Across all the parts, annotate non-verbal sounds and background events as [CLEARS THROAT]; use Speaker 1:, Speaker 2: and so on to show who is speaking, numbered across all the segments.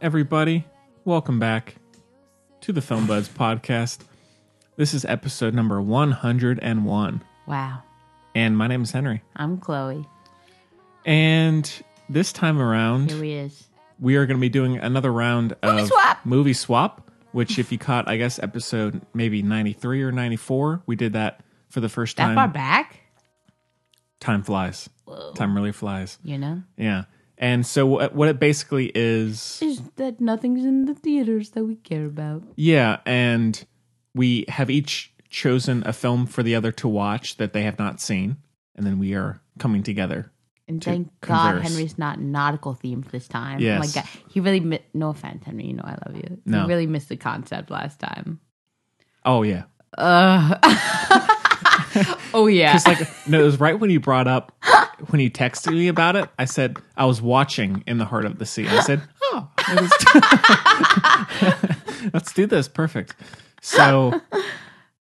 Speaker 1: everybody. Welcome back to the Film Buds podcast. This is episode number 101,
Speaker 2: Wow.
Speaker 1: and my name is Henry.
Speaker 2: I'm Chloe.
Speaker 1: And this time
Speaker 2: Here
Speaker 1: around,
Speaker 2: we is.
Speaker 1: we are going to be doing another round of
Speaker 2: Movie swap.
Speaker 1: movie swap, which if you caught, I guess episode maybe 93 or 94, we did that for the first
Speaker 2: That
Speaker 1: time.
Speaker 2: far back?
Speaker 1: Time flies. Time really flies.
Speaker 2: You know?
Speaker 1: Yeah. And so what what it basically is
Speaker 2: Is that nothing's in the theaters that we care about.
Speaker 1: Yeah, and we have each chosen a film for the other to watch that they have not seen, and then we are coming together.
Speaker 2: And
Speaker 1: To
Speaker 2: thank God
Speaker 1: converse.
Speaker 2: Henry's not nautical themed this time. Oh my
Speaker 1: Yes.
Speaker 2: God. He really, mi- no offense, Henry, you know I love you.
Speaker 1: No.
Speaker 2: He really missed the concept last time.
Speaker 1: Oh
Speaker 2: [LAUGHS]
Speaker 1: yeah,
Speaker 2: Ugh. oh, yeah.
Speaker 1: it's like no, it was right when you brought up when you texted me about it. I said I was watching in the heart of the sea. I
Speaker 2: [LAUGHS]
Speaker 1: said, oh, it was- [LAUGHS] let's do this. Perfect. So.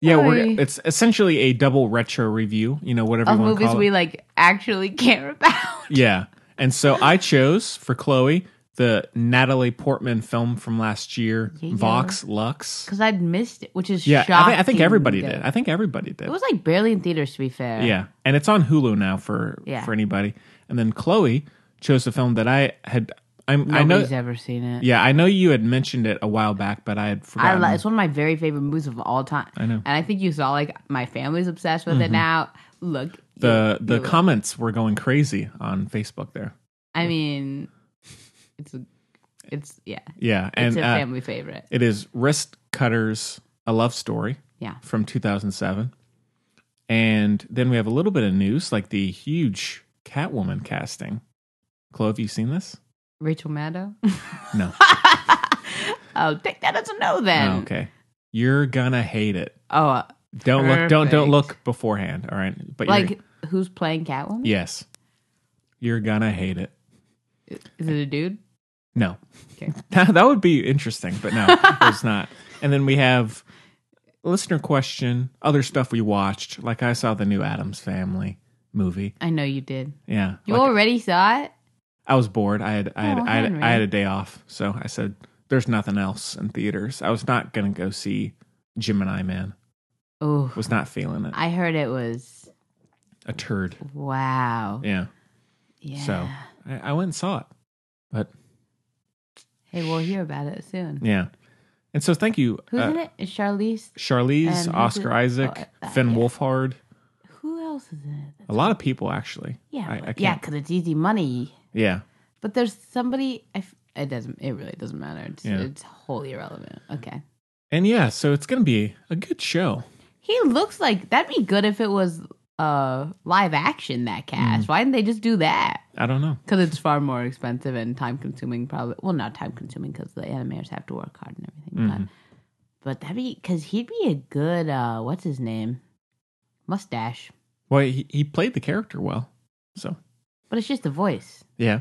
Speaker 1: Yeah,
Speaker 2: Sorry.
Speaker 1: we're, it's essentially a double retro review, you know, whatever
Speaker 2: of
Speaker 1: you want to
Speaker 2: movies
Speaker 1: call it.
Speaker 2: we like actually [LAUGHS] care about.
Speaker 1: Yeah. And so I chose for Chloe the Natalie Portman film from last year,
Speaker 2: Yeah.
Speaker 1: Vox Lux.
Speaker 2: Because I'd missed it, which is
Speaker 1: Yeah, I,
Speaker 2: shocking.
Speaker 1: thi- I think everybody
Speaker 2: though.
Speaker 1: did. I think everybody did.
Speaker 2: It was like barely in theaters, to be fair.
Speaker 1: yeah, and it's on Hulu now for
Speaker 2: Yeah.
Speaker 1: for anybody. And then Chloe chose a film that I had. I'm, I know.
Speaker 2: Nobody's ever seen it.
Speaker 1: Yeah, I know you had mentioned it a while back, but I had
Speaker 2: I
Speaker 1: forgotten.
Speaker 2: lo- it's one of my very favorite movies of all time. I
Speaker 1: know. Mm-hmm.
Speaker 2: and I think you saw like my family's obsessed with it now. Look,
Speaker 1: the
Speaker 2: you-
Speaker 1: the
Speaker 2: you-
Speaker 1: comments were going crazy on Facebook there.
Speaker 2: I mean, it's a, it's yeah,
Speaker 1: Yeah,
Speaker 2: it's
Speaker 1: and
Speaker 2: a
Speaker 1: uh,
Speaker 2: family favorite.
Speaker 1: it is Wrist Cutters: A Love Story.
Speaker 2: Yeah,
Speaker 1: from 2007. And then we have a little bit of news, like the huge Catwoman casting. Chloe, have you seen this?
Speaker 2: Rachel Maddow. [LAUGHS]
Speaker 1: No.
Speaker 2: oh, take that as a no then.
Speaker 1: Oh, okay. You're gonna hate it.
Speaker 2: Oh, uh,
Speaker 1: Don't look. Don't don't
Speaker 2: Perfect.
Speaker 1: look beforehand. All right. But you're,
Speaker 2: like who's playing Catwoman?
Speaker 1: yes, you're gonna hate it.
Speaker 2: Is it a dude?
Speaker 1: No.
Speaker 2: Okay.
Speaker 1: [LAUGHS] That, that would be interesting, but no, it's not. And then we have listener question, other stuff we watched. Like I saw the new Adams Family movie.
Speaker 2: I know you did.
Speaker 1: Yeah.
Speaker 2: You
Speaker 1: like-
Speaker 2: already saw it.
Speaker 1: I was bored. I had I had,
Speaker 2: Oh,
Speaker 1: I, had
Speaker 2: Henry.
Speaker 1: I had a day off, so I said, "There's nothing else in theaters." I was not gonna go see Gemini Man.
Speaker 2: Oh,
Speaker 1: Was not feeling it.
Speaker 2: I heard it was
Speaker 1: A turd.
Speaker 2: wow.
Speaker 1: Yeah.
Speaker 2: Yeah.
Speaker 1: So I, I went and saw it. But
Speaker 2: Hey, we'll hear about it soon.
Speaker 1: yeah, and so thank you,
Speaker 2: Who's
Speaker 1: uh,
Speaker 2: in it? Is Charlize?
Speaker 1: Charlize,
Speaker 2: And who's
Speaker 1: Oscar
Speaker 2: it-
Speaker 1: Isaac,
Speaker 2: oh, uh,
Speaker 1: Finn
Speaker 2: yeah.
Speaker 1: Wolfhard,
Speaker 2: Who else is in it?
Speaker 1: a lot of people actually.
Speaker 2: Yeah,
Speaker 1: I, I
Speaker 2: but-
Speaker 1: can't,
Speaker 2: yeah, because it's easy money.
Speaker 1: yeah.
Speaker 2: But there's somebody. I f- it doesn't. It really doesn't matter. It's,
Speaker 1: Yeah.
Speaker 2: it's wholly irrelevant. Okay.
Speaker 1: And yeah, so it's gonna be a good show.
Speaker 2: He looks like that'd be good if it was uh live action that cast.
Speaker 1: Mm.
Speaker 2: Why didn't they just do that?
Speaker 1: I don't know.
Speaker 2: Because it's far more expensive and time consuming. Probably. Well, not time consuming because the animators have to work hard and everything.
Speaker 1: Mm-hmm.
Speaker 2: But, but that'd be because he'd be a good. uh What's his name? Mustache.
Speaker 1: Well, he, he played the character well, so
Speaker 2: But it's just the voice.
Speaker 1: yeah.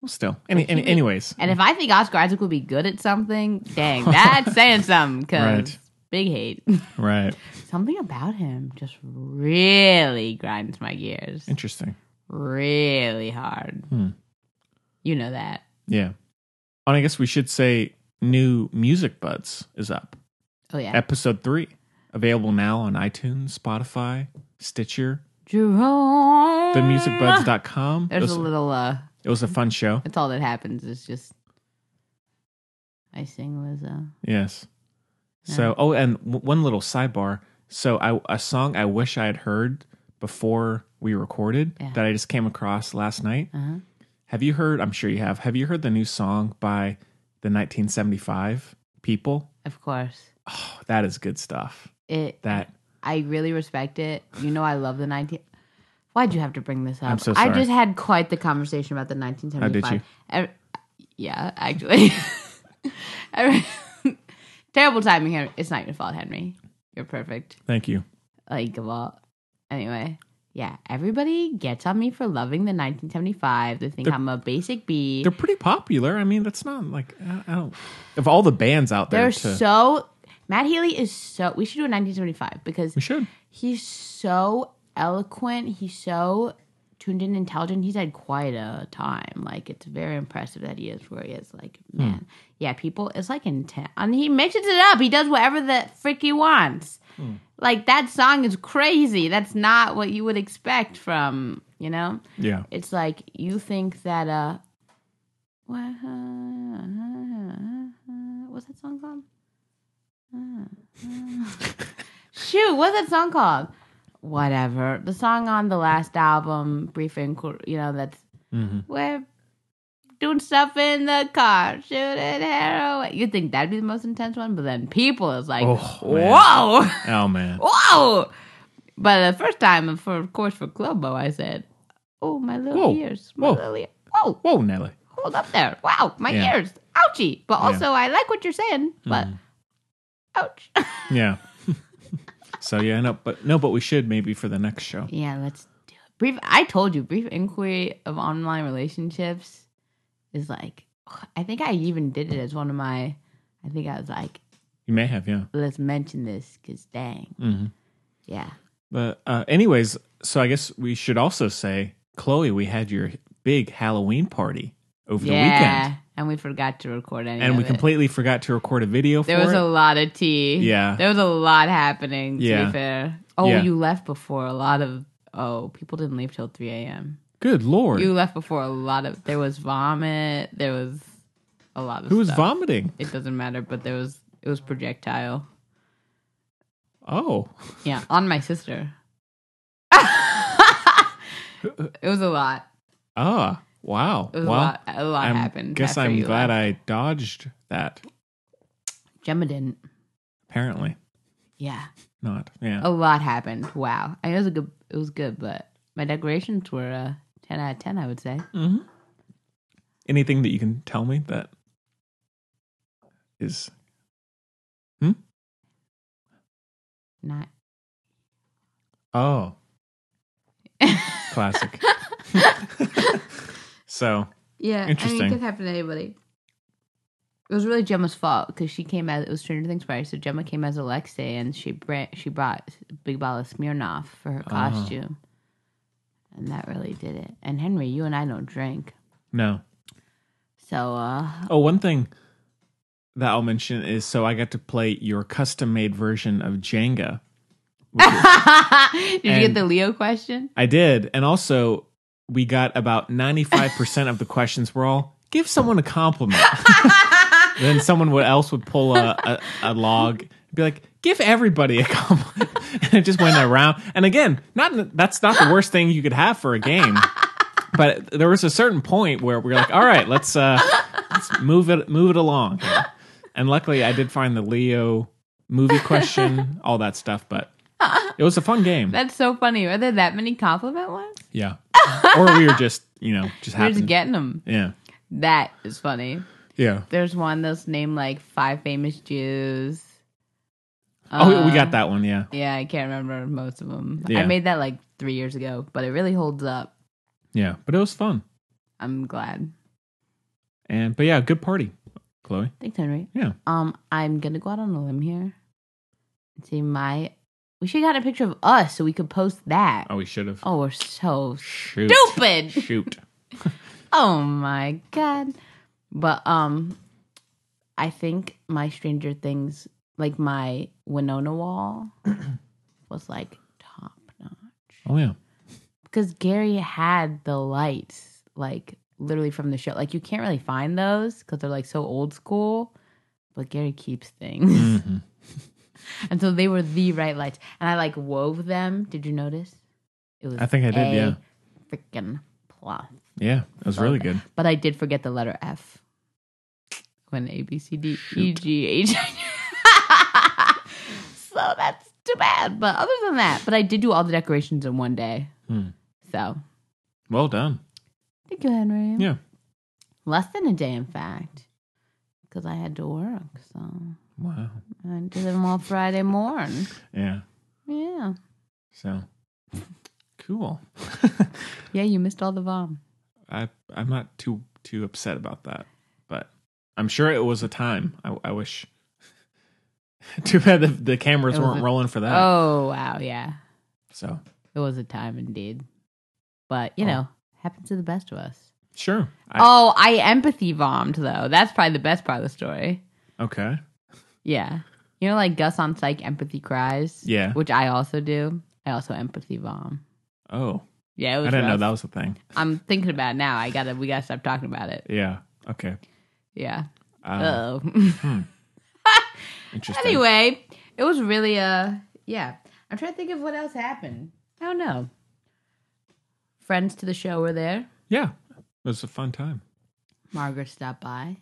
Speaker 1: Well, still. Any,
Speaker 2: But
Speaker 1: any
Speaker 2: he-
Speaker 1: anyways.
Speaker 2: And if I think Oscar Isaac would be good at something,
Speaker 1: [LAUGHS]
Speaker 2: dang, that's saying something. Cause
Speaker 1: Right.
Speaker 2: big hate. [LAUGHS]
Speaker 1: right.
Speaker 2: something about him just really grinds my gears,
Speaker 1: Interesting.
Speaker 2: really hard.
Speaker 1: Hmm.
Speaker 2: You know that.
Speaker 1: Yeah. And I guess we should say new Music Buds is up.
Speaker 2: Oh yeah,
Speaker 1: Episode three. Available now on iTunes, Spotify, Stitcher,
Speaker 2: Jerome.
Speaker 1: themusicbuds.com. It
Speaker 2: Ah. [LAUGHS] There's
Speaker 1: was,
Speaker 2: a little. uh
Speaker 1: it was a fun show.
Speaker 2: That's all that happens. Is just. uh, I sing Lizzo.
Speaker 1: Yes. So, oh, and w- one little sidebar. So, I, a song I wish I had heard before we recorded
Speaker 2: Yeah.
Speaker 1: that I just came across last night.
Speaker 2: Uh-huh.
Speaker 1: Have you heard? I'm sure you have. Have you heard the new song by the 1975 people?
Speaker 2: Of course,
Speaker 1: Oh, that is good stuff.
Speaker 2: it.
Speaker 1: That
Speaker 2: I really respect it. You know, I love the 19. Why'd you have to bring this up?
Speaker 1: I'm so
Speaker 2: I
Speaker 1: sorry. Oh,
Speaker 2: just had quite the conversation about the 1975. Ev- yeah, actually. [LAUGHS] Ev- Terrible timing, Henry. It's not your fault, Henry. You're perfect.
Speaker 1: Thank you.
Speaker 2: Like, well, anyway. Yeah, everybody gets on me for loving the 1975. They think
Speaker 1: They're-
Speaker 2: I'm a basic bee.
Speaker 1: They're pretty popular. I mean, that's not like I, I don't. Of all the bands out there,
Speaker 2: They're
Speaker 1: to,
Speaker 2: so. Matt Healy is so. We should do a 1975 because
Speaker 1: we should.
Speaker 2: he's so eloquent. He's so to tuned in, intelligent. He's had quite a time. Like it's very impressive that he is where he is. Like man, yeah, people. It's like intent, and he mixes it up. He does whatever the frick he wants. Like that song is crazy. That's not what you would expect from you know.
Speaker 1: Yeah.
Speaker 2: It's like you think that uh, uh, what's that song called? Uh, [LAUGHS] Shoot, what's that song called? Whatever. The song on the last album, Brief and Cor- you know, that's
Speaker 1: Mhm.
Speaker 2: we're doing stuff in the car, shooting heroin. You'd think that'd be the most intense one, but then people is like,
Speaker 1: Oh, man.
Speaker 2: whoa, [LAUGHS]
Speaker 1: Oh man.
Speaker 2: whoa. But the first time, for, of course, for Globo, I said, oh, my
Speaker 1: Whoa.
Speaker 2: little ears, my
Speaker 1: Whoa.
Speaker 2: little ears. Oh,
Speaker 1: Whoa, Nelly.
Speaker 2: hold up there. Wow, my
Speaker 1: Yeah.
Speaker 2: ears. Ouchie.
Speaker 1: Yeah.
Speaker 2: But
Speaker 1: Mm.
Speaker 2: also, I like what you're saying, but ouch. [LAUGHS]
Speaker 1: Yeah. [LAUGHS] so yeah, no, but no, but we should maybe for the next show.
Speaker 2: yeah, let's do it. Brief, I told you, brief inquiry of online relationships is like, I think I even did it as one of my, I think I was like,
Speaker 1: You may have, yeah.
Speaker 2: let's mention this because dang.
Speaker 1: Mm-hmm.
Speaker 2: Yeah.
Speaker 1: But uh, anyways, so I guess we should also say, Chloe, we had your big Halloween party over
Speaker 2: yeah.
Speaker 1: the weekend,
Speaker 2: And we forgot to record any
Speaker 1: and
Speaker 2: of
Speaker 1: we
Speaker 2: it.
Speaker 1: completely forgot to record a video
Speaker 2: There
Speaker 1: for
Speaker 2: was
Speaker 1: it.
Speaker 2: a lot of tea.
Speaker 1: Yeah.
Speaker 2: There was a lot happening, to
Speaker 1: Yeah.
Speaker 2: be fair. Oh,
Speaker 1: Yeah.
Speaker 2: you left before a lot of, oh, people didn't leave till 3 a.m.
Speaker 1: Good lord,
Speaker 2: You left before a lot of. There was vomit. There was a lot of.
Speaker 1: who was
Speaker 2: stuff.
Speaker 1: vomiting?
Speaker 2: It doesn't matter, but there was. It was projectile.
Speaker 1: Oh, [LAUGHS]
Speaker 2: Yeah, on my sister. it was a lot.
Speaker 1: ah, wow,
Speaker 2: It was
Speaker 1: wow.
Speaker 2: a lot. A lot happened.
Speaker 1: Guess
Speaker 2: after
Speaker 1: I'm
Speaker 2: you
Speaker 1: glad
Speaker 2: left.
Speaker 1: I dodged that.
Speaker 2: Gemma didn't.
Speaker 1: Apparently
Speaker 2: Yeah,
Speaker 1: not. Yeah.
Speaker 2: a lot happened. Wow, I mean, it was a good. It was good, but my decorations were uh, ten out of ten. I would say.
Speaker 1: Mm-hmm. Anything that you can tell me that is
Speaker 2: Not.
Speaker 1: oh classic. [LAUGHS] so
Speaker 2: Yeah, I
Speaker 1: Interesting.
Speaker 2: mean, it could happen to anybody. It was really Gemma's fault because she came as it was Stranger Things party, so Gemma came as Alexei, and she bra- she brought a big bottle of Smirnoff for her
Speaker 1: Ah.
Speaker 2: costume, and that really did it. And Henry, you and I don't drink,
Speaker 1: no.
Speaker 2: so uh, [LAUGHS]
Speaker 1: Oh, one thing that I'll mention is so I got to play your custom made version of Jenga.
Speaker 2: did you
Speaker 1: And-
Speaker 2: get the Leo question?
Speaker 1: I did, and also we got about ninety five percent of the questions were all give someone a compliment. then someone would, else would pull a, a, a log and be like, give everybody a compliment. [LAUGHS] and it just went around. And again, not that's not the worst thing you could have for a game. But there was a certain point where we were like, all right, let's uh let's move it move it along. here." And luckily I did find the Leo movie question, all that stuff, but it was a fun game.
Speaker 2: That's so funny. Were there that many compliment ones?
Speaker 1: Yeah. or we were just, you know, just
Speaker 2: You're just
Speaker 1: happened.
Speaker 2: getting them.
Speaker 1: yeah.
Speaker 2: That is funny.
Speaker 1: Yeah.
Speaker 2: There's one that's named like five famous Jews.
Speaker 1: Oh, we
Speaker 2: Uh,
Speaker 1: got that one. Yeah.
Speaker 2: Yeah, I can't remember most of them.
Speaker 1: Yeah.
Speaker 2: I made that like three years ago, but it really holds up.
Speaker 1: Yeah. But it was fun.
Speaker 2: I'm glad.
Speaker 1: And, but yeah, good party, Chloe.
Speaker 2: Thanks, Henry.
Speaker 1: Yeah.
Speaker 2: Um, I'm gonna go out on a limb here. and See my. We should have got a picture of us so we could post that.
Speaker 1: Oh, we should have.
Speaker 2: Oh, we're so
Speaker 1: Shoot.
Speaker 2: stupid.
Speaker 1: Shoot.
Speaker 2: Oh my god. But um, I think my Stranger Things, like my
Speaker 1: [CLEARS THROAT]
Speaker 2: Winona Wall, was like top notch.
Speaker 1: Oh, yeah.
Speaker 2: because Gary had the lights, like literally from the show. Like you can't really find those because they're like so old school. But Gary keeps things,
Speaker 1: Mhm.
Speaker 2: [LAUGHS] and so they were the right lights. And I like wove them. Did you notice? It was.
Speaker 1: I think I did,
Speaker 2: a
Speaker 1: yeah.
Speaker 2: Freaking plus.
Speaker 1: Yeah. It was really good.
Speaker 2: But I did forget the letter F. When A B C D E G H. [LAUGHS] So that's too bad. But other than that, but I did do all the decorations in one day.
Speaker 1: Hmm.
Speaker 2: So
Speaker 1: Well done.
Speaker 2: thank you, Henry.
Speaker 1: Yeah.
Speaker 2: Less than a day, in fact, because I had to work. So
Speaker 1: Wow.
Speaker 2: I did them all Friday morning.
Speaker 1: Yeah.
Speaker 2: Yeah.
Speaker 1: So cool.
Speaker 2: Yeah, you missed all the vom.
Speaker 1: [LAUGHS] I, I'm not too, too upset about that, but I'm sure it was a time. I, I wish. [LAUGHS] too bad the, the cameras
Speaker 2: It Oh. was
Speaker 1: weren't
Speaker 2: a-
Speaker 1: rolling for that.
Speaker 2: Oh, wow. Yeah.
Speaker 1: So
Speaker 2: It was a time indeed. But
Speaker 1: Oh.
Speaker 2: you know, happens to the best of us.
Speaker 1: Sure. I,
Speaker 2: oh, I empathy bombed though. That's probably the best part of the story.
Speaker 1: Okay.
Speaker 2: Yeah. You know, like Gus on Psych empathy cries.
Speaker 1: Yeah.
Speaker 2: Which I also do. I also empathy bomb.
Speaker 1: Oh,
Speaker 2: Yeah,
Speaker 1: I
Speaker 2: it was
Speaker 1: didn't know
Speaker 2: rough.
Speaker 1: that was a thing.
Speaker 2: I'm thinking about it now. I gotta. We gotta stop talking about it.
Speaker 1: Yeah. Okay.
Speaker 2: Yeah.
Speaker 1: Uh,
Speaker 2: Oh. [LAUGHS]
Speaker 1: interesting.
Speaker 2: anyway, it was really uh. Yeah. I'm trying to think of what else happened. I don't know. Friends to the show were there.
Speaker 1: Yeah. It was a fun time.
Speaker 2: Margaret stopped by.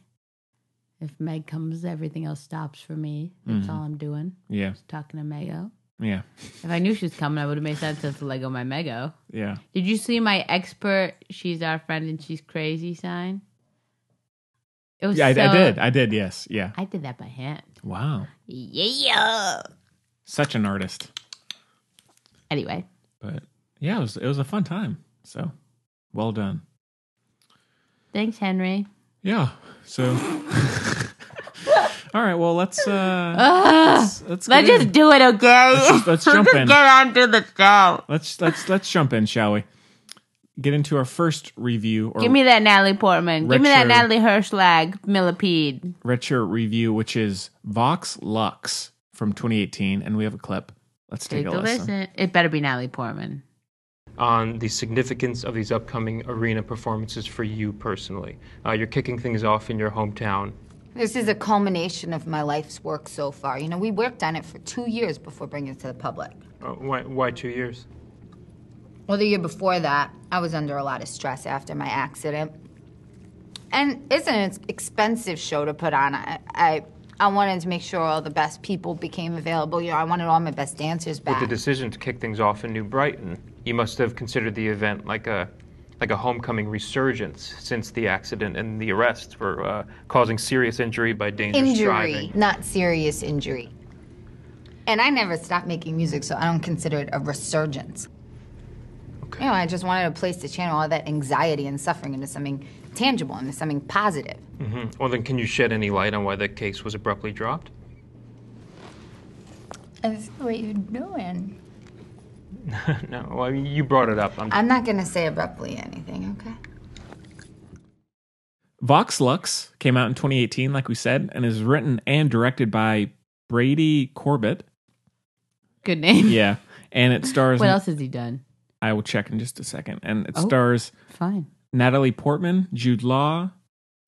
Speaker 2: If Meg comes, everything else stops for me. That's
Speaker 1: Mm-hmm.
Speaker 2: all I'm doing.
Speaker 1: Yeah.
Speaker 2: Just talking to Mego.
Speaker 1: Yeah.
Speaker 2: If I knew she was coming, I would have made sense as Lego my Mego.
Speaker 1: Yeah.
Speaker 2: Did you see my expert? She's our friend and she's crazy sign. It was.
Speaker 1: Yeah. I, I
Speaker 2: so-
Speaker 1: did. I did. Yes. Yeah.
Speaker 2: I did that by hand.
Speaker 1: Wow.
Speaker 2: Yeah.
Speaker 1: Such an artist.
Speaker 2: Anyway,
Speaker 1: But yeah, it was it was a fun time. So well done.
Speaker 2: thanks, Henry.
Speaker 1: Yeah. So. [LAUGHS] All right. Well, let's uh,
Speaker 2: Ugh,
Speaker 1: let's, let's
Speaker 2: Ah,
Speaker 1: get
Speaker 2: let's just
Speaker 1: in.
Speaker 2: do it, okay?
Speaker 1: Let's
Speaker 2: [LAUGHS]
Speaker 1: just- let's jump in.
Speaker 2: get on to the show.
Speaker 1: let's let's let's jump in, shall we? Get into our first review or
Speaker 2: Give me that Natalie Portman. Give me that
Speaker 1: Richard.
Speaker 2: Natalie Hirschlag millipede.
Speaker 1: retro review, which is Vox Lux from 2018, and we have a clip. Let's take,
Speaker 2: Take
Speaker 1: a
Speaker 2: a
Speaker 1: listen.
Speaker 2: listen. It better be Natalie Portman.
Speaker 3: on the significance of these upcoming arena performances for you personally. Uh, you're kicking things off in your hometown.
Speaker 4: This is a culmination of my life's work so far. You know, we worked on it for two years before bringing it to the public.
Speaker 3: Uh, why, why two years?
Speaker 4: Well, the year before that, I was under a lot of stress after my accident. And it's an ex- expensive show to put on. I, I, I wanted to make sure all the best people became available. You know, I wanted all my best dancers back.
Speaker 3: The decision to kick things off in New Brighton. You must have considered the event like a like a homecoming resurgence since the accident and the arrest for uh, causing serious injury by dangerous
Speaker 4: injury,
Speaker 3: driving.
Speaker 4: not serious injury. And I never stopped making music, so I don't consider it a resurgence.
Speaker 3: Okay.
Speaker 4: You know, I just wanted a place to channel all that anxiety and suffering into something tangible, into something positive.
Speaker 3: Well, then, can you shed any light on why the case was abruptly dropped?
Speaker 4: That's what you're doing.
Speaker 3: [LAUGHS] no, well, you brought it up. I'm
Speaker 4: I'm not gonna say abruptly anything, okay?
Speaker 1: Vox Lux came out in 2018, like we said, and is written and directed by Brady Corbett.
Speaker 2: Good name.
Speaker 1: Yeah. And it stars,
Speaker 2: What else has he done?
Speaker 1: I will check in just a second. And it
Speaker 2: Oh.
Speaker 1: stars
Speaker 2: Fine.
Speaker 1: Natalie Portman, Jude Law,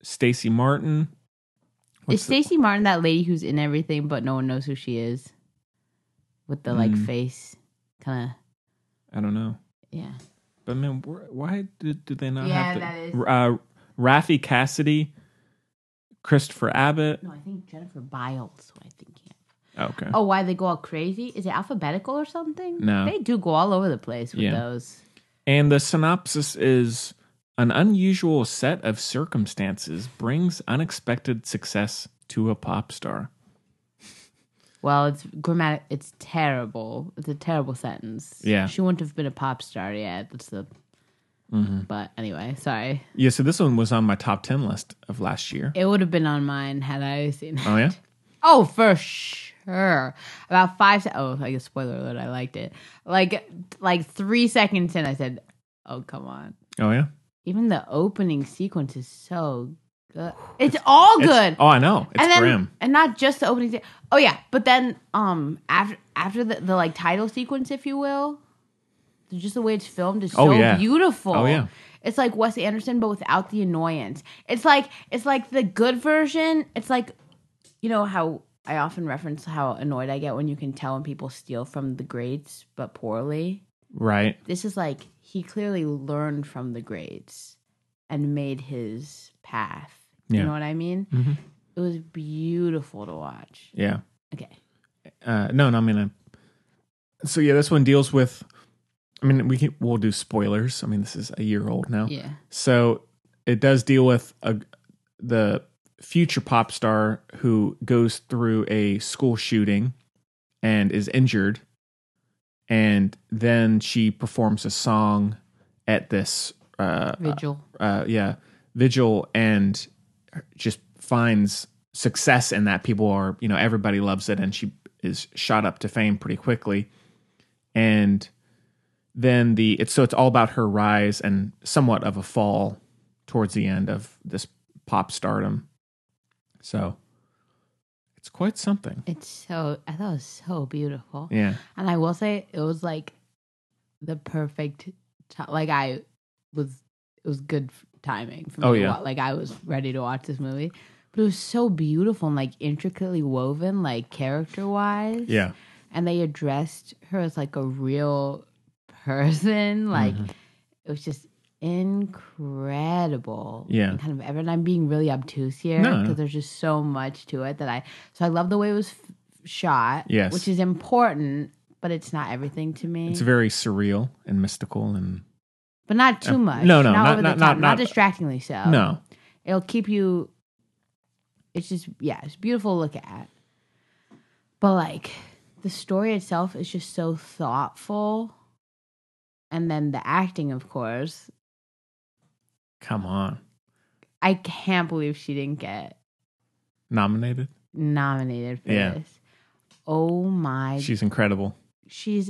Speaker 1: Stacey Martin.
Speaker 2: is
Speaker 1: What's the-
Speaker 2: Stacey Martin that lady who's in everything but no one knows who she is? With the
Speaker 1: Hmm.
Speaker 2: like face, kind of
Speaker 1: I don't know.
Speaker 2: yeah.
Speaker 1: But man, wh- why did, did they not
Speaker 4: Yeah,
Speaker 1: have to?
Speaker 4: that is-
Speaker 1: Uh, Rafi Cassidy, Christopher Abbott.
Speaker 2: No, I think Jennifer Biles. Who I think.
Speaker 1: Okay.
Speaker 2: Oh, why they go all crazy? Is it alphabetical or something?
Speaker 1: No.
Speaker 2: they do go all over the place with
Speaker 1: Yeah.
Speaker 2: those.
Speaker 1: And the synopsis is an unusual set of circumstances brings unexpected success to a pop star.
Speaker 2: Well, it's grammatic. It's terrible. It's a terrible sentence.
Speaker 1: Yeah.
Speaker 2: she wouldn't have been a pop star yet. That's the.
Speaker 1: Mm-hmm.
Speaker 2: But anyway, sorry.
Speaker 1: Yeah, so this one was on my top 10 list of last year.
Speaker 2: It would have been on mine had I seen it.
Speaker 1: Oh, yeah?
Speaker 2: Oh, for sure. About five. Se- oh, I guess spoiler alert. I liked it. Like, like three seconds in, I said, "Oh, come on."
Speaker 1: Oh, yeah?
Speaker 2: Even the opening sequence is so good. It's all
Speaker 1: It's-
Speaker 2: good.
Speaker 1: oh, I know. It's
Speaker 2: and then,
Speaker 1: grim.
Speaker 2: and not just the opening. Se- oh yeah, but then um after after the, the like title sequence, if you will, just the way it's filmed is so
Speaker 1: Oh, yeah.
Speaker 2: beautiful.
Speaker 1: Oh, yeah.
Speaker 2: It's like Wes Anderson, but without the annoyance. It's like it's like the good version. It's like you know how I often reference how annoyed I get when you can tell when people steal from the greats but poorly.
Speaker 1: Right.
Speaker 2: This is like he clearly learned from the greats and made his path.
Speaker 1: Yeah. Mm-hmm.
Speaker 2: You know what I mean? It was beautiful to watch.
Speaker 1: Yeah.
Speaker 2: Okay.
Speaker 1: Uh, no, no, I mean, I- so yeah, this one deals with. I mean, we can, we'll do spoilers. I mean, this is a year old now.
Speaker 2: Yeah.
Speaker 1: So it does deal with a, the future pop star who goes through a school shooting and is injured. And then she performs a song at this, uh,
Speaker 2: Vigil.
Speaker 1: uh, yeah, vigil and just finds success in that. People are, you know, everybody loves it. And she is shot up to fame pretty quickly. And then the it's so it's all about her rise and somewhat of a fall towards the end of this pop stardom. So it's quite something.
Speaker 2: It's so I thought it was so beautiful.
Speaker 1: Yeah.
Speaker 2: And I will say it was like the perfect ti like I was it was good f- timing for me.
Speaker 1: Oh,
Speaker 2: to
Speaker 1: yeah.
Speaker 2: wa- like I was ready to watch this movie. But it was so beautiful and like intricately woven like character wise.
Speaker 1: Yeah.
Speaker 2: And they addressed her as like a real person [LAUGHS] like
Speaker 1: Mm-hmm.
Speaker 2: it was just incredible
Speaker 1: Yeah.
Speaker 2: and kind of ever and i'm being really obtuse here
Speaker 1: No,
Speaker 2: because
Speaker 1: no.
Speaker 2: there's just so much to it that i so i love the way it was f- shot
Speaker 1: Yes.
Speaker 2: which is important but it's not everything to me
Speaker 1: It's very surreal and mystical and
Speaker 2: but not too
Speaker 1: Uh,
Speaker 2: much
Speaker 1: no, no, not-
Speaker 2: not over the
Speaker 1: not-
Speaker 2: top,
Speaker 1: not-
Speaker 2: not,
Speaker 1: not-
Speaker 2: distractingly so
Speaker 1: no.
Speaker 2: it'll keep you it's just yeah it's beautiful to look at but like the story itself is just so thoughtful and then the acting of course
Speaker 1: Come on.
Speaker 2: I can't believe she didn't get
Speaker 1: Nominated?
Speaker 2: nominated for
Speaker 1: Yeah.
Speaker 2: this. Oh my!
Speaker 1: She's incredible.
Speaker 2: she's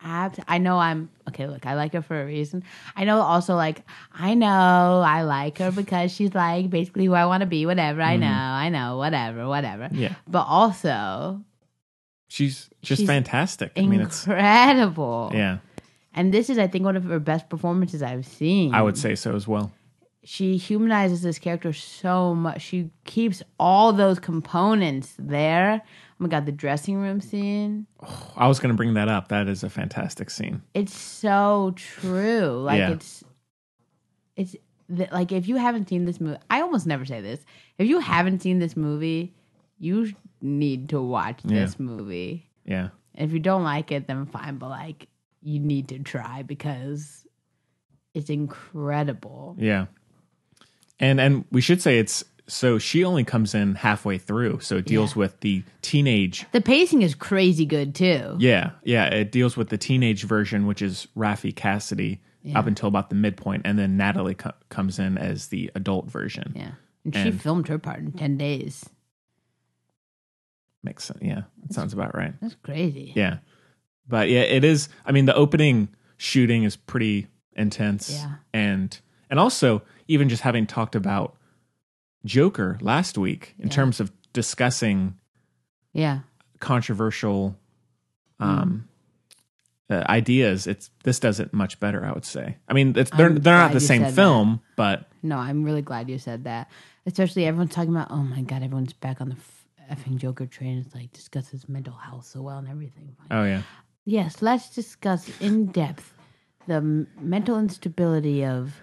Speaker 2: abs. I know I'm okay. Look, I like her for a reason. I know also like I know I like her because she's like basically who I want to be. Whatever I know, I know whatever, whatever.
Speaker 1: Yeah.
Speaker 2: But also
Speaker 1: She's just
Speaker 2: She's
Speaker 1: fantastic. I mean it's
Speaker 2: incredible.
Speaker 1: yeah.
Speaker 2: And this is, I think, one of her best performances I've seen.
Speaker 1: I would say so as well.
Speaker 2: she humanizes this character so much. She keeps all those components there. Oh my god, the dressing room scene.
Speaker 1: I was going to bring that up. That is a fantastic scene.
Speaker 2: It's so true. Like
Speaker 1: Yeah.
Speaker 2: it's it's th- like if you haven't seen this movie, I almost never say this. If you haven't seen this movie, you sh- need to watch
Speaker 1: Yeah.
Speaker 2: this movie.
Speaker 1: Yeah.
Speaker 2: And if you don't like it, then fine, but like you need to try because it's incredible.
Speaker 1: Yeah. And and we should say it's so she only comes in halfway through, so it deals with the teenage.
Speaker 2: The pacing is crazy good too.
Speaker 1: Yeah, yeah, it deals with the teenage version, which is Rafi Cassidy up until about the midpoint, and then Natalie co- comes in as the adult version.
Speaker 2: Yeah. And she
Speaker 1: And-
Speaker 2: filmed her part in 10 days.
Speaker 1: Makes sense. Yeah, that sounds about right.
Speaker 2: That's crazy.
Speaker 1: Yeah, but yeah, it is. I mean, the opening shooting is pretty intense.
Speaker 2: Yeah.
Speaker 1: and and also even just having talked about Joker last week in
Speaker 2: Yeah.
Speaker 1: terms of discussing
Speaker 2: Yeah.
Speaker 1: controversial
Speaker 2: Mm.
Speaker 1: um uh, ideas it's this does it much better i would say i mean it's, they're
Speaker 2: I'm
Speaker 1: they're not
Speaker 2: glad
Speaker 1: the
Speaker 2: you
Speaker 1: same
Speaker 2: said
Speaker 1: film but
Speaker 2: No, I'm really glad you said that. Especially everyone's talking about, oh my God, everyone's back on the f- effing Joker train. It's like discusses mental health so well and everything.
Speaker 1: oh yeah
Speaker 2: Yes, let's discuss in depth the m- mental instability of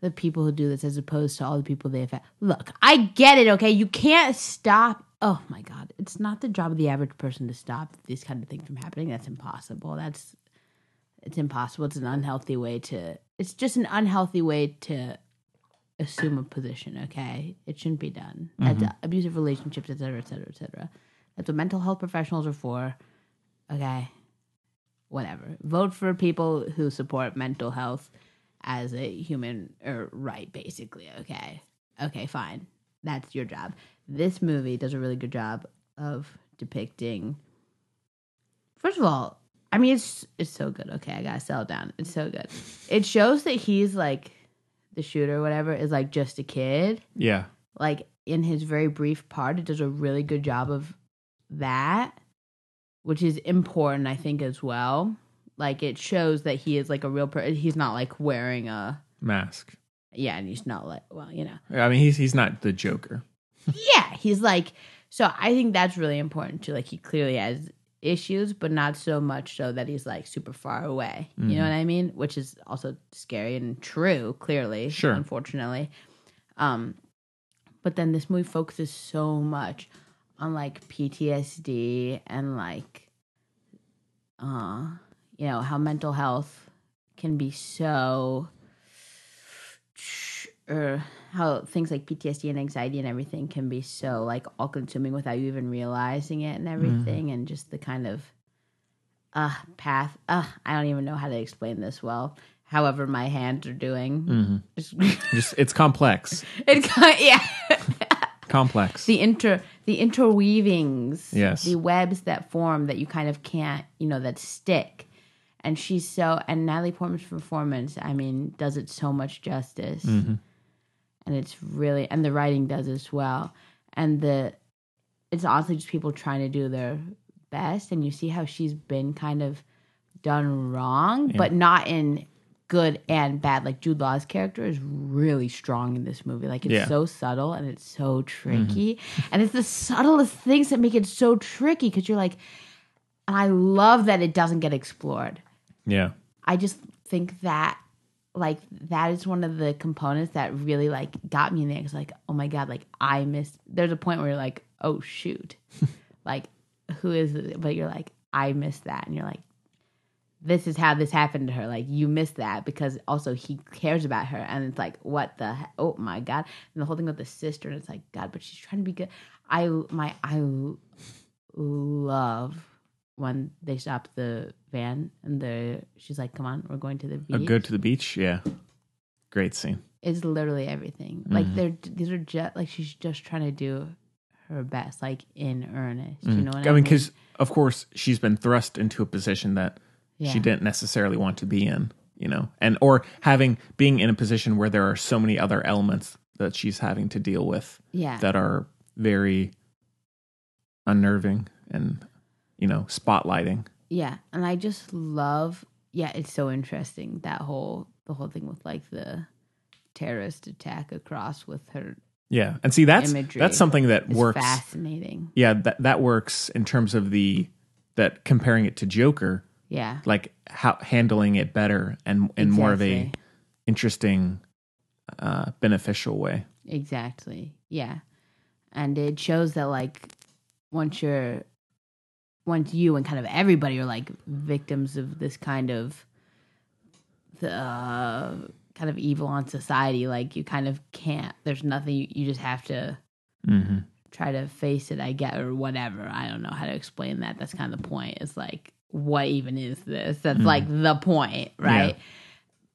Speaker 2: the people who do this as opposed to all the people they affect. Look, I get it, okay? You can't stop. Oh my God. It's not the job of the average person to stop these kind of things from happening. That's impossible. That's. It's impossible. It's an unhealthy way to. It's just an unhealthy way to assume a position, okay? It shouldn't be done. That's abusive relationships, et cetera, et cetera, et cetera. That's what mental health professionals are for okay, whatever. Vote for people who support mental health as a human or right, basically. Okay, okay, fine. That's your job. This movie does a really good job of depicting. First of all, I mean it's it's so good. Okay, I gotta settle down. It's so good. It shows that he's like the shooter, or whatever, is like just a kid
Speaker 1: yeah
Speaker 2: like in his very brief part it does a really good job of that which is important i think as well like it shows that he is like a real person he's not like wearing a
Speaker 1: mask
Speaker 2: yeah and he's not like well you know
Speaker 1: i mean he's he's not the joker
Speaker 2: yeah he's like so i think that's really important too like he clearly has issues but not so much so that he's like super far away you know what i mean which is also scary and true clearly
Speaker 1: Sure.
Speaker 2: unfortunately um but then this movie focuses so much on like ptsd and like uh you know how mental health can be so or how things like PTSD and anxiety and everything can be so like all consuming without you even realizing it and everything and just the kind of uh path uh I don't even know how to explain this well however my hands are doing Just- [LAUGHS]
Speaker 1: just it's complex
Speaker 2: it kind yeah [LAUGHS]
Speaker 1: complex
Speaker 2: the inter the interweavings
Speaker 1: Yes.
Speaker 2: the webs that form that you kind of can't you know that stick and she's so and Natalie Portman's performance, I mean, does it so much justice, and it's really and the writing does as well, and the it's honestly just people trying to do their best, and you see how she's been kind of done wrong, but not in good and bad. Like Jude Law's character is really strong in this movie. Like it's
Speaker 1: Yeah.
Speaker 2: so subtle and it's so tricky, and it's the subtlest things that make it so tricky because you're like. And I love that it doesn't get explored.
Speaker 1: Yeah.
Speaker 2: I just think that like that is one of the components that really like got me in there. Cause like, oh my god, like I missed. There's a point where you're like, oh shoot, like who is? It? But you're like, I missed that, and you're like, this is how this happened to her. Like you missed that because also he cares about her, and it's like, what the? he- Oh my god! And the whole thing with the sister, and it's like, God, but she's trying to be good. I my I love when they stop the van and the she's like, "Come on, we're going to the
Speaker 1: A
Speaker 2: beach."
Speaker 1: go to the beach. Yeah. Great scene.
Speaker 2: It's literally everything.
Speaker 1: Mm-hmm.
Speaker 2: Like they're these are just like she's just trying to do her best, like in earnest. You know what
Speaker 1: Mm-hmm. I mean, because of course she's been thrust into a position that
Speaker 2: Yeah.
Speaker 1: she didn't necessarily want to be in, you know, and or having being in a position where there are so many other elements that she's having to deal with
Speaker 2: yeah,
Speaker 1: that are very unnerving and you know spotlighting.
Speaker 2: yeah, and I just love. Yeah, it's so interesting that whole the whole thing with like the terrorist attack across with her.
Speaker 1: Yeah, and see that's
Speaker 2: Imagery
Speaker 1: that's something that
Speaker 2: It's
Speaker 1: works.
Speaker 2: fascinating.
Speaker 1: Yeah, that that works in terms of the that comparing it to Joker.
Speaker 2: Yeah,
Speaker 1: like how handling it better and in more of a
Speaker 2: Exactly.
Speaker 1: interesting uh beneficial way
Speaker 2: Exactly. Yeah. And it shows that like once you're once you and kind of everybody are like victims of this kind of the uh, kind of evil on society like you kind of can't there's nothing you, you just have to
Speaker 1: mm-hmm.
Speaker 2: try to face it i get or whatever i don't know how to explain that that's kind of the point it's like what even is this that's like the point right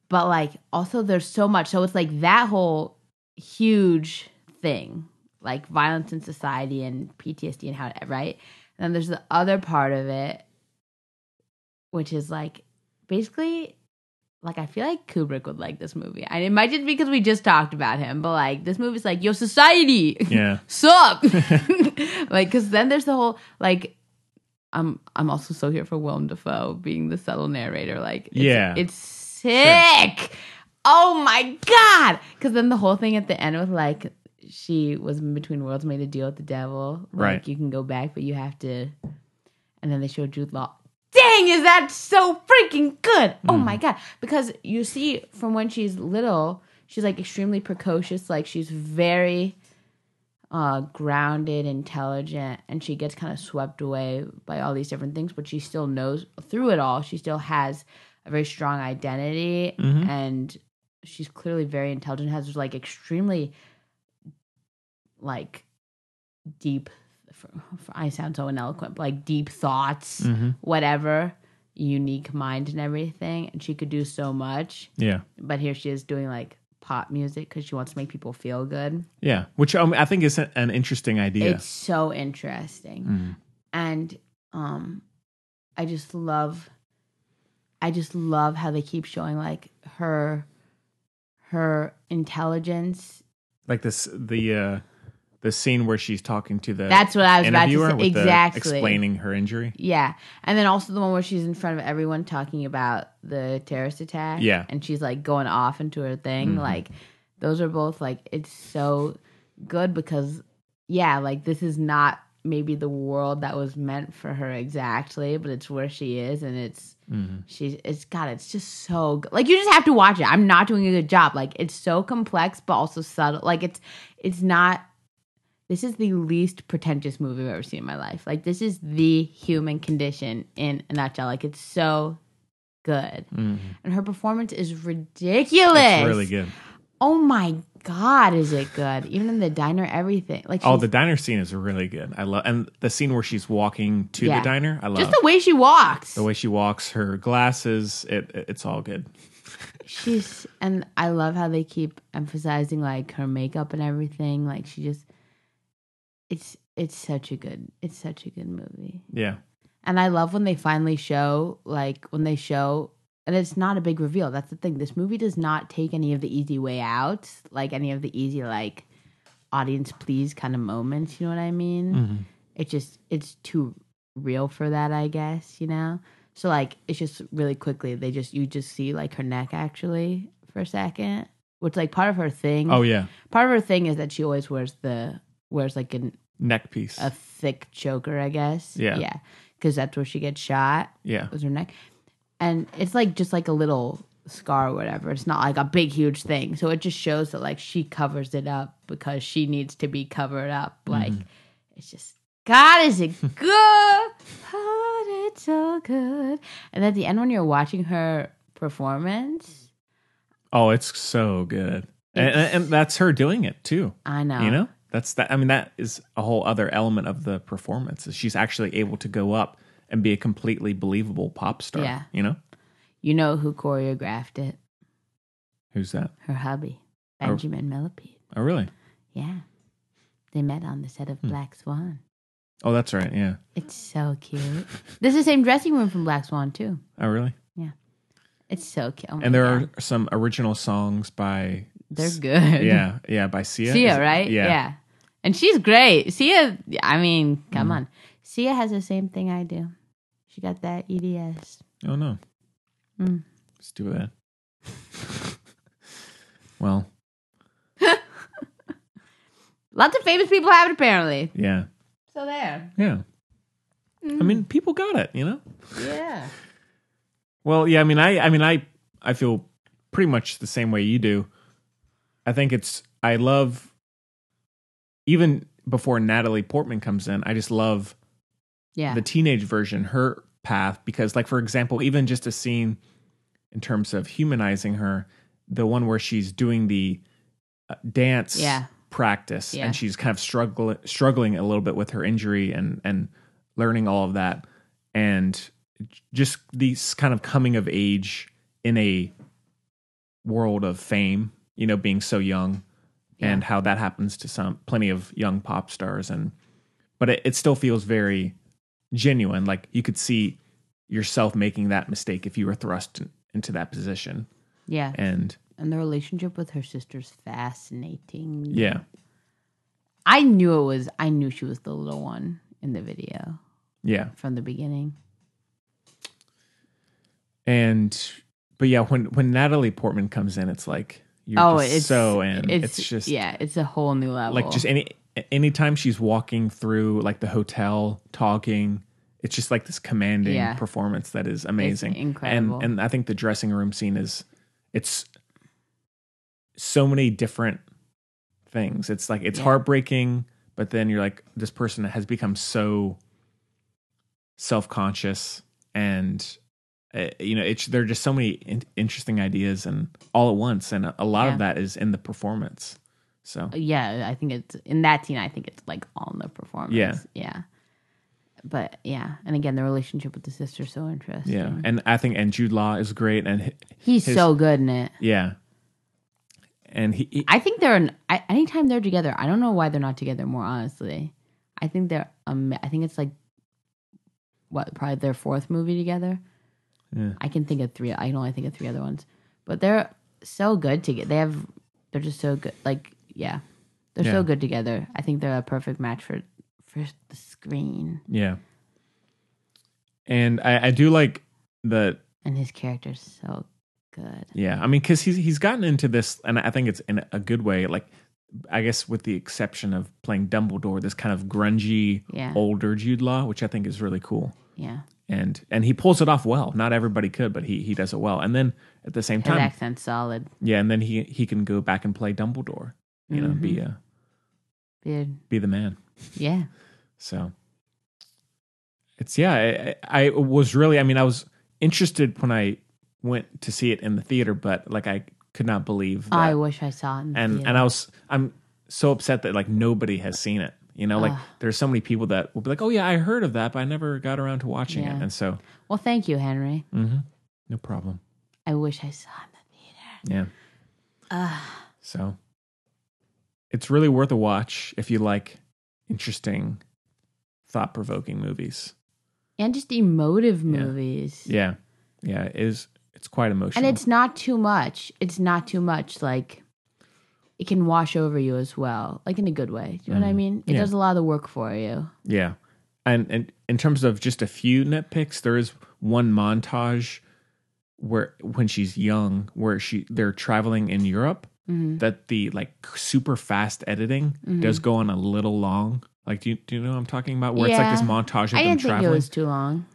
Speaker 2: but like also there's so much so it's like that whole huge thing like violence in society and ptsd and how right and then there's the other part of it which is like basically like I feel like Kubrick would like this movie. And it might just be because we just talked about him, but like this movie's like, yo, society. [LAUGHS]
Speaker 1: yeah
Speaker 2: sup [LAUGHS] like because then there's the whole like i'm i'm also so here for willem dafoe being the subtle narrator like it's,
Speaker 1: Yeah.
Speaker 2: it's sick oh my god because then the whole thing at the end with like she was in between worlds made a deal with the devil like
Speaker 1: Right.
Speaker 2: you can go back but you have to and then they show jude law dang is that so freaking good oh
Speaker 1: Hmm.
Speaker 2: my god because you see from when she's little she's like extremely precocious like she's very uh, grounded, intelligent, and she gets kind of swept away by all these different things, but she still knows through it all, she still has a very strong identity and she's clearly very intelligent, has like extremely like deep for, for- I sound so ineloquent, but like deep thoughts,
Speaker 1: Mm-hmm.
Speaker 2: whatever, unique mind and everything, and she could do so much,
Speaker 1: yeah
Speaker 2: but here she is doing like pop music cuz she wants to make people feel good.
Speaker 1: yeah which um, i think is a- an interesting idea
Speaker 2: It's so interesting.
Speaker 1: Mm.
Speaker 2: And um I just love I just love how they keep showing like her her intelligence.
Speaker 1: like this the uh the scene where she's talking to the
Speaker 2: That's what I was about to
Speaker 1: interviewer
Speaker 2: say.
Speaker 1: with the-
Speaker 2: Exactly.
Speaker 1: explaining her injury
Speaker 2: Yeah. And then also the one where she's in front of everyone talking about the terrorist attack.
Speaker 1: Yeah.
Speaker 2: And she's like going off into her thing. Like those are both like it's so good because yeah, like this is not maybe the world that was meant for her exactly, but it's where she is and it's she's it's god, it's just so good. like you just have to watch it. I'm not doing a good job. Like it's so complex but also subtle. Like it's it's not this is the least pretentious movie I've ever seen in my life. Like this is the human condition in a nutshell. Like it's so good. And her performance is ridiculous.
Speaker 1: it's really good
Speaker 2: Oh my god, is it good? Even in the diner, everything. Like
Speaker 1: oh
Speaker 2: she's-
Speaker 1: the diner scene is really good i love and the scene where she's walking to
Speaker 2: Yeah.
Speaker 1: the diner i love
Speaker 2: just the way she walks.
Speaker 1: the way she walks her glasses it, it it's all good
Speaker 2: She's and I love how they keep emphasizing like her makeup and everything. Like she just, it's it's such a good it's such a good movie.
Speaker 1: yeah
Speaker 2: And I love when they finally show, like, when they show, and it's not a big reveal. That's the thing. This movie does not take any of the easy way out, like any of the easy, like, audience please kind of moments. You know what I mean?
Speaker 1: Mm-hmm.
Speaker 2: It just, it's too real for that, I guess, you know? So, like, it's just really quickly, they just, you just see, like, her neck actually for a second, which, like, part of her thing.
Speaker 1: Oh yeah,
Speaker 2: Part of her thing is that she always wears the, wears, like, an,
Speaker 1: neck piece.
Speaker 2: a thick choker, I guess.
Speaker 1: Yeah.
Speaker 2: Yeah. Because that's where she gets shot,
Speaker 1: yeah,
Speaker 2: was her neck. And it's like just like a little scar or whatever. It's not like a big, huge thing. So it just shows that like she covers it up because she needs to be covered up.
Speaker 1: Mm-hmm.
Speaker 2: Like it's just, God,
Speaker 1: [LAUGHS]
Speaker 2: is it good? Oh, it's so good. And at the end, when you're watching her performance,
Speaker 1: Oh, it's so good. And, and, and that's her doing it too.
Speaker 2: I know.
Speaker 1: You know, that's that. I mean, that is a whole other element of the performance. Is she's actually able to go up and be a completely believable pop star.
Speaker 2: Yeah.
Speaker 1: You know,
Speaker 2: You know who choreographed it?
Speaker 1: who's that?
Speaker 2: Her hubby, Benjamin Millipede.
Speaker 1: Oh, really?
Speaker 2: Yeah. They met on the set of
Speaker 1: Hmm.
Speaker 2: Black Swan.
Speaker 1: Oh, that's right. Yeah.
Speaker 2: It's so cute. this is the same dressing room from Black Swan, too.
Speaker 1: Oh, really?
Speaker 2: It's so cute. Oh my
Speaker 1: And there
Speaker 2: God.
Speaker 1: are some original songs by.
Speaker 2: They're good. [LAUGHS]
Speaker 1: Yeah, yeah, by Sia. Is
Speaker 2: Mm-hmm. Sia,
Speaker 1: it-
Speaker 2: right?
Speaker 1: Yeah.
Speaker 2: And she's great. Sia, I mean, come
Speaker 1: Hmm.
Speaker 2: on. Sia has the same thing I do. She got that E EDS.
Speaker 1: Oh no.
Speaker 2: Mm.
Speaker 1: Let's do that. [LAUGHS] well,
Speaker 2: Lots of famous people have it, apparently.
Speaker 1: yeah,
Speaker 2: So there.
Speaker 1: yeah. I mean,
Speaker 2: Mm.
Speaker 1: people got it, you know.
Speaker 2: Yeah.
Speaker 1: [SIGHS] Well, yeah, I mean, I, I mean, I, I feel pretty much the same way you do. I think it's, I love, even before Natalie Portman comes in, I just love
Speaker 2: Yeah.
Speaker 1: the teenage version, her path, because, like, for example, even just a scene in terms of humanizing her, the one where she's doing the uh, dance
Speaker 2: Yeah.
Speaker 1: practice
Speaker 2: Yeah.
Speaker 1: and she's kind of struggling struggling a little bit with her injury and and learning all of that and j- just these kind of coming of age in a world of fame, you know, being so young and how that happens to some plenty of young pop stars and but it, it still feels very genuine. Like you could see yourself making that mistake if you were thrust in- into that position.
Speaker 2: yeah.
Speaker 1: And
Speaker 2: And the relationship with her sister's fascinating.
Speaker 1: yeah,
Speaker 2: I knew it was, I knew she was the little one in the video.
Speaker 1: yeah.
Speaker 2: from the beginning.
Speaker 1: And but yeah, when when Natalie Portman comes in, it's like you're
Speaker 2: oh,
Speaker 1: just
Speaker 2: it's
Speaker 1: so in. It's, just
Speaker 2: yeah, it's a whole new level.
Speaker 1: like just any anytime she's walking through like the hotel talking it's just like this commanding
Speaker 2: Yeah.
Speaker 1: performance that is amazing
Speaker 2: incredible.
Speaker 1: and and i think the dressing room scene is it's so many different things it's like it's
Speaker 2: Yeah.
Speaker 1: heartbreaking but then you're like this person has become so self-conscious and uh, you know it's there are just so many in- interesting ideas and all at once and a, a lot
Speaker 2: Yeah.
Speaker 1: of that is in the performance so
Speaker 2: yeah, I think it's in that scene. I think it's like all in the performance.
Speaker 1: Yeah.
Speaker 2: yeah. But yeah, and again, the relationship with the sister is so interesting.
Speaker 1: Yeah, and I think and Jude Law is great, and hi-
Speaker 2: he's
Speaker 1: his-
Speaker 2: so good in it.
Speaker 1: yeah, and he, he-
Speaker 2: I think they're an, I, anytime they're together. I don't know why they're not together more. Honestly, I think they're um. I think it's like what probably their fourth movie together.
Speaker 1: Yeah.
Speaker 2: I can think of three. I can only think of three other ones, but they're so good together. They have they're just so good. Like yeah, they're
Speaker 1: Yeah.
Speaker 2: so good together. I think they're a perfect match for for the screen
Speaker 1: yeah, and I, I do like the
Speaker 2: and his character's so good.
Speaker 1: yeah. I mean, because he's he's gotten into this, and I think it's in a good way. Like, I guess with the exception of playing Dumbledore, this kind of grungy
Speaker 2: Yeah.
Speaker 1: older Jude Law, which I think is really cool.
Speaker 2: Yeah,
Speaker 1: And and he pulls it off well. Not everybody could, but he he does it well. And then at the same
Speaker 2: his
Speaker 1: time,
Speaker 2: accent's solid.
Speaker 1: yeah, and then he he can go back and play Dumbledore. You know,
Speaker 2: Mm-hmm.
Speaker 1: be a
Speaker 2: Dude.
Speaker 1: be the man.
Speaker 2: Yeah,
Speaker 1: So it's yeah, I, I I was really I mean I was interested when I went to see it in the theater, but like I could not believe that.
Speaker 2: I wish I saw it. In the
Speaker 1: and
Speaker 2: theater.
Speaker 1: and I was I'm so upset that like nobody has seen it. You know, like there's so many people that will be like, "Oh yeah, I heard of that, but I never got around to watching
Speaker 2: Yeah.
Speaker 1: it." And so, mm-hmm.
Speaker 2: well, thank you, Henry.
Speaker 1: no problem.
Speaker 2: I wish I saw it. In the
Speaker 1: Yeah. So it's really worth a watch if you like interesting, thought-provoking movies.
Speaker 2: and just emotive movies.
Speaker 1: Yeah. Yeah. It is it's quite emotional.
Speaker 2: And it's not too much. It's not too much. Like it can wash over you as well, like in a good way. Do you know what I mean? It
Speaker 1: Mm-hmm. Yeah.
Speaker 2: does a lot of the work for you.
Speaker 1: Yeah. And and in terms of just a few nitpicks, there is one montage where when she's young, where she they're traveling in Europe,
Speaker 2: Mm-hmm.
Speaker 1: that the like super fast editing does go on a little long. Like do you do you know what I'm talking about? Where it's
Speaker 2: Yeah.
Speaker 1: like this montage of
Speaker 2: I
Speaker 1: them
Speaker 2: didn't think it
Speaker 1: traveling.
Speaker 2: was too long.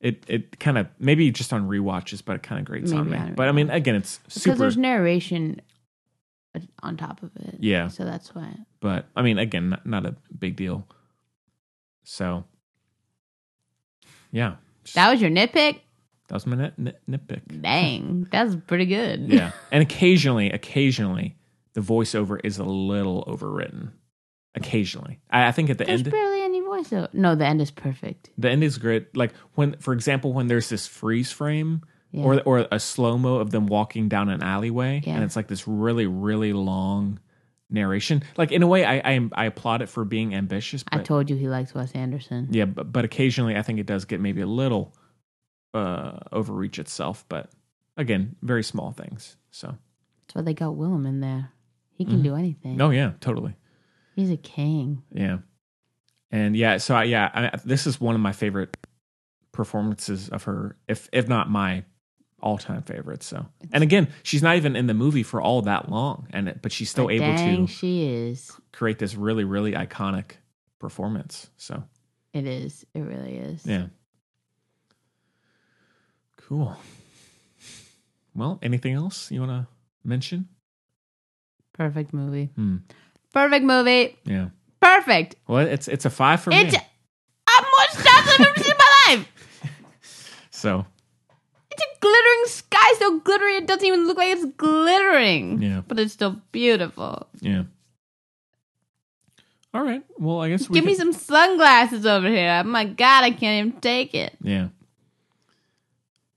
Speaker 1: it it kind of maybe just on rewatches, but it kind of grates on
Speaker 2: Maybe, I
Speaker 1: me.
Speaker 2: don't
Speaker 1: But I mean, again, it's
Speaker 2: Because
Speaker 1: super.
Speaker 2: there's narration uh, on top of it.
Speaker 1: Yeah.
Speaker 2: So that's why.
Speaker 1: But I mean, again, not, not a big deal. So, yeah, just-
Speaker 2: That was your nitpick?
Speaker 1: that was my nit, nit, nitpick. [LAUGHS]
Speaker 2: Dang. That's pretty good.
Speaker 1: Yeah. And occasionally, occasionally, the voiceover is a little overwritten. Occasionally. I, I think at the
Speaker 2: There's
Speaker 1: end,
Speaker 2: barely any voiceover. No, the end is perfect.
Speaker 1: the end is great. Like when, for example, when there's this freeze frame
Speaker 2: Yeah.
Speaker 1: or, or a slow mo of them walking down an alleyway
Speaker 2: Yeah.
Speaker 1: and it's like this really, really long narration. Like in a way, I, I, I applaud it for being ambitious.
Speaker 2: I
Speaker 1: But,
Speaker 2: told you he likes Wes Anderson.
Speaker 1: yeah. But, but occasionally, I think it does get maybe a little uh, overreach itself. But again, very small things. So,
Speaker 2: That's why they got Willem in there. He can do anything.
Speaker 1: oh, yeah, totally.
Speaker 2: He's a king.
Speaker 1: Yeah. And yeah, so I, yeah, I, this is one of my favorite performances of her, if if not my all-time favorite. So, and again, she's not even in the movie for all that long, and it, but she's still
Speaker 2: But
Speaker 1: able
Speaker 2: dang,
Speaker 1: to
Speaker 2: she is.
Speaker 1: create this really, really iconic performance. So,
Speaker 2: It is. It really is.
Speaker 1: yeah, cool. Well, anything else you want to mention?
Speaker 2: Perfect movie.
Speaker 1: Hmm.
Speaker 2: Perfect movie.
Speaker 1: Yeah.
Speaker 2: Perfect.
Speaker 1: Well, it's it's a five for
Speaker 2: It's
Speaker 1: me.
Speaker 2: I'm most stars I've ever seen in my life.
Speaker 1: So,
Speaker 2: It's a glittering sky, so glittery it doesn't even look like it's glittering.
Speaker 1: Yeah.
Speaker 2: But it's still beautiful.
Speaker 1: yeah. All right. Well, I guess we
Speaker 2: Give
Speaker 1: can-
Speaker 2: me some sunglasses over here. Oh my god, I can't even take it.
Speaker 1: Yeah.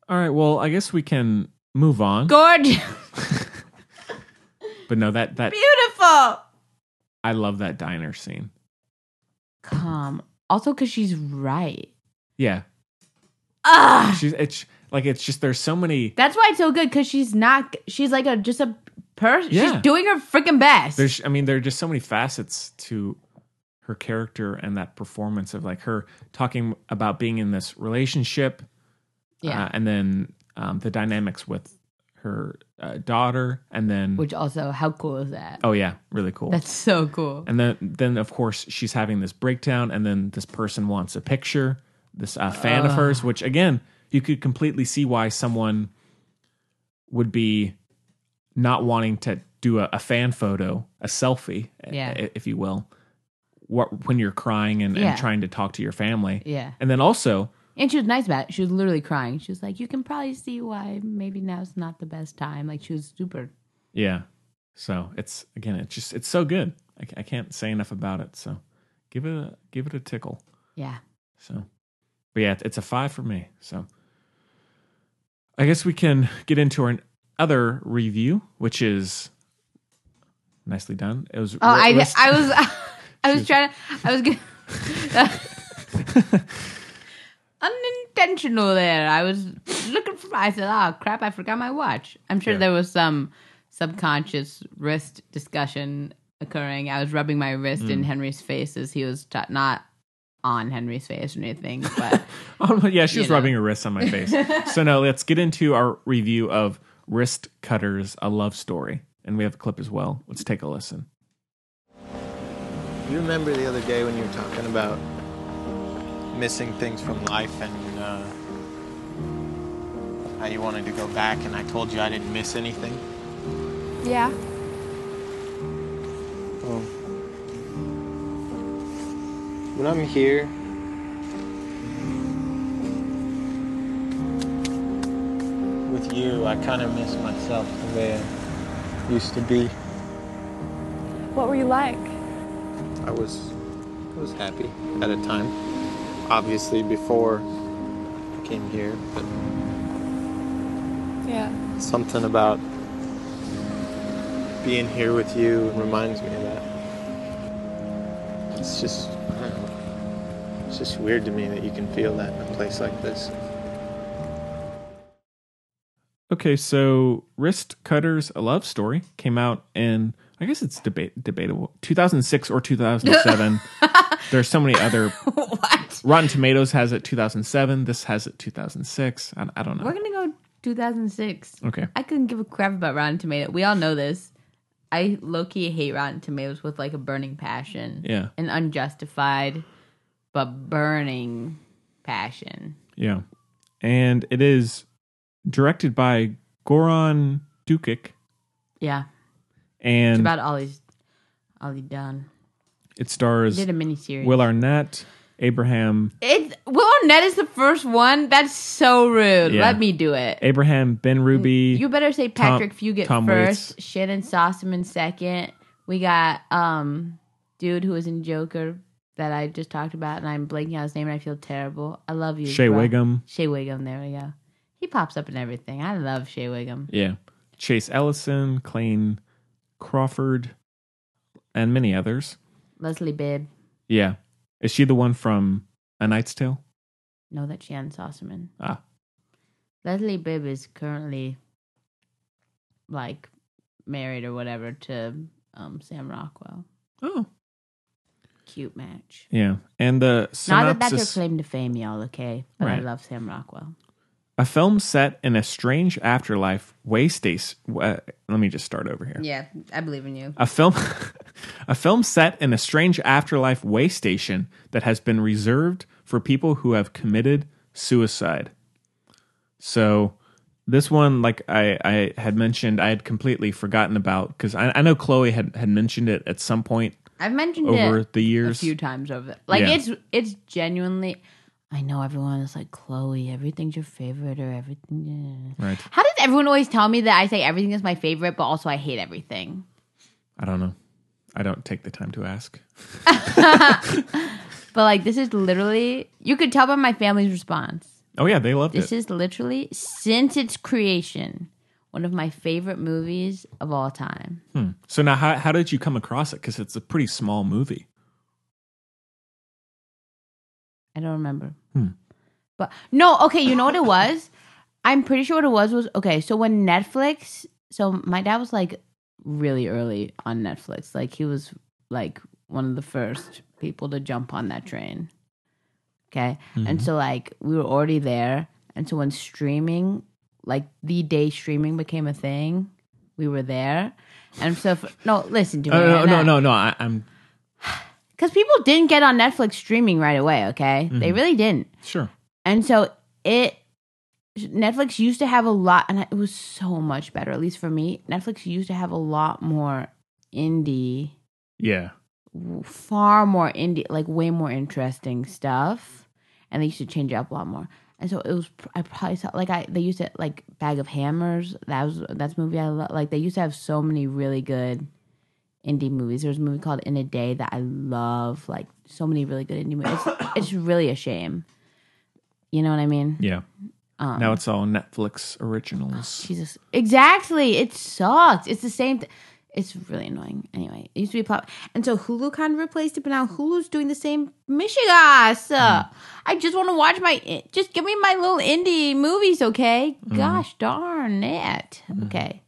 Speaker 1: All right. Well, I guess we can move on.
Speaker 2: Gorgeous. [LAUGHS]
Speaker 1: But no, that that
Speaker 2: beautiful.
Speaker 1: I love that diner scene.
Speaker 2: Calm. Also, because she's right.
Speaker 1: Yeah,
Speaker 2: Ugh.
Speaker 1: she's it's like it's just there's so many.
Speaker 2: That's why it's so good because she's not, she's like a just a person.
Speaker 1: Yeah.
Speaker 2: She's doing her freaking best.
Speaker 1: There's I mean there are just so many facets to her character and that performance of like her talking about being in this relationship.
Speaker 2: yeah.
Speaker 1: uh, and then um, the dynamics with her uh, daughter, and then
Speaker 2: Which also, how cool is that?
Speaker 1: oh yeah, really cool.
Speaker 2: That's so cool.
Speaker 1: And then, then of course, she's having this breakdown, and then this person wants a picture, this uh, fan of hers, which again, you could completely see why someone would be not wanting to do a, a fan photo, a selfie,
Speaker 2: Yeah.
Speaker 1: i- if you will, what, when you're crying and,
Speaker 2: Yeah.
Speaker 1: and trying to talk to your family.
Speaker 2: Yeah.
Speaker 1: And then also,
Speaker 2: And she was nice about it. She was literally crying. She was like, "You can probably see why maybe now's not the best time." Like she was super.
Speaker 1: yeah. So it's again, it's just it's so good. I, c- I can't say enough about it. So give it a give it a tickle.
Speaker 2: Yeah.
Speaker 1: So, but yeah, it's a five for me. So, I guess we can get into our other review, which is nicely done. It was.
Speaker 2: Oh, I
Speaker 1: ri- [LAUGHS]
Speaker 2: I was [LAUGHS] I was trying to I was gonna [LAUGHS] unintentional there. I was looking for I said, "Oh crap, I forgot my watch." I'm sure
Speaker 1: Yeah.
Speaker 2: there was some subconscious wrist discussion occurring. I was rubbing my wrist in
Speaker 1: Mm.
Speaker 2: Henry's face as he was t- not on Henry's face or anything,
Speaker 1: [LAUGHS]
Speaker 2: but [LAUGHS]
Speaker 1: Oh, yeah, she was
Speaker 2: you know.
Speaker 1: rubbing her wrists on my face. so no, let's get into our review of Wrist Cutters: A Love Story, and we have a clip as well. Let's take a listen.
Speaker 5: You remember the other day when you were talking about missing things from life and uh, how you wanted to go back, and I told you I didn't miss anything?
Speaker 4: Yeah.
Speaker 5: Well, when I'm here, with you, I kind of miss myself the way I used to be.
Speaker 6: What were you like?
Speaker 5: I was I was happy at a time. Obviously before I came here, but
Speaker 6: Yeah.
Speaker 5: something about being here with you reminds me of that. It's just I don't know. It's just weird to me that you can feel that in a place like this.
Speaker 1: Okay, so Wrist Cutters: A Love Story came out in I guess it's debate debatable 2006 or
Speaker 2: [LAUGHS]
Speaker 1: 2007. There's so many other.
Speaker 2: what?
Speaker 1: Rotten Tomatoes has it 2007. This has it 2006. I, I don't know.
Speaker 2: We're gonna go 2006.
Speaker 1: Okay.
Speaker 2: I couldn't give a crap about Rotten Tomato. We all know this. I low key hate Rotten Tomatoes with like a burning passion.
Speaker 1: Yeah.
Speaker 2: An unjustified but burning passion.
Speaker 1: Yeah. And it is directed by Goran Dukic
Speaker 2: Yeah. It's
Speaker 1: and
Speaker 2: about all he's all he done.
Speaker 1: it
Speaker 2: He
Speaker 1: stars
Speaker 2: did a miniseries.
Speaker 1: Will Arnett, Abraham
Speaker 2: It Will Arnett is the first one. That's so rude.
Speaker 1: Yeah.
Speaker 2: Let me do it.
Speaker 1: Abraham Ben Ruby.
Speaker 2: You better say
Speaker 1: Tom-
Speaker 2: Patrick Fugit
Speaker 1: Tom
Speaker 2: first, Shannon Sossaman second. We got um dude who was in Joker that I just talked about, and I'm blanking out his name, and I feel terrible. I love you,
Speaker 1: Shea
Speaker 2: bro.
Speaker 1: Wiggum.
Speaker 2: Shea Wiggum. There we go. He pops up in everything. I love Shea Wiggum.
Speaker 1: Yeah. Chase Ellison, Clayne Crawford, and many others.
Speaker 2: Leslie Bibb.
Speaker 1: Yeah. Is she the one from A Knight's Tale?
Speaker 2: No, that's Shannon Sossaman.
Speaker 1: Ah.
Speaker 2: Leslie Bibb is currently like married or whatever to um, Sam Rockwell.
Speaker 1: Oh.
Speaker 2: Cute match.
Speaker 1: Yeah. And the
Speaker 2: Not that that's your
Speaker 1: synopsis
Speaker 2: claim to fame, y'all, okay? But I
Speaker 1: Right.
Speaker 2: love Sam Rockwell.
Speaker 1: a film set in a strange afterlife way stays uh, let me just start over here.
Speaker 2: Yeah, I believe in you.
Speaker 1: A film [LAUGHS] a film set in a strange afterlife way station that has been reserved for people who have committed suicide. So this one, like I, I had mentioned, I had completely forgotten about because I, I know Chloe had, had mentioned it at some point
Speaker 2: I've mentioned
Speaker 1: over
Speaker 2: it
Speaker 1: the
Speaker 2: a
Speaker 1: years.
Speaker 2: few times over the like
Speaker 1: Yeah.
Speaker 2: it's it's genuinely I know everyone is like Chloe, everything's your favorite or everything.
Speaker 1: Right.
Speaker 2: How does everyone always tell me that I say everything is my favorite, but also I hate everything?
Speaker 1: I don't know. I don't take the time to ask.
Speaker 2: But like this is literally you could tell by my family's response.
Speaker 1: Oh yeah, they loved
Speaker 2: This
Speaker 1: it.
Speaker 2: is literally since its creation, one of my favorite movies of all time.
Speaker 1: Hmm. so now, how how did you come across it? Because it's a pretty small movie.
Speaker 2: I don't remember.
Speaker 1: Hmm.
Speaker 2: But no, okay, you know what it was? I'm pretty sure what it was was okay, so when Netflix so my dad was like really early on Netflix. Like he was like one of the first people to jump on that train. Okay.
Speaker 1: Mm-hmm.
Speaker 2: And so like we were already there. And so when streaming, like the day streaming became a thing, we were there. And so f no, listen to me.
Speaker 1: Oh, no,
Speaker 2: and
Speaker 1: no,
Speaker 2: I-
Speaker 1: no, no. I, I'm
Speaker 2: because people didn't get on Netflix streaming right away. Okay, they
Speaker 1: Mm-hmm.
Speaker 2: really didn't,
Speaker 1: sure.
Speaker 2: and so it Netflix used to have a lot, and it was so much better, at least for me. Netflix used to have a lot more indie,
Speaker 1: Yeah.
Speaker 2: far more indie, like way more interesting stuff, and they used to change it up a lot more. And so it was. pr- I probably saw like I they used to like Bag of Hammers. That was that's a movie I love. Like they used to have so many really good indie movies. There was a movie called In a Day that I love. Like so many really good indie movies. It's, it's really a shame. You know what I mean?
Speaker 1: Yeah.
Speaker 2: Um,
Speaker 1: now it's all Netflix originals.
Speaker 2: Jesus. Exactly. It sucks. It's the same thing. It's really annoying. Anyway, it used to be a plot. And so Hulu kind of replaced it, but now Hulu's doing the same Michigas. Uh, I just want to watch my. eh, Just give me my little indie movies, okay? Gosh darn it. Okay.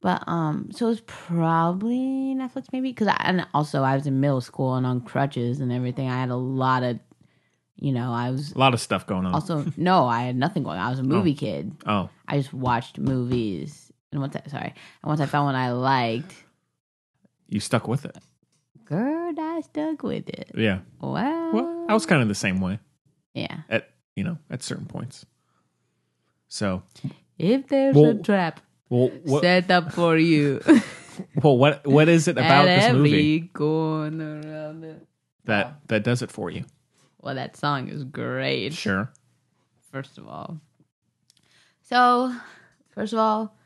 Speaker 2: But um, so it's probably Netflix, maybe because I and also I was in middle school and on crutches and everything. I had a lot of, you know,
Speaker 1: [LAUGHS]
Speaker 2: I was
Speaker 1: A lot of stuff going on.
Speaker 2: also no, I had nothing going. on. I was a movie kid.
Speaker 1: oh,
Speaker 2: I just watched movies, and once I, sorry, and once I found one I liked,
Speaker 1: you stuck with it.
Speaker 2: girl, I stuck with it.
Speaker 1: Yeah.
Speaker 2: Wow.
Speaker 1: Well, I was kind of the same way
Speaker 2: yeah.
Speaker 1: at you know at certain points. So
Speaker 2: If there's a
Speaker 1: Well,
Speaker 2: trap
Speaker 1: well, what
Speaker 2: set up
Speaker 1: [LAUGHS]
Speaker 2: for you [LAUGHS]
Speaker 1: well what what is it about
Speaker 2: at
Speaker 1: this
Speaker 2: every
Speaker 1: movie
Speaker 2: corner of the
Speaker 1: that that does it for you?
Speaker 2: well, that song is great.
Speaker 1: Sure.
Speaker 2: First of all, so first of all,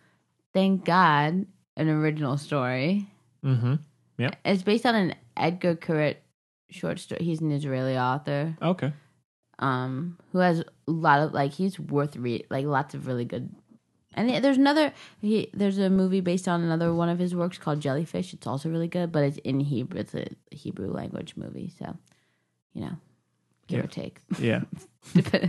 Speaker 2: thank God, an original story.
Speaker 1: Mm-hmm.
Speaker 2: It's based on an Edgar Kurett short story. He's an Israeli author.
Speaker 1: Okay.
Speaker 2: um, who has a lot of like he's worth read like lots of really good. And the- there's another he there's a movie based on another one of his works called Jellyfish. It's also really good, but it's in Hebrew. It's a Hebrew language movie, so you know, give or take.
Speaker 1: Yeah.
Speaker 2: [LAUGHS] but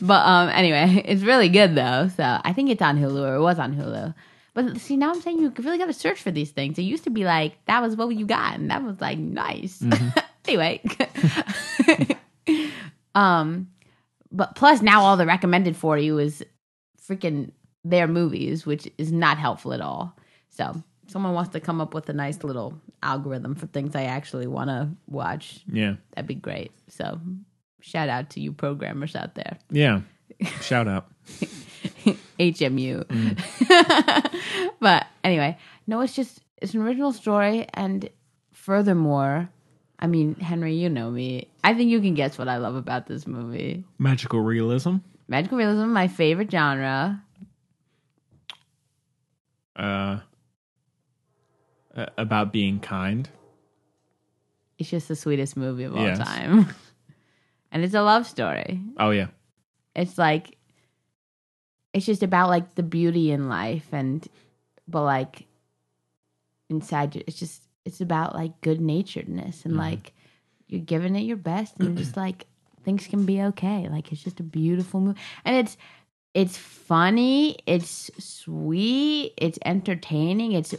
Speaker 2: but um anyway, it's really good though. So I think it's on Hulu or it was on Hulu. But see, now I'm saying you really got to search for these things. It used to be like that was what you got, and that was like nice. [LAUGHS] anyway, [LAUGHS] um, but plus now all the recommended for you is freaking their movies, which is not helpful at all. So someone wants to come up with a nice little algorithm for things I actually want to watch
Speaker 1: Yeah.
Speaker 2: that'd be great. So shout out to you programmers out there. [LAUGHS]
Speaker 1: Yeah. Shout out.
Speaker 2: HMU. [LAUGHS] but anyway, no, it's just it's an original story and furthermore, I mean, Henry, you know me. I think you can guess what I love about this movie.
Speaker 1: Magical realism.
Speaker 2: Magical realism, my favorite genre.
Speaker 1: Uh, uh, about being kind.
Speaker 2: It's just the sweetest movie of all
Speaker 1: Yes.
Speaker 2: time. [LAUGHS] and it's a love story.
Speaker 1: Oh yeah.
Speaker 2: it's like it's just about like the beauty in life and but like inside you it's just it's about like good naturedness and like you're giving it your best and just like things can be okay like it's just a beautiful movie and it's it's funny it's sweet it's entertaining it's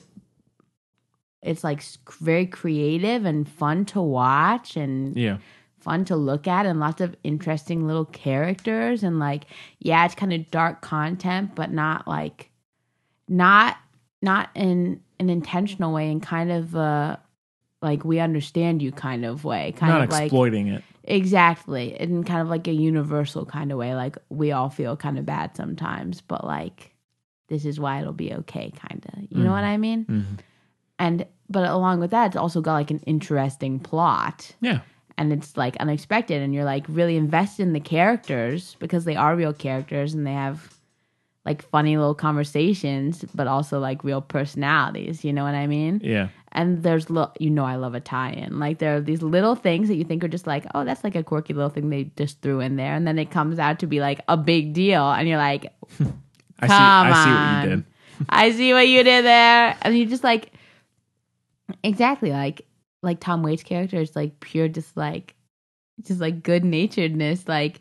Speaker 2: it's like s- very creative and fun to watch and
Speaker 1: Yeah.
Speaker 2: fun to look at and lots of interesting little characters and like yeah it's kind of dark content but not like not not in an intentional way and kind of uh like we understand you kind of way kind
Speaker 1: Not
Speaker 2: of like
Speaker 1: exploiting it.
Speaker 2: exactly in kind of like a universal kind of way like we all feel kind of bad sometimes but like this is why it'll be okay kind of you know what i mean
Speaker 1: Mm-hmm.
Speaker 2: and but along with that it's also got like an interesting plot
Speaker 1: Yeah.
Speaker 2: and it's like unexpected and you're like really invested in the characters because they are real characters and they have like funny little conversations but also like real personalities you know what i mean
Speaker 1: Yeah.
Speaker 2: and there's lo- you know i love a tie-in like there are these little things that you think are just like oh that's like a quirky little thing they just threw in there and then it comes out to be like a big deal and you're like
Speaker 1: I
Speaker 2: Come
Speaker 1: see. I
Speaker 2: on.
Speaker 1: see what you did.
Speaker 2: I see what you did there. And you just like exactly like like Tom Waits character is like pure just like just like good naturedness, like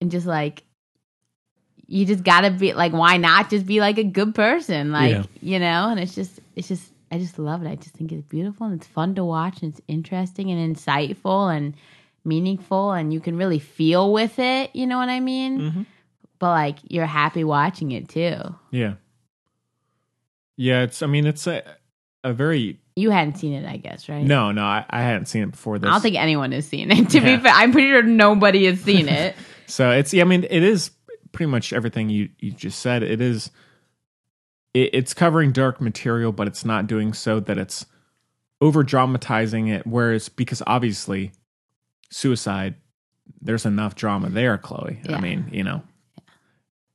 Speaker 2: and just like you just gotta be like why not just be like a good person? Like
Speaker 1: Yeah.
Speaker 2: you know, and it's just it's just I just love it. I just think it's beautiful and it's fun to watch and it's interesting and insightful and meaningful and you can really feel with it, you know what I mean?
Speaker 1: Mm.
Speaker 2: But like you're happy watching it too.
Speaker 1: Yeah. Yeah. It's. I mean, it's a a very
Speaker 2: You hadn't seen it, I guess, right?
Speaker 1: no, no. I, I hadn't seen it before this.
Speaker 2: I don't think anyone has seen it. [LAUGHS] To
Speaker 1: Yeah.
Speaker 2: be fair, I'm pretty sure nobody has
Speaker 1: [LAUGHS]
Speaker 2: seen it.
Speaker 1: So it's yeah, I mean it is pretty much everything you you just said. It is it, it's covering dark material, but it's not doing so that it's over dramatizing it. Whereas because obviously suicide, there's enough drama there, Chloe. I
Speaker 2: Yeah.
Speaker 1: mean, you know.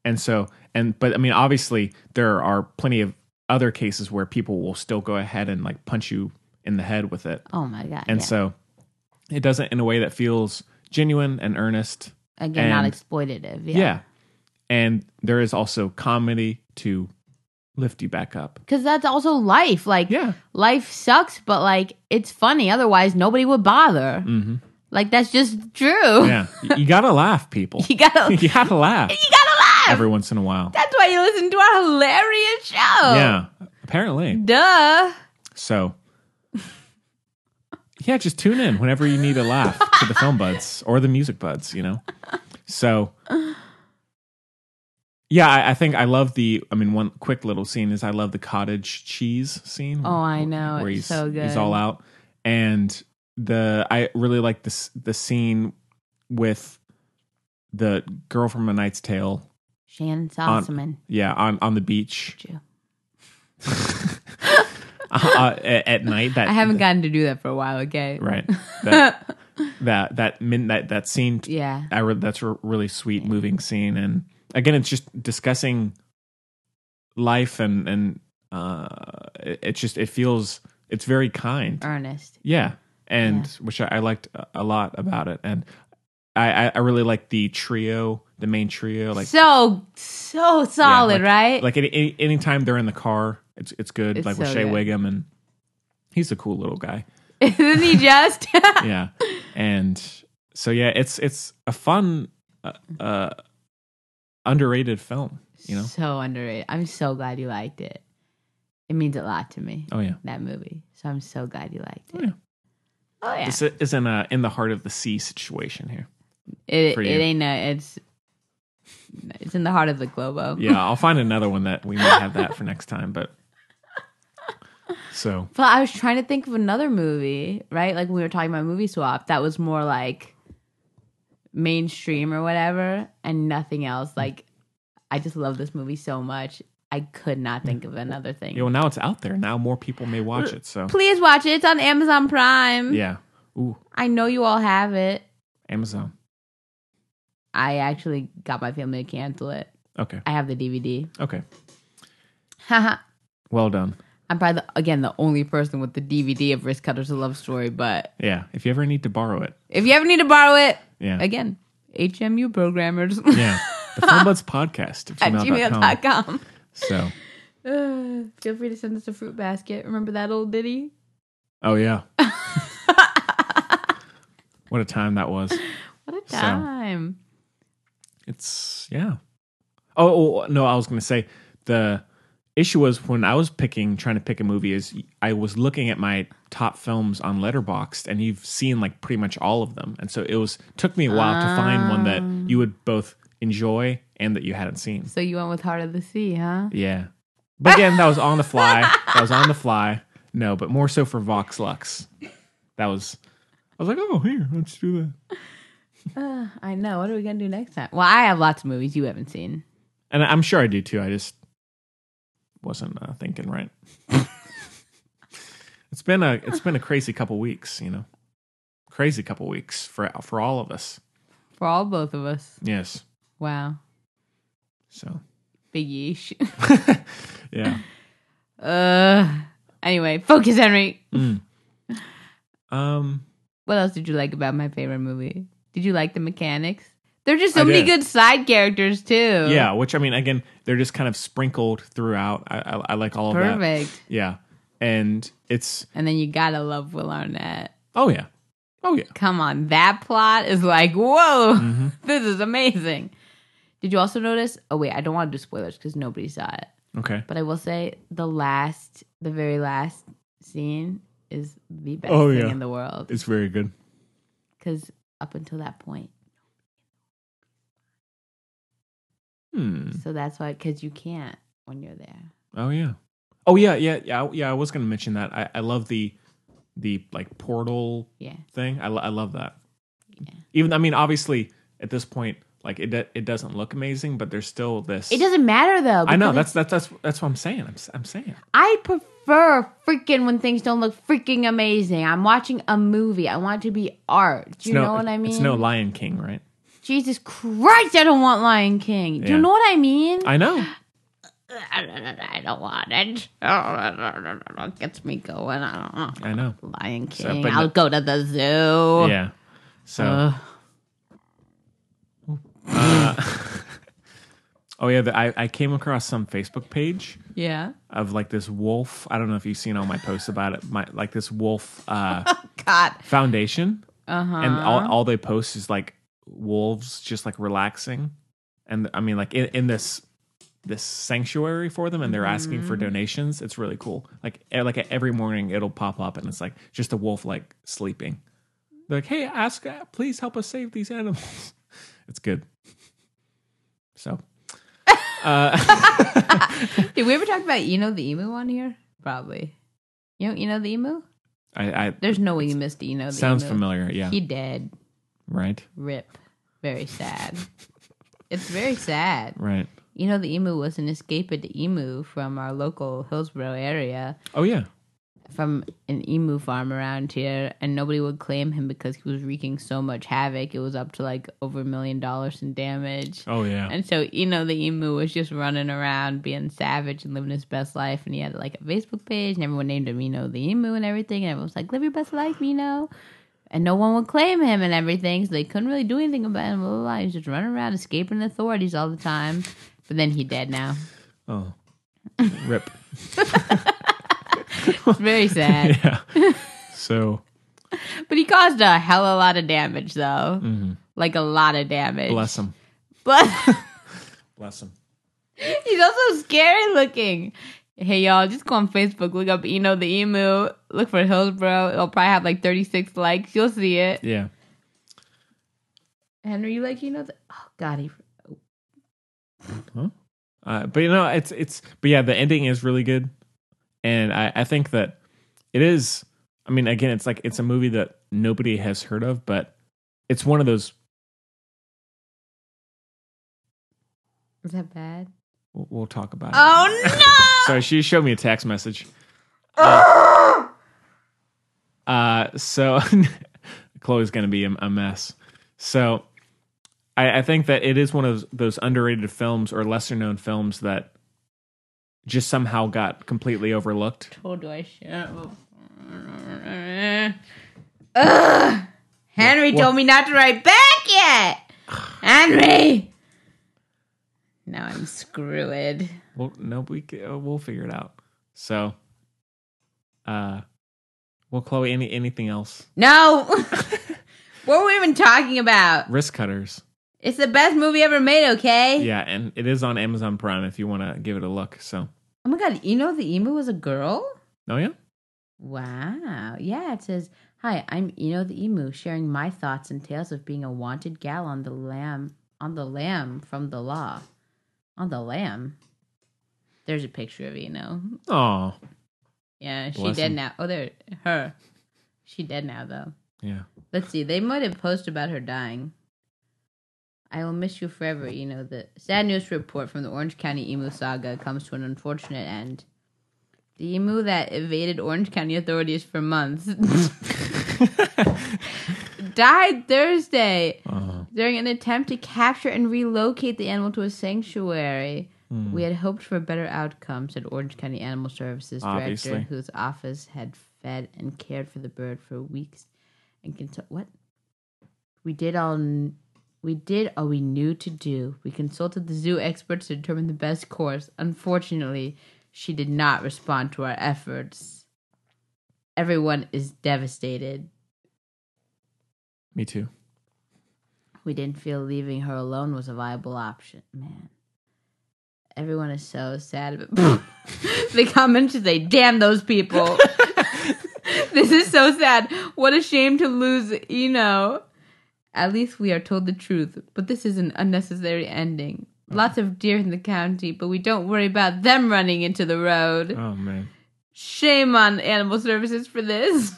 Speaker 1: And so and but I mean obviously there are plenty of other cases where people will still go ahead and like punch you in the head with it.
Speaker 2: Oh my god!
Speaker 1: And
Speaker 2: yeah.
Speaker 1: so it doesn't in a way that feels genuine and earnest
Speaker 2: again,
Speaker 1: and-
Speaker 2: not exploitative.
Speaker 1: yeah.
Speaker 2: Yeah,
Speaker 1: And there is also comedy to lift you back
Speaker 2: [LAUGHS]
Speaker 1: up.
Speaker 2: because that's also life. Like,
Speaker 1: Yeah.
Speaker 2: life sucks, but like it's funny. Otherwise, nobody would bother. Like that's just true.
Speaker 1: Mm-hmm. Yeah. you gotta laugh, people.
Speaker 2: [LAUGHS] You gotta, you
Speaker 1: [LAUGHS] You gotta
Speaker 2: [LAUGHS]
Speaker 1: laugh
Speaker 2: gotta laugh.
Speaker 1: every once in a while.
Speaker 2: that's why you listen to our hilarious show.
Speaker 1: Yeah. Apparently.
Speaker 2: Duh.
Speaker 1: So yeah, just tune in whenever you need a
Speaker 2: [LAUGHS]
Speaker 1: laugh to the film buds or the music buds, you know? So yeah, I, I think I love the. I mean, one quick little scene is I love the cottage cheese scene.
Speaker 2: Oh, I know. It's
Speaker 1: he's,
Speaker 2: so good.
Speaker 1: He's all out, and the I really like this the scene with the girl from A Knight's Tale.
Speaker 2: Shannon Sossaman.
Speaker 1: Yeah, on on the
Speaker 2: [LAUGHS]
Speaker 1: beach
Speaker 2: Jew.
Speaker 1: uh, at, at night. That
Speaker 2: I haven't gotten to do that for a while. Okay. [LAUGHS]
Speaker 1: right. That that that min that that scene.
Speaker 2: Yeah.
Speaker 1: I re- that's a really sweet, moving scene, and again, it's just discussing life and and uh, it, it just it feels it's very kind.
Speaker 2: Ernest.
Speaker 1: Yeah, and which I, I liked a- a lot about it, and I, I I really like the trio, the main trio, like
Speaker 2: so so
Speaker 1: yeah,
Speaker 2: solid,
Speaker 1: like-
Speaker 2: right? [LAUGHS]
Speaker 1: Like any, any anytime they're in the car, it's it's good.
Speaker 2: It's
Speaker 1: like with
Speaker 2: so
Speaker 1: Shea
Speaker 2: good.
Speaker 1: Wiggum, and he's a cool little guy. [LAUGHS]
Speaker 2: [LAUGHS] Isn't he just?
Speaker 1: Yeah, and so yeah, it's it's a fun, uh, uh, underrated film. You know.
Speaker 2: So underrated. I'm so glad you liked it. It means a lot to me.
Speaker 1: Oh yeah.
Speaker 2: That movie. So I'm so glad you liked
Speaker 1: Oh,
Speaker 2: it.
Speaker 1: yeah.
Speaker 2: Oh yeah.
Speaker 1: This isn't a in the heart of the sea situation here.
Speaker 2: It,
Speaker 1: for
Speaker 2: it
Speaker 1: you.
Speaker 2: ain't a, it's it's in the heart of the globo.
Speaker 1: Yeah, I'll find another one that we might have that for next time.
Speaker 2: [LAUGHS]
Speaker 1: But so
Speaker 2: But I was trying to think of another movie, right? Like we were talking about movie swap that was more like mainstream or whatever and nothing else. Like I just love this movie so much. I could not think of another thing.
Speaker 1: you know now it's out there. Now more people may watch it. So
Speaker 2: Please watch it. It's on Amazon Prime.
Speaker 1: yeah. Ooh,
Speaker 2: I know you all have it.
Speaker 1: Amazon.
Speaker 2: I actually got my family to cancel it.
Speaker 1: Okay.
Speaker 2: I have the DVD.
Speaker 1: Okay.
Speaker 2: Haha.
Speaker 1: Well done.
Speaker 2: I'm probably the, again the only person with the DVD of Wrist Cutters: A Love Story. But
Speaker 1: Yeah. If you ever need to borrow it.
Speaker 2: if you ever need to borrow it,
Speaker 1: Yeah.
Speaker 2: again, HMU programmers [LAUGHS]
Speaker 1: Yeah. The Filmbuds Podcast at
Speaker 2: at
Speaker 1: gmail.com.
Speaker 2: gmail.com.
Speaker 1: So
Speaker 2: Uh, [SIGHS] feel free to send us a fruit basket. Remember that old ditty?
Speaker 1: oh yeah. what a time that was.
Speaker 2: What a
Speaker 1: So.
Speaker 2: time!
Speaker 1: It's yeah. Oh, oh, no, I was gonna say the issue was when I was picking, trying to pick a movie, is I was looking at my top films on Letterboxd, and you've seen like pretty much all of them, and so it was took me a while to find one that you would both enjoy and that you hadn't seen.
Speaker 2: So you went with Heart of the Sea, huh?
Speaker 1: Yeah, but again, that was on the fly. That was on the fly. No, but more so for Vox Lux. That was. I was like, oh, here, let's do that.
Speaker 2: Uh, I know. What are we gonna do next time? Well, I have lots of movies you haven't seen.
Speaker 1: And I'm sure I do too. I just wasn't uh, thinking right. it's been a it's been a crazy couple weeks, you know. Crazy couple weeks for for all of us.
Speaker 2: For all both of us.
Speaker 1: Yes.
Speaker 2: Wow,
Speaker 1: So, [LAUGHS]
Speaker 2: big [LAUGHS] yeesh.
Speaker 1: yeah.
Speaker 2: uh, anyway, focus, Henry.
Speaker 1: Mm. Um
Speaker 2: What else did you like about my favorite movie? Did you like the mechanics? There's just so
Speaker 1: I
Speaker 2: many
Speaker 1: did.
Speaker 2: good side characters too.
Speaker 1: yeah, which I mean again, they're just kind of sprinkled throughout. I I, I like all of that.
Speaker 2: perfect.
Speaker 1: Yeah. And it's
Speaker 2: And then you gotta love Will Arnett.
Speaker 1: oh yeah. Oh yeah.
Speaker 2: Come on, that plot is like, whoa,
Speaker 1: Mm-hmm.
Speaker 2: [LAUGHS] this is amazing. Did you also notice? Oh wait, I don't want to do spoilers because nobody saw it.
Speaker 1: Okay.
Speaker 2: But I will say the last, the very last scene is the best
Speaker 1: Oh,
Speaker 2: thing
Speaker 1: yeah.
Speaker 2: in the world
Speaker 1: It's very good.
Speaker 2: because up until that point,
Speaker 1: Hmm.
Speaker 2: so that's why because you can't when you're there.
Speaker 1: Oh yeah. Oh yeah, yeah, yeah, I- yeah. I was gonna mention that. I, I love the the like portal
Speaker 2: Yeah,
Speaker 1: thing. I, lo- I love that. Even I mean, obviously at this point, like it do- it doesn't look amazing, but there's still this.
Speaker 2: it doesn't matter though.
Speaker 1: I know
Speaker 2: because
Speaker 1: that's that's that's that's what I'm saying. I'm s- I'm saying.
Speaker 2: I prefer freaking when things don't look freaking amazing. I'm watching a movie. I want it to be art. Do you
Speaker 1: no,
Speaker 2: know what I mean?
Speaker 1: It's no Lion King, right?
Speaker 2: Jesus Christ, I don't want Lion King. Do
Speaker 1: Yeah.
Speaker 2: you know what I mean? I,
Speaker 1: I know.
Speaker 2: don't want it. It gets me going. I don't
Speaker 1: I
Speaker 2: [SIGHS]
Speaker 1: know.
Speaker 2: want Lion
Speaker 1: So,
Speaker 2: King.
Speaker 1: but
Speaker 2: I'll
Speaker 1: no-
Speaker 2: go to the zoo.
Speaker 1: Yeah. So.
Speaker 2: Ugh.
Speaker 1: oh yeah, the, I I came across some Facebook page
Speaker 2: yeah.
Speaker 1: of like this wolf. I don't know if you've seen all my posts about it. My like this wolf. uh
Speaker 2: [LAUGHS] God.
Speaker 1: foundation
Speaker 2: Uh-huh.
Speaker 1: and all, all they post is like wolves just like relaxing and i mean like in, in this this sanctuary for them and they're asking
Speaker 2: Mm-hmm.
Speaker 1: for donations it's really cool like e- like every morning it'll pop up and it's like just a wolf like sleeping they're like hey ask uh, please help us save these animals [LAUGHS] it's good so
Speaker 2: Did we ever talk about you know the emu on here? Probably. You know, you know the emu?
Speaker 1: i i
Speaker 2: There's no way you missed you know the
Speaker 1: sounds
Speaker 2: emu.
Speaker 1: familiar yeah
Speaker 2: He dead.
Speaker 1: right
Speaker 2: Rip. Very sad. it's very sad.
Speaker 1: right
Speaker 2: You know, the emu was an escaped emu from our local Hillsborough area,
Speaker 1: oh yeah
Speaker 2: from an emu farm around here, and nobody would claim him because he was wreaking so much havoc. It was up to like over a million dollars in damage.
Speaker 1: oh yeah
Speaker 2: And so, you know, the emu was just running around being savage and living his best life. And he had like a Facebook page, and everyone named him, you know, the emu and everything. And everyone was like, live your best life, you know. And no one would claim him and everything. So they couldn't really do anything about him. Blah, blah, blah. He was just running around, escaping authorities all the time. But then he dead now. [LAUGHS]
Speaker 1: oh rip [LAUGHS]
Speaker 2: It's very sad. [LAUGHS]
Speaker 1: yeah. So,
Speaker 2: But he caused a hell of a lot of damage, though. Like a lot of damage.
Speaker 1: Mm-hmm.
Speaker 2: [LAUGHS]
Speaker 1: Bless him.
Speaker 2: Bless.
Speaker 1: Bless him.
Speaker 2: He's also scary looking. Hey y'all, just go on Facebook, look up Eno the Emu, look for Hillsboro. It'll probably have like 36 likes. You'll see it.
Speaker 1: Yeah.
Speaker 2: Henry, you like Eno? The- oh God, he.
Speaker 1: Uh, but you know, it's it's but yeah, the ending is really good, and I I think that it is. I mean, again, it's like it's a movie that nobody has heard of, but it's one of those.
Speaker 2: Is that bad?
Speaker 1: We'll, we'll talk about it.
Speaker 2: Oh no!
Speaker 1: [LAUGHS] Sorry, she showed me a text message. Uh, so [LAUGHS] Chloe's gonna be a, a mess. So I, I think that it is one of those, those underrated films or lesser known films that just somehow got completely overlooked.
Speaker 2: Told you I should. Ugh. Henry told me not to write back
Speaker 1: [SIGHS]
Speaker 2: yet. Henry. Now I'm screwed.
Speaker 1: Well, no, we c- uh, we'll figure it out. So, uh, well, Chloe, any anything else?
Speaker 2: No. [LAUGHS] what were we even talking about?
Speaker 1: Risk Cutters,
Speaker 2: It's the best movie ever made, okay?
Speaker 1: yeah, and it is on Amazon Prime if you want to give it a look. So,
Speaker 2: Oh my god, you know the emu was a girl?
Speaker 1: oh yeah,
Speaker 2: Wow. Yeah, it says, Hi, I'm Eno the Emu, sharing my thoughts and tales of being a wanted gal on the lamb on the lamb from the law. On the lamb. There's a picture of Eno.
Speaker 1: oh
Speaker 2: Yeah, she
Speaker 1: Bless
Speaker 2: dead
Speaker 1: him.
Speaker 2: now. Oh there her. She dead now though.
Speaker 1: yeah,
Speaker 2: Let's see. They might have posted about her dying. I will miss you forever. You know, the sad news report from the Orange County emu saga comes to an unfortunate end. The emu that evaded Orange County authorities for months died Thursday during an attempt to capture and relocate the animal to a sanctuary. We had hoped for a better outcome, said Orange County Animal Services director,
Speaker 1: Obviously.
Speaker 2: whose office had fed and cared for the bird for weeks and consult what we did all we did all we knew to do. We consulted the zoo experts to determine the best course. Unfortunately, she did not respond to our efforts. Everyone is devastated.
Speaker 1: me too.
Speaker 2: We didn't feel leaving her alone was a viable option. Man. Everyone is so sad. [LAUGHS] But the comments should say, damn those people. [LAUGHS] this is so sad. What a shame to lose Eno. At least we are told the truth, but this is an unnecessary ending. Lots of deer in the county, but we don't worry about them running into the road.
Speaker 1: Oh man,
Speaker 2: Shame on animal services for this.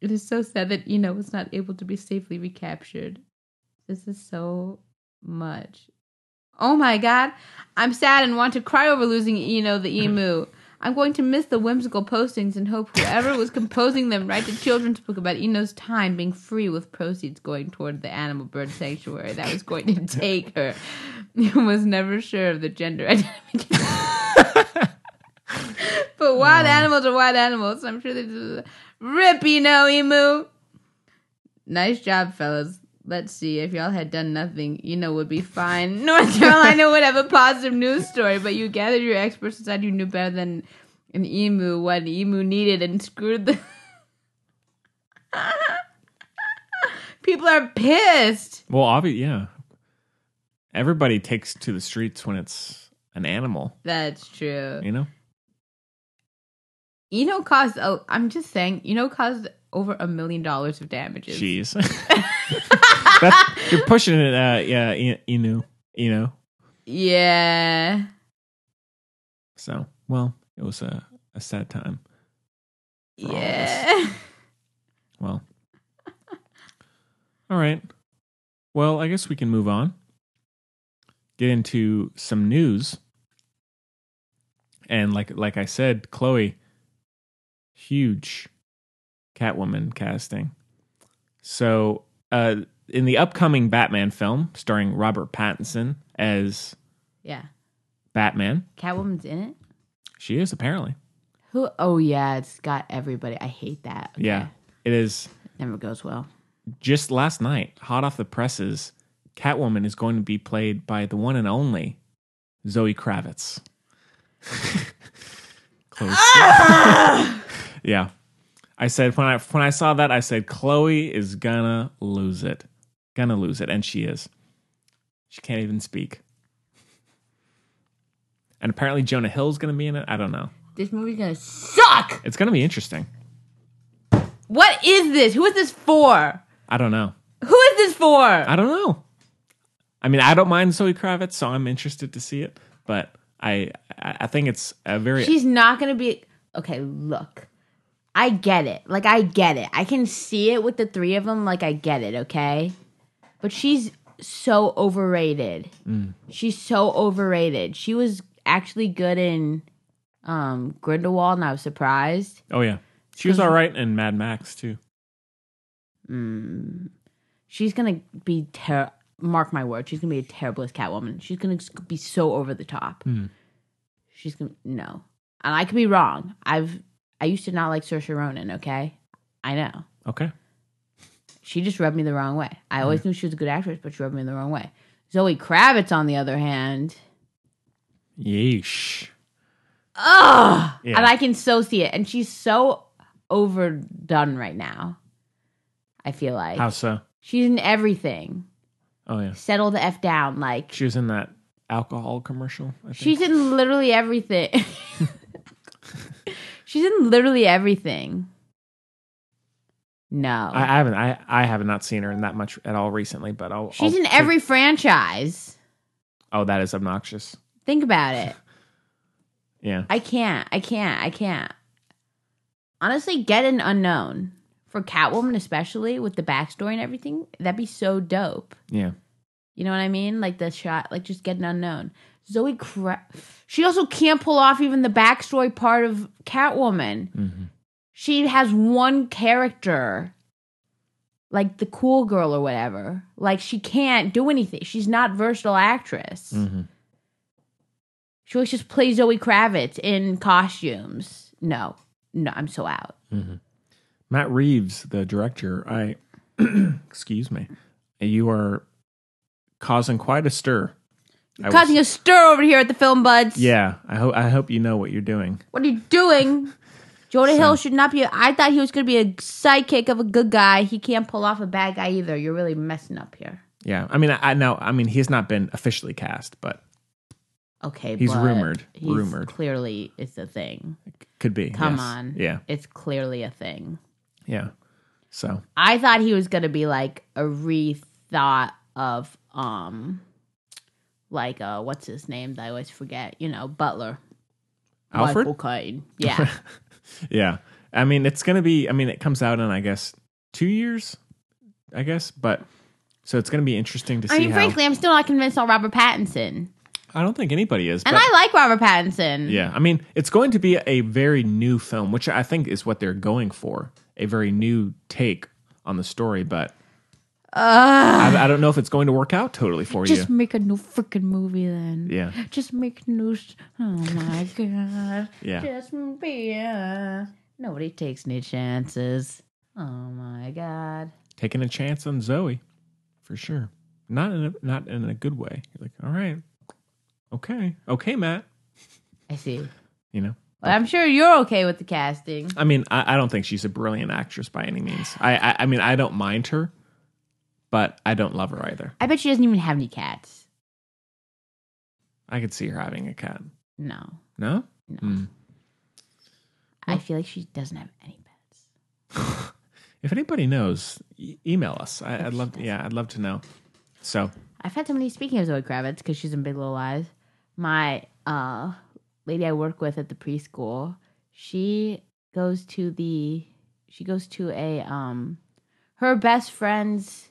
Speaker 2: it is so sad that Eno was not able to be safely recaptured. This is so much. Oh my god, I'm sad and want to cry over losing Eno [LAUGHS] the emu. I'm going to miss the whimsical postings and hope whoever was composing them writes a children's book about Eno's time being free with proceeds going toward the animal bird sanctuary that was going [LAUGHS] to take her. was never sure of the gender identification. But wild animals are wild animals. So I'm sure they just rip, you know, emu. Nice job, fellas. Let's see. If y'all had done nothing, you know, would be fine. [LAUGHS] North Carolina would have a positive news story, but you gathered your experts and said you knew better than an emu what an emu needed and screwed the. [LAUGHS] People are pissed.
Speaker 1: well, obvi- yeah. Everybody takes to the streets when it's an animal,
Speaker 2: That's true.
Speaker 1: you know.
Speaker 2: Eno caused, oh, I'm just saying, Eno caused over a million dollars of damages.
Speaker 1: Jeez. [LAUGHS] That's, you're pushing it, uh, yeah, you, you know, you know.
Speaker 2: Yeah.
Speaker 1: So, well, it was a, a sad time. for all of us.
Speaker 2: Yeah. [LAUGHS]
Speaker 1: Well, all right. Well, I guess we can move on. Get into some news. And like like I said, Chloe, huge Catwoman casting. So, uh, in the upcoming Batman film starring Robert Pattinson as
Speaker 2: Yeah.
Speaker 1: Batman,
Speaker 2: Catwoman's in it.
Speaker 1: she is apparently.
Speaker 2: Who? Oh yeah, it's got everybody. I hate that. Okay.
Speaker 1: Yeah, it is.
Speaker 2: Never goes well.
Speaker 1: just last night, hot off the presses, Catwoman is going to be played by the one and only Zoe Kravitz. [LAUGHS] Close. [LAUGHS] yeah. I said when I when I saw that I said Chloe is gonna lose it, gonna lose it, and she is. She can't even speak. And apparently Jonah Hill's gonna be in it. I don't know.
Speaker 2: This movie's gonna suck.
Speaker 1: It's gonna be interesting.
Speaker 2: What is this? Who is this for?
Speaker 1: I don't know.
Speaker 2: Who is this for?
Speaker 1: I don't know. I mean, I don't mind Zoe Kravitz, so I'm interested to see it. But I I I think it's a very
Speaker 2: She's not gonna be okay. Look, I get it. Like I get it. I can see it with the three of them. Like I get it. Okay, but she's so overrated. She's so overrated. She was actually good in um Grindelwald, and I was surprised.
Speaker 1: oh yeah. She was all right in Mad Max too.
Speaker 2: She's gonna be ter. Mark my word, she's gonna be a terriblest Catwoman. She's gonna s- be so over the top.
Speaker 1: Hmm.
Speaker 2: She's gonna no, and I could be wrong. I've I used to not like Saoirse Ronan. Okay, I know.
Speaker 1: Okay.
Speaker 2: she just rubbed me the wrong way. I always
Speaker 1: Hmm.
Speaker 2: knew she was a good actress, but she rubbed me the wrong way. Zoe Kravitz, on the other hand,
Speaker 1: Yeesh.
Speaker 2: ugh,
Speaker 1: Yeah.
Speaker 2: and I can so see it, and she's so overdone right now. I feel like
Speaker 1: How so?
Speaker 2: she's in everything.
Speaker 1: Oh yeah.
Speaker 2: Settle the f down, like
Speaker 1: She was in that alcohol commercial. I think.
Speaker 2: she's in literally everything. [LAUGHS] she's in literally everything. No,
Speaker 1: I, I haven't. I I have not seen her in that much at all recently. But I'll.
Speaker 2: she's
Speaker 1: I'll
Speaker 2: in every franchise.
Speaker 1: Oh, that is obnoxious.
Speaker 2: Think about it.
Speaker 1: Yeah.
Speaker 2: I can't. I can't. I can't. Honestly, get an unknown for Catwoman, especially with the backstory and everything. That'd be so dope.
Speaker 1: Yeah.
Speaker 2: You know what I mean? Like the shot, like just get an unknown. Zoe, Kra- she also can't pull off even the backstory part of Catwoman.
Speaker 1: Mm-hmm.
Speaker 2: She has one character, like the cool girl or whatever. Like she can't do anything. She's not versatile actress.
Speaker 1: Mm-hmm.
Speaker 2: She always just plays Zoe Kravitz in costumes. No, no, I'm so out.
Speaker 1: Matt Reeves, the director. I. [CLEARS THROAT] excuse me. You are causing quite a stir. I was-
Speaker 2: Causing a stir over here at the film buds.
Speaker 1: yeah. I hope. I hope you know what you're doing.
Speaker 2: What are you doing? Jonah Hill should not be. I thought he was going to be a sidekick of a good guy. He can't pull off a bad guy either. You're really messing up here.
Speaker 1: Yeah. I mean, I, I know. I mean, he's not been officially cast, but
Speaker 2: Okay,
Speaker 1: He's
Speaker 2: but
Speaker 1: rumored.
Speaker 2: he's
Speaker 1: Rumored.
Speaker 2: Clearly, it's a thing.
Speaker 1: could be.
Speaker 2: Come
Speaker 1: yes.
Speaker 2: on.
Speaker 1: Yeah.
Speaker 2: it's clearly a thing.
Speaker 1: Yeah. So
Speaker 2: I thought he was going to be like a rethought of um, like uh, what's his name? That I always forget. You know, Butler.
Speaker 1: Alfred.
Speaker 2: Michael Caine.
Speaker 1: [LAUGHS]
Speaker 2: Yeah.
Speaker 1: Yeah. I mean, it's going to be, I mean, it comes out in, I guess, two years, I guess. But so it's going to be interesting to see
Speaker 2: I mean,
Speaker 1: how.
Speaker 2: frankly, I'm still not convinced on Robert Pattinson,
Speaker 1: I don't think anybody is.
Speaker 2: and
Speaker 1: but,
Speaker 2: I like Robert Pattinson.
Speaker 1: yeah. I mean, it's going to be a very new film, which I think is what they're going for a very new take on the story. But I, I don't know if it's going to work out totally for
Speaker 2: Just
Speaker 1: you.
Speaker 2: make a new freaking movie then.
Speaker 1: Yeah.
Speaker 2: Just make news.
Speaker 1: [LAUGHS]
Speaker 2: Oh my god.
Speaker 1: Yeah.
Speaker 2: Just be. uh, Nobody takes any chances. Oh my god.
Speaker 1: Taking a chance on Zoe for sure. Not in a, not in a good way. You're like, all right. Okay. Okay, Matt.
Speaker 2: I see.
Speaker 1: You know?
Speaker 2: Well, I'm sure you're okay with the casting.
Speaker 1: I mean, I, I don't think she's a brilliant actress by any means. I, I, I mean, I don't mind her, but I don't love her either.
Speaker 2: I bet she doesn't even have any cats.
Speaker 1: I could see her having a cat.
Speaker 2: No.
Speaker 1: No,
Speaker 2: No.
Speaker 1: Hmm.
Speaker 2: I feel like she doesn't have any pets.
Speaker 1: if anybody knows, e- email us. I, I'd love, yeah, I'd love to know. So,
Speaker 2: I've had somebody speaking of Zoe Kravitz because she's in Big Little Lies. My uh, lady I work with at the preschool, she goes to the she goes to a um her best friends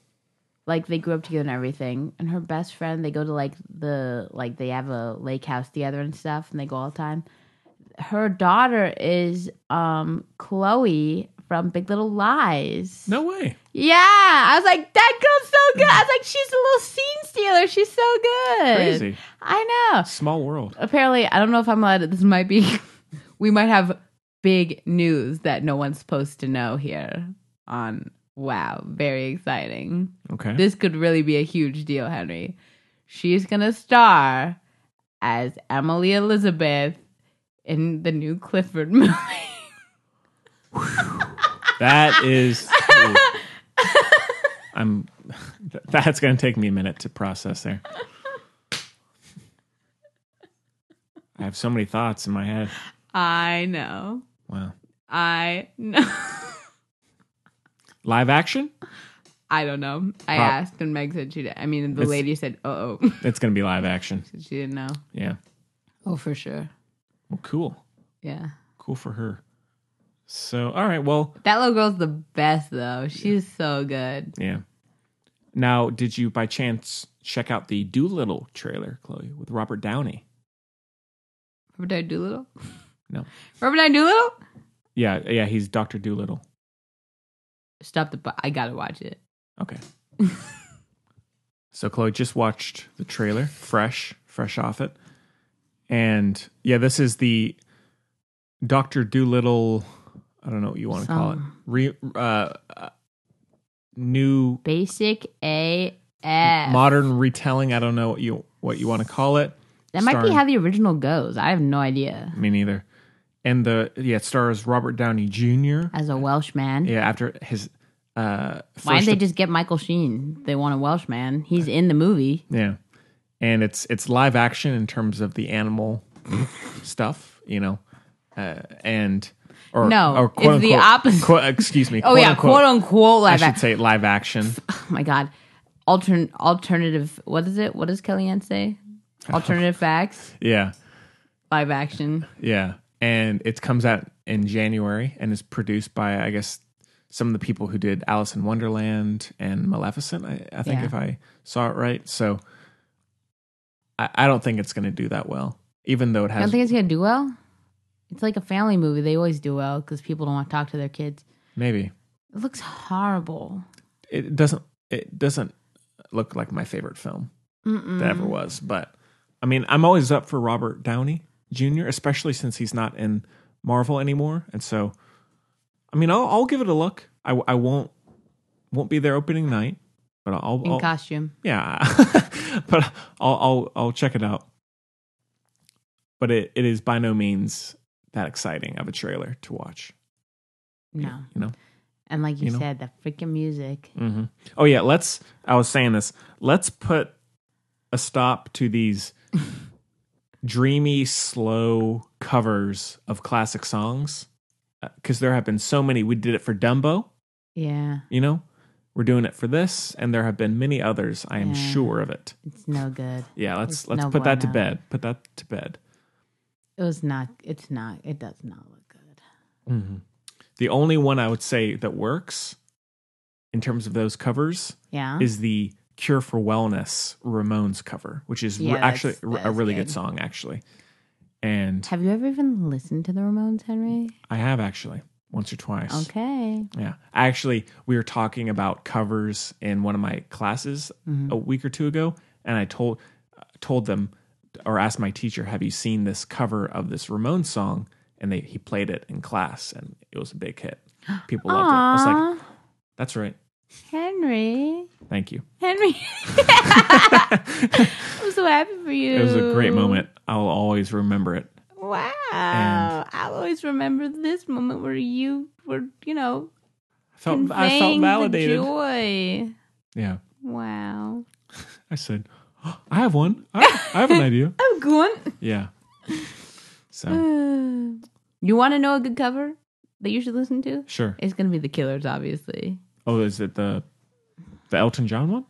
Speaker 2: like they grew up together and everything and her best friend they go to like the like they have a lake house together and stuff and they go all the time her daughter is um chloe from big little lies
Speaker 1: no way.
Speaker 2: yeah, I was like, that girl's so good. I was like, she's a little scene stealer. She's so good.
Speaker 1: Crazy.
Speaker 2: I know.
Speaker 1: Small world.
Speaker 2: Apparently, I don't know if I'm allowed. This might be. [LAUGHS] we might have big news that no one's supposed to know here. On wow, very exciting.
Speaker 1: Okay.
Speaker 2: This could really be a huge deal, Henry. She's gonna star as Emily [LAUGHS] Elizabeth in the new Clifford movie.
Speaker 1: That is. I'm. [LAUGHS] That's going to take me a minute to process there. I have so many thoughts in my head.
Speaker 2: I know.
Speaker 1: Wow.
Speaker 2: I know. [LAUGHS]
Speaker 1: Live action?
Speaker 2: I don't know. I
Speaker 1: Prob-
Speaker 2: asked and Meg said she did. I mean, the
Speaker 1: It's-
Speaker 2: lady said, "Uh oh,"
Speaker 1: It's going to be live action.
Speaker 2: [LAUGHS] she didn't know.
Speaker 1: Yeah.
Speaker 2: Oh, for sure.
Speaker 1: Well, cool.
Speaker 2: Yeah,
Speaker 1: Cool for her. So, all right. Well,
Speaker 2: that little girl's the best though. She's so good.
Speaker 1: yeah. Now, did you by chance check out the Doolittle trailer, Chloe, with Robert Downey?
Speaker 2: Robert Downey Doolittle.
Speaker 1: No.
Speaker 2: Robert Downey Doolittle.
Speaker 1: Yeah, yeah, he's Doctor Doolittle.
Speaker 2: Stop the. bu- I gotta watch it.
Speaker 1: Okay. [LAUGHS] so Chloe just watched the trailer, fresh, fresh off it, and yeah, this is the Doctor Doolittle. I don't know what you want to call it. Re, uh, uh, new
Speaker 2: Basic AF.
Speaker 1: modern retelling. I don't know what you what you want to call it.
Speaker 2: that might be
Speaker 1: starring-
Speaker 2: how the original goes. I have no idea.
Speaker 1: Me neither. And the yeah, it stars Robert Downey Jr.
Speaker 2: As a Welsh man,
Speaker 1: Yeah, after his uh first
Speaker 2: why did they just get Michael Sheen? They want a Welsh man. He's in the movie.
Speaker 1: Yeah. And it's it's live action in terms of the animal stuff, you know. Uh, and or
Speaker 2: No,
Speaker 1: or
Speaker 2: it's the opposite.
Speaker 1: quote- uh, excuse me.
Speaker 2: [LAUGHS] Oh yeah, quote unquote
Speaker 1: I
Speaker 2: live
Speaker 1: should
Speaker 2: action.
Speaker 1: say live
Speaker 2: [LAUGHS]
Speaker 1: action.
Speaker 2: oh my god altern alternative what is it what does kellyanne
Speaker 1: [LAUGHS]
Speaker 2: say alternative facts
Speaker 1: Yeah.
Speaker 2: live action
Speaker 1: Yeah. And it comes out in January and is produced by I guess some of the people who did Alice in Wonderland and Maleficent, I, I think
Speaker 2: Yeah.
Speaker 1: if I saw it right. So I, I don't think it's gonna do that well. Even though it
Speaker 2: i don't
Speaker 1: has
Speaker 2: think it's gonna do well it's like a family movie they always do well because people don't want to talk to their kids
Speaker 1: maybe.
Speaker 2: it looks horrible
Speaker 1: it doesn't it doesn't look like my favorite film
Speaker 2: Mm-mm.
Speaker 1: that ever was but i mean i'm always up for robert downey jr especially since he's not in marvel anymore and so i mean i'll, I'll give it a look I, w- I won't won't be there opening night but i'll,
Speaker 2: in
Speaker 1: I'll
Speaker 2: costume
Speaker 1: yeah [LAUGHS] but I'll, I'll i'll check it out but it, it is by no means that exciting of a trailer to watch
Speaker 2: no
Speaker 1: you know
Speaker 2: and like you,
Speaker 1: You know?
Speaker 2: said the freaking music
Speaker 1: hmm Oh yeah, let's. I was saying this. Let's put a stop to these [LAUGHS] dreamy, slow covers of classic songs because there have been so many. We did it for Dumbo,
Speaker 2: yeah
Speaker 1: you know. We're doing it for this, and there have been many others. I am
Speaker 2: Yeah.
Speaker 1: sure of it.
Speaker 2: it's no good
Speaker 1: Yeah, let's
Speaker 2: It's
Speaker 1: let's
Speaker 2: no uh,
Speaker 1: put that to
Speaker 2: bueno.
Speaker 1: bed. Put that to bed.
Speaker 2: it was not it's not it does not look good
Speaker 1: The only one I would say that works in terms of those covers
Speaker 2: yeah
Speaker 1: is the Cure for Wellness Ramones cover, which is re-
Speaker 2: Yeah, that's-
Speaker 1: actually re- a
Speaker 2: that's
Speaker 1: really good.
Speaker 2: good.
Speaker 1: song, actually. And
Speaker 2: have you ever even listened to the ramones henry
Speaker 1: I have actually once or twice.
Speaker 2: okay
Speaker 1: Yeah. Actually, we were talking about covers in one of my classes
Speaker 2: Mm-hmm.
Speaker 1: a week or two ago, and I told told them or asked my teacher, "Have you seen this cover of this Ramones song?" And they he played it in class, and it was a big hit. People loved it. I
Speaker 2: [GASPS]
Speaker 1: was like, "That's right.
Speaker 2: henry
Speaker 1: Thank you."
Speaker 2: Henry. [LAUGHS] I'm so happy for you.
Speaker 1: It was a great moment. I'll always remember it.
Speaker 2: Wow.
Speaker 1: And-
Speaker 2: I'll always remember this moment where you were, you know,
Speaker 1: I felt, I
Speaker 2: conveying
Speaker 1: felt
Speaker 2: the
Speaker 1: validated.
Speaker 2: joy.
Speaker 1: Yeah.
Speaker 2: Wow.
Speaker 1: I said, "Oh, I have one. I, I have an
Speaker 2: [LAUGHS]
Speaker 1: idea.
Speaker 2: I'm going.
Speaker 1: Yeah. So,
Speaker 2: [SIGHS] You want to know a good cover that you should listen to?
Speaker 1: sure.
Speaker 2: It's going to be The Killers, obviously.
Speaker 1: Oh, is it the the Elton John one?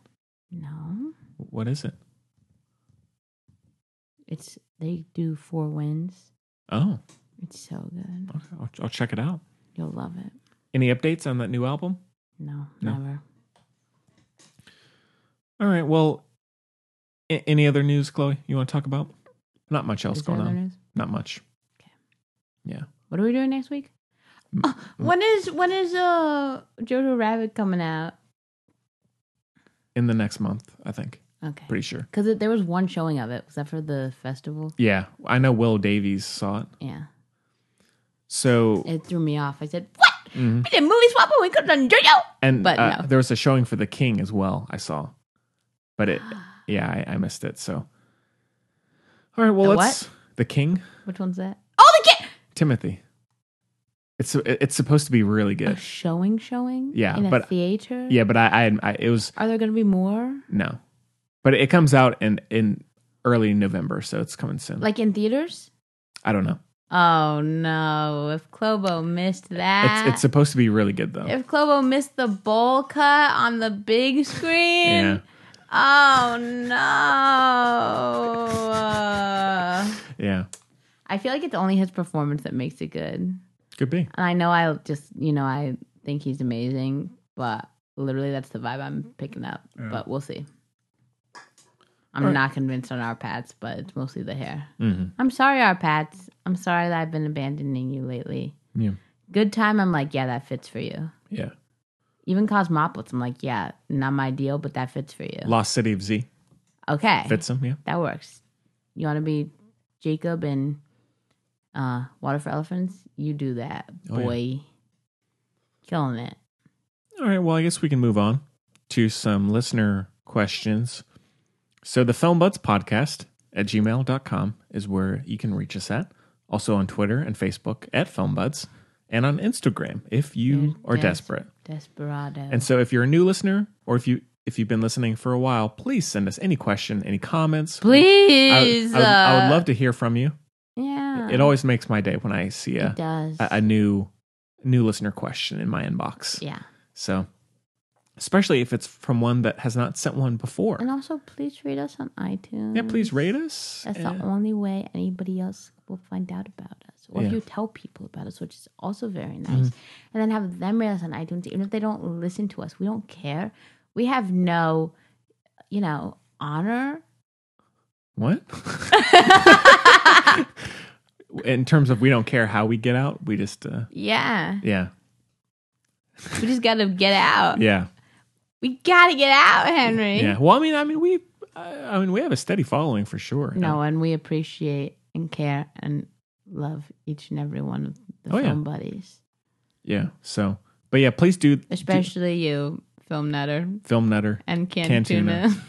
Speaker 2: No.
Speaker 1: What is it?
Speaker 2: It's they do four wins.
Speaker 1: Oh,
Speaker 2: It's so good.
Speaker 1: okay. I'll, I'll check it out.
Speaker 2: You'll love it.
Speaker 1: Any updates on that new album?
Speaker 2: No,
Speaker 1: No.
Speaker 2: never.
Speaker 1: All right. Well, a- any other news, Chloe? You want to talk about? Not much else
Speaker 2: Is there
Speaker 1: going
Speaker 2: other
Speaker 1: on.
Speaker 2: news?
Speaker 1: Not much.
Speaker 2: Okay.
Speaker 1: Yeah.
Speaker 2: What are we doing next week? Oh, when is when is uh Jojo Rabbit coming out?
Speaker 1: In the next month, I think.
Speaker 2: Okay,
Speaker 1: Pretty sure.
Speaker 2: because there was one showing of it. Was that for the festival?
Speaker 1: Yeah, I know Will Davies saw it.
Speaker 2: Yeah,
Speaker 1: So
Speaker 2: it threw me off. I said, "What?
Speaker 1: Mm-hmm.
Speaker 2: We did movie swap and we could have done Jojo."
Speaker 1: and
Speaker 2: but
Speaker 1: uh,
Speaker 2: no,
Speaker 1: there was a showing for the king as well i saw but
Speaker 2: [GASPS]
Speaker 1: it yeah I, I missed it so all right well
Speaker 2: The
Speaker 1: let's the king
Speaker 2: which one's that? Oh, the kid.
Speaker 1: timothy It's it's supposed to be really
Speaker 2: A
Speaker 1: good.
Speaker 2: Oh, showing, showing.
Speaker 1: Yeah,
Speaker 2: in a
Speaker 1: but-
Speaker 2: theater.
Speaker 1: Yeah, but I, I, I it was
Speaker 2: Are there going to be more?
Speaker 1: no, but it comes out in in early November, so it's coming soon.
Speaker 2: Like in theaters?
Speaker 1: I don't know.
Speaker 2: Oh no! If Clobo missed that,
Speaker 1: It's it's supposed to be really good though.
Speaker 2: if Clobo missed the bowl cut on the big screen,
Speaker 1: yeah,
Speaker 2: oh no!
Speaker 1: yeah,
Speaker 2: Uh, I feel like it's only his performance that makes it good.
Speaker 1: could be.
Speaker 2: And I know I just, you know, I think he's amazing, but literally that's the vibe I'm picking up. But we'll see. I'm not convinced on our pats, but it's mostly the hair.
Speaker 1: hmm
Speaker 2: I'm sorry, our pats. I'm sorry that I've been abandoning you lately.
Speaker 1: Yeah.
Speaker 2: Good time, I'm like, yeah, that fits for you.
Speaker 1: Yeah,
Speaker 2: Even Cosmopolis, I'm like, yeah, not my deal, but that fits for you.
Speaker 1: Lost City of Z
Speaker 2: okay.
Speaker 1: fits him. Yeah,
Speaker 2: That works. You want to be Jacob and uh, Water for Elephants? You do that,
Speaker 1: Oh, yeah.
Speaker 2: boy. Killing it.
Speaker 1: All right. Well, I guess we can move on to some listener questions. So the Film Buds podcast at gmail.com is where you can reach us at. Also on Twitter and Facebook at Film Buds and on Instagram if you
Speaker 2: You're
Speaker 1: are
Speaker 2: des-
Speaker 1: desperate.
Speaker 2: Desperado.
Speaker 1: And so if you're a new listener or if you if you've been listening for a while, please send us any question, any comments.
Speaker 2: Please.
Speaker 1: I, I, would- I would
Speaker 2: uh,
Speaker 1: love to hear from you.
Speaker 2: Yeah.
Speaker 1: It always makes my day when I see a,
Speaker 2: It does.
Speaker 1: a, a new new listener question in my inbox.
Speaker 2: yeah.
Speaker 1: So, especially if it's from one that has not sent one before.
Speaker 2: And also, please rate us on iTunes.
Speaker 1: Yeah, please rate us.
Speaker 2: That's
Speaker 1: and- uh,
Speaker 2: the only way anybody else will find out about us. Or if
Speaker 1: Yeah. Mm.
Speaker 2: you tell people about us, which is also very nice. And then have them rate us on iTunes, even if they don't listen to us. We don't care. We have no, you know, honor.
Speaker 1: what? [LAUGHS]
Speaker 2: [LAUGHS]
Speaker 1: In terms of we don't care how we get out, we just uh,
Speaker 2: Yeah.
Speaker 1: yeah
Speaker 2: We just got to get out.
Speaker 1: yeah
Speaker 2: We got to get out, Henry.
Speaker 1: yeah. Well, I mean, I mean we, I I mean we have a steady following for sure.
Speaker 2: No, and we appreciate and care and love each and every one of the
Speaker 1: Oh, yeah.
Speaker 2: film buddies,
Speaker 1: yeah. So, but yeah, please do
Speaker 2: especially you, film nutter
Speaker 1: film
Speaker 2: [LAUGHS]
Speaker 1: nutter.
Speaker 2: and canned,
Speaker 1: Canned
Speaker 2: tuna.
Speaker 1: tuna.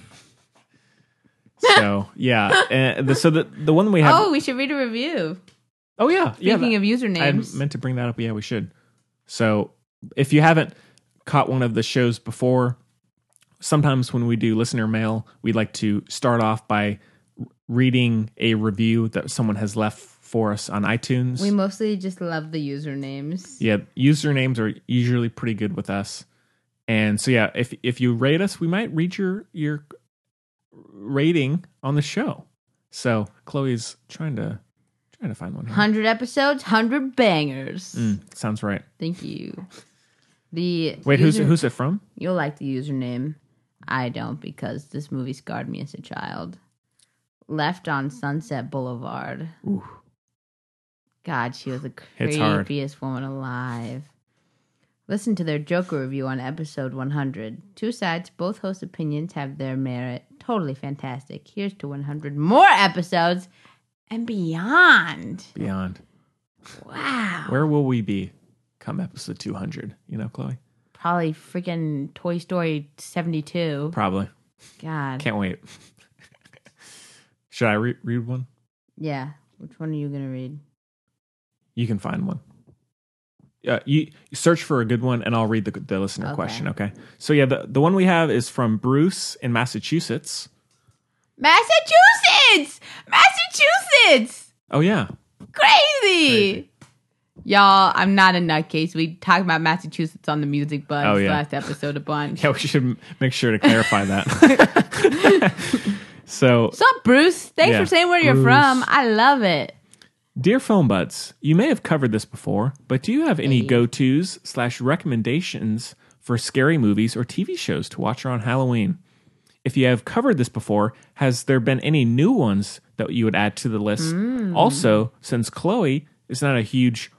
Speaker 1: So yeah, uh, the, so the the one we have.
Speaker 2: [LAUGHS] oh, we should read a review.
Speaker 1: oh yeah, yeah.
Speaker 2: Speaking
Speaker 1: that-
Speaker 2: of usernames,
Speaker 1: I meant to bring that up. Yeah, we should. So if you haven't caught one of the shows before, sometimes when we do listener mail, we like to start off by reading a review that someone has left for us on iTunes.
Speaker 2: we mostly just love the usernames.
Speaker 1: yeah, usernames are usually pretty good with us. And so yeah, if if you rate us, we might read your your rating on the show. So Chloe's trying to trying to find one. Here.
Speaker 2: Hundred episodes, hundred bangers.
Speaker 1: Mm, sounds right.
Speaker 2: Thank you. The
Speaker 1: Wait,
Speaker 2: user-
Speaker 1: who's who's it from?
Speaker 2: You'll like the username. I don't because this movie scarred me as a child. Left on Sunset Boulevard. God, she was the
Speaker 1: [SIGHS] It's hard.
Speaker 2: creepiest woman alive. Listen to their Joker review on episode 100. Two sides, both host opinions have their merit. Totally fantastic. Here's to 100 more episodes and beyond.
Speaker 1: Beyond.
Speaker 2: Wow.
Speaker 1: Where will we be come episode 200? You know, Chloe?
Speaker 2: Probably freaking Toy Story 72.
Speaker 1: Probably.
Speaker 2: God.
Speaker 1: Can't wait. [LAUGHS] Should I re- read one?
Speaker 2: Yeah. Which one are you gonna read?
Speaker 1: You can find one. Uh, you you search for a good one and I'll read the, the listener
Speaker 2: Okay.
Speaker 1: question. Okay. So, yeah, the, the one we have is from Bruce in Massachusetts.
Speaker 2: Massachusetts! Massachusetts!
Speaker 1: Oh, yeah.
Speaker 2: Crazy! Y'all, I'm not a nutcase. We talked about Massachusetts on the music buzz
Speaker 1: Oh, yeah.
Speaker 2: last episode a bunch.
Speaker 1: Yeah, we should m- make sure to clarify that. [LAUGHS] so,
Speaker 2: What's up, Bruce? Thanks
Speaker 1: Yeah,
Speaker 2: for saying where you're
Speaker 1: Bruce.
Speaker 2: from. I love it.
Speaker 1: Dear Film Buds, you may have covered this before, but do you have any go tos slash recommendations for scary movies or TV shows to watch around Halloween? If you have covered this before, has there been any new ones that you would add to the list?
Speaker 2: Mm.
Speaker 1: Also, since Chloe is not a huge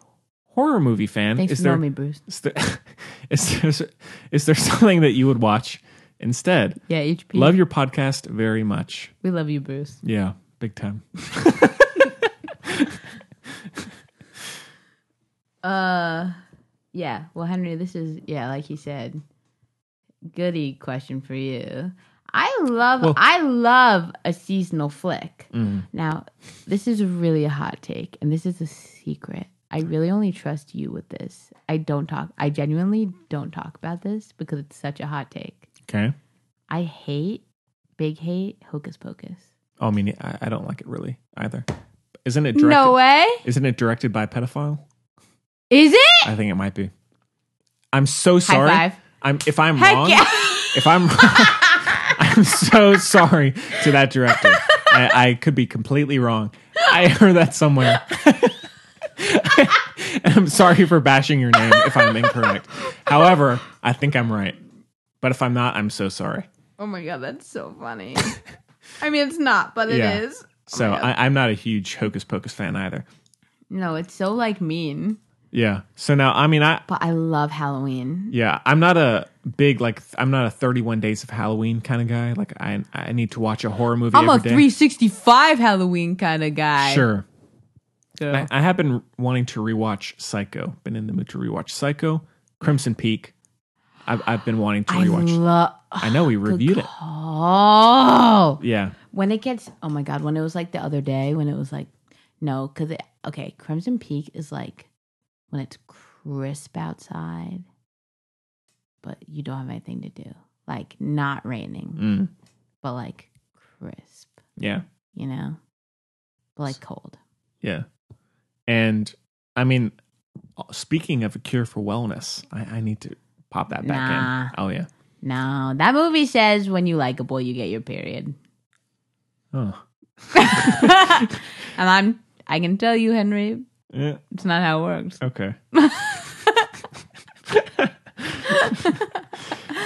Speaker 1: horror movie fan,
Speaker 2: Thanks
Speaker 1: is
Speaker 2: for
Speaker 1: there,
Speaker 2: knowing me, Bruce.
Speaker 1: is there [LAUGHS] is there is there something that you would watch instead?
Speaker 2: Yeah, HP.
Speaker 1: Love your podcast very much.
Speaker 2: we love you, Bruce.
Speaker 1: Yeah, big time.
Speaker 2: Uh, yeah. Well, Henry, this is yeah, like he said, goody question for you. I love
Speaker 1: Well- Mm-hmm.
Speaker 2: I love a seasonal flick. Now, this is really a hot take, and this is a secret. I I really only trust you with this. I don't talk. I genuinely don't talk about this because it's such a hot take.
Speaker 1: Okay.
Speaker 2: I hate, big hate, hocus pocus.
Speaker 1: Oh, I mean, I, I don't like it really either. Isn't it directed?
Speaker 2: No uh, way.
Speaker 1: Isn't it directed by a pedophile?
Speaker 2: Is it?
Speaker 1: I think it might be. I'm so sorry.
Speaker 2: five.
Speaker 1: I'm if I'm
Speaker 2: Heck
Speaker 1: wrong.
Speaker 2: yeah.
Speaker 1: [LAUGHS] If I'm [LAUGHS] I'm so sorry to that director. I, I could be completely wrong. I heard that somewhere. [LAUGHS] I'm sorry for bashing your name if I'm incorrect. However, I think I'm right. But if I'm not, I'm so sorry.
Speaker 2: Oh my god, that's so funny. [LAUGHS] I mean, it's not, but it is.
Speaker 1: Yeah. So I, I'm not a huge Hocus Pocus fan either.
Speaker 2: No, it's so like mean.
Speaker 1: Yeah. So now, I mean, I
Speaker 2: But I love Halloween.
Speaker 1: yeah, I'm not a big like I'm not a 31 Days of Halloween kind of guy. Like I I need to watch a horror movie.
Speaker 2: I'm a
Speaker 1: every day.
Speaker 2: 365 Halloween kind of guy.
Speaker 1: Sure. I, I have been wanting to rewatch Psycho. Been in the mood to rewatch Psycho, Crimson Peak. I've, I've been wanting to
Speaker 2: I
Speaker 1: rewatch.
Speaker 2: love.
Speaker 1: I
Speaker 2: [SIGHS]
Speaker 1: know we reviewed it.
Speaker 2: Oh,
Speaker 1: Yeah.
Speaker 2: when it gets. Oh my god, when it was like the other day, when it was like, no, because it. Okay, Crimson Peak is like when it's crisp outside, but you don't have anything to do. Like not raining,
Speaker 1: Mm.
Speaker 2: but like crisp.
Speaker 1: Yeah.
Speaker 2: You know, but like cold.
Speaker 1: Yeah. And I mean, speaking of a cure for wellness, I, I need to pop that back
Speaker 2: Nah.
Speaker 1: in. Oh yeah.
Speaker 2: No, that movie says when you like a boy, you get your period.
Speaker 1: Oh.
Speaker 2: and I'm I can tell you, Henry,
Speaker 1: Yeah.
Speaker 2: it's not how it works. [LAUGHS]
Speaker 1: Okay.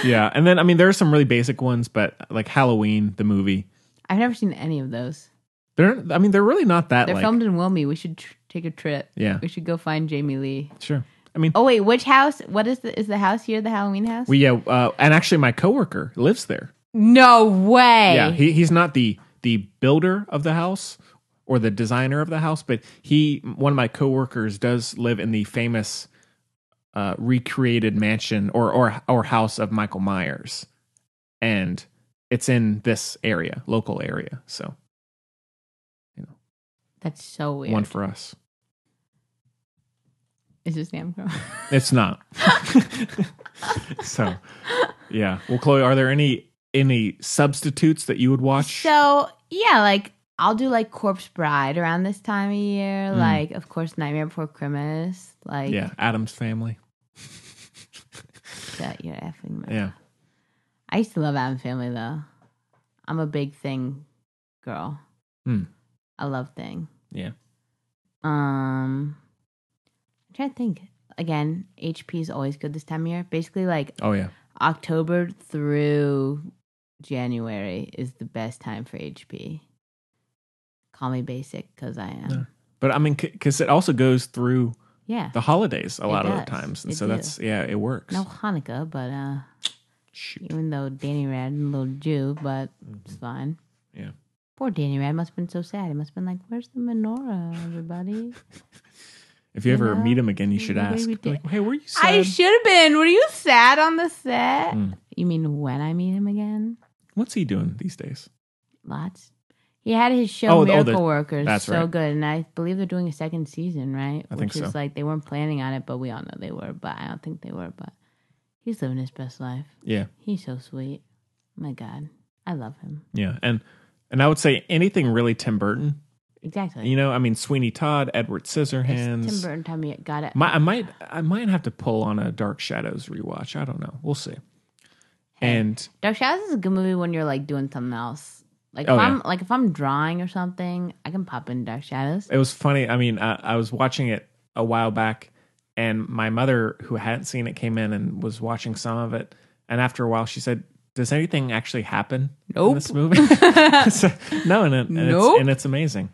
Speaker 1: yeah, and then I mean there are some really basic ones, but like Halloween the movie.
Speaker 2: I've never seen any of those.
Speaker 1: They're I mean they're really not that
Speaker 2: They're
Speaker 1: like
Speaker 2: filmed in Wilmy. We should tr- take a trip.
Speaker 1: Yeah.
Speaker 2: we should go find Jamie Lee.
Speaker 1: sure. I mean
Speaker 2: Oh wait, which house? What is the is the house here? The Halloween house?
Speaker 1: we yeah, uh, and actually my coworker lives there.
Speaker 2: no way.
Speaker 1: Yeah, he, he's not the the builder of the house or the designer of the house, but he one of my coworkers does live in the famous uh, recreated mansion or or or house of Michael Myers, and it's in this area, local area. So
Speaker 2: That's so weird.
Speaker 1: one for us.
Speaker 2: is his name?
Speaker 1: It's not. [LAUGHS] so yeah. Well, Chloe, are there any any substitutes that you would watch?
Speaker 2: So yeah, like I'll do like Corpse Bride around this time of year.
Speaker 1: Mm.
Speaker 2: Like of course Nightmare Before Christmas. Like
Speaker 1: yeah, Adam's Family.
Speaker 2: that you're effing. mad.
Speaker 1: Yeah.
Speaker 2: I used to love Adam Family though. I'm a big thing girl.
Speaker 1: Hmm.
Speaker 2: I love thing.
Speaker 1: Yeah.
Speaker 2: Um, I'm trying to think. Again, HP is always good this time of year. Basically, like
Speaker 1: Oh yeah.
Speaker 2: October through January is the best time for HP. Call me basic because I am.
Speaker 1: Yeah. But I mean, because it also goes through
Speaker 2: Yeah.
Speaker 1: the holidays a
Speaker 2: It
Speaker 1: lot of the
Speaker 2: does.
Speaker 1: times, and
Speaker 2: It
Speaker 1: so
Speaker 2: do.
Speaker 1: that's yeah, it works.
Speaker 2: No Hanukkah, but uh,
Speaker 1: Shoot.
Speaker 2: even though Danny Rad, a little Jew, but it's fine.
Speaker 1: Mm-hmm. Yeah.
Speaker 2: Poor Danny Rad must have been so sad. He must have been like, "Where's the menorah,
Speaker 1: [LAUGHS]
Speaker 2: everybody?"
Speaker 1: If you ever
Speaker 2: know,
Speaker 1: meet him again, you should
Speaker 2: maybe
Speaker 1: ask.
Speaker 2: we
Speaker 1: be Like,
Speaker 2: did.
Speaker 1: hey, were you
Speaker 2: I
Speaker 1: sad?
Speaker 2: should have been. Were you sad on the set?
Speaker 1: Hmm.
Speaker 2: You mean when I meet him again?
Speaker 1: What's he doing these days?
Speaker 2: Lots. He had his show
Speaker 1: Oh, oh,
Speaker 2: Miracle
Speaker 1: the-
Speaker 2: Workers.
Speaker 1: that's
Speaker 2: so
Speaker 1: right.
Speaker 2: good. And I believe they're doing a second season, right?
Speaker 1: I think
Speaker 2: Which is
Speaker 1: so.
Speaker 2: like they weren't planning on it, but we all know they were, but I don't think they were, but he's living his best life.
Speaker 1: Yeah,
Speaker 2: He's so sweet. My God. I love him.
Speaker 1: yeah, and and I would say anything really Tim Burton.
Speaker 2: Exactly.
Speaker 1: You know, I mean Sweeney Todd, Edward
Speaker 2: It's Tim
Speaker 1: Scissorhands.
Speaker 2: Burton time you got it.
Speaker 1: My, I might I might have to pull on a Dark Shadows rewatch. I don't know. We'll see. And
Speaker 2: Dark Shadows is a good movie when you're like doing something else. Like
Speaker 1: Oh,
Speaker 2: if
Speaker 1: yeah.
Speaker 2: I'm like if I'm drawing or something, I can pop in Dark Shadows.
Speaker 1: it was funny. I mean, I, I was watching it a while back, and my mother, who hadn't seen it, came in and was watching some of it. And after a while, she said, "Does anything actually happen in
Speaker 2: Nope.
Speaker 1: this movie?"
Speaker 2: [LAUGHS]
Speaker 1: [LAUGHS] So, no, and, it, and,
Speaker 2: Nope.
Speaker 1: it's, and it's amazing.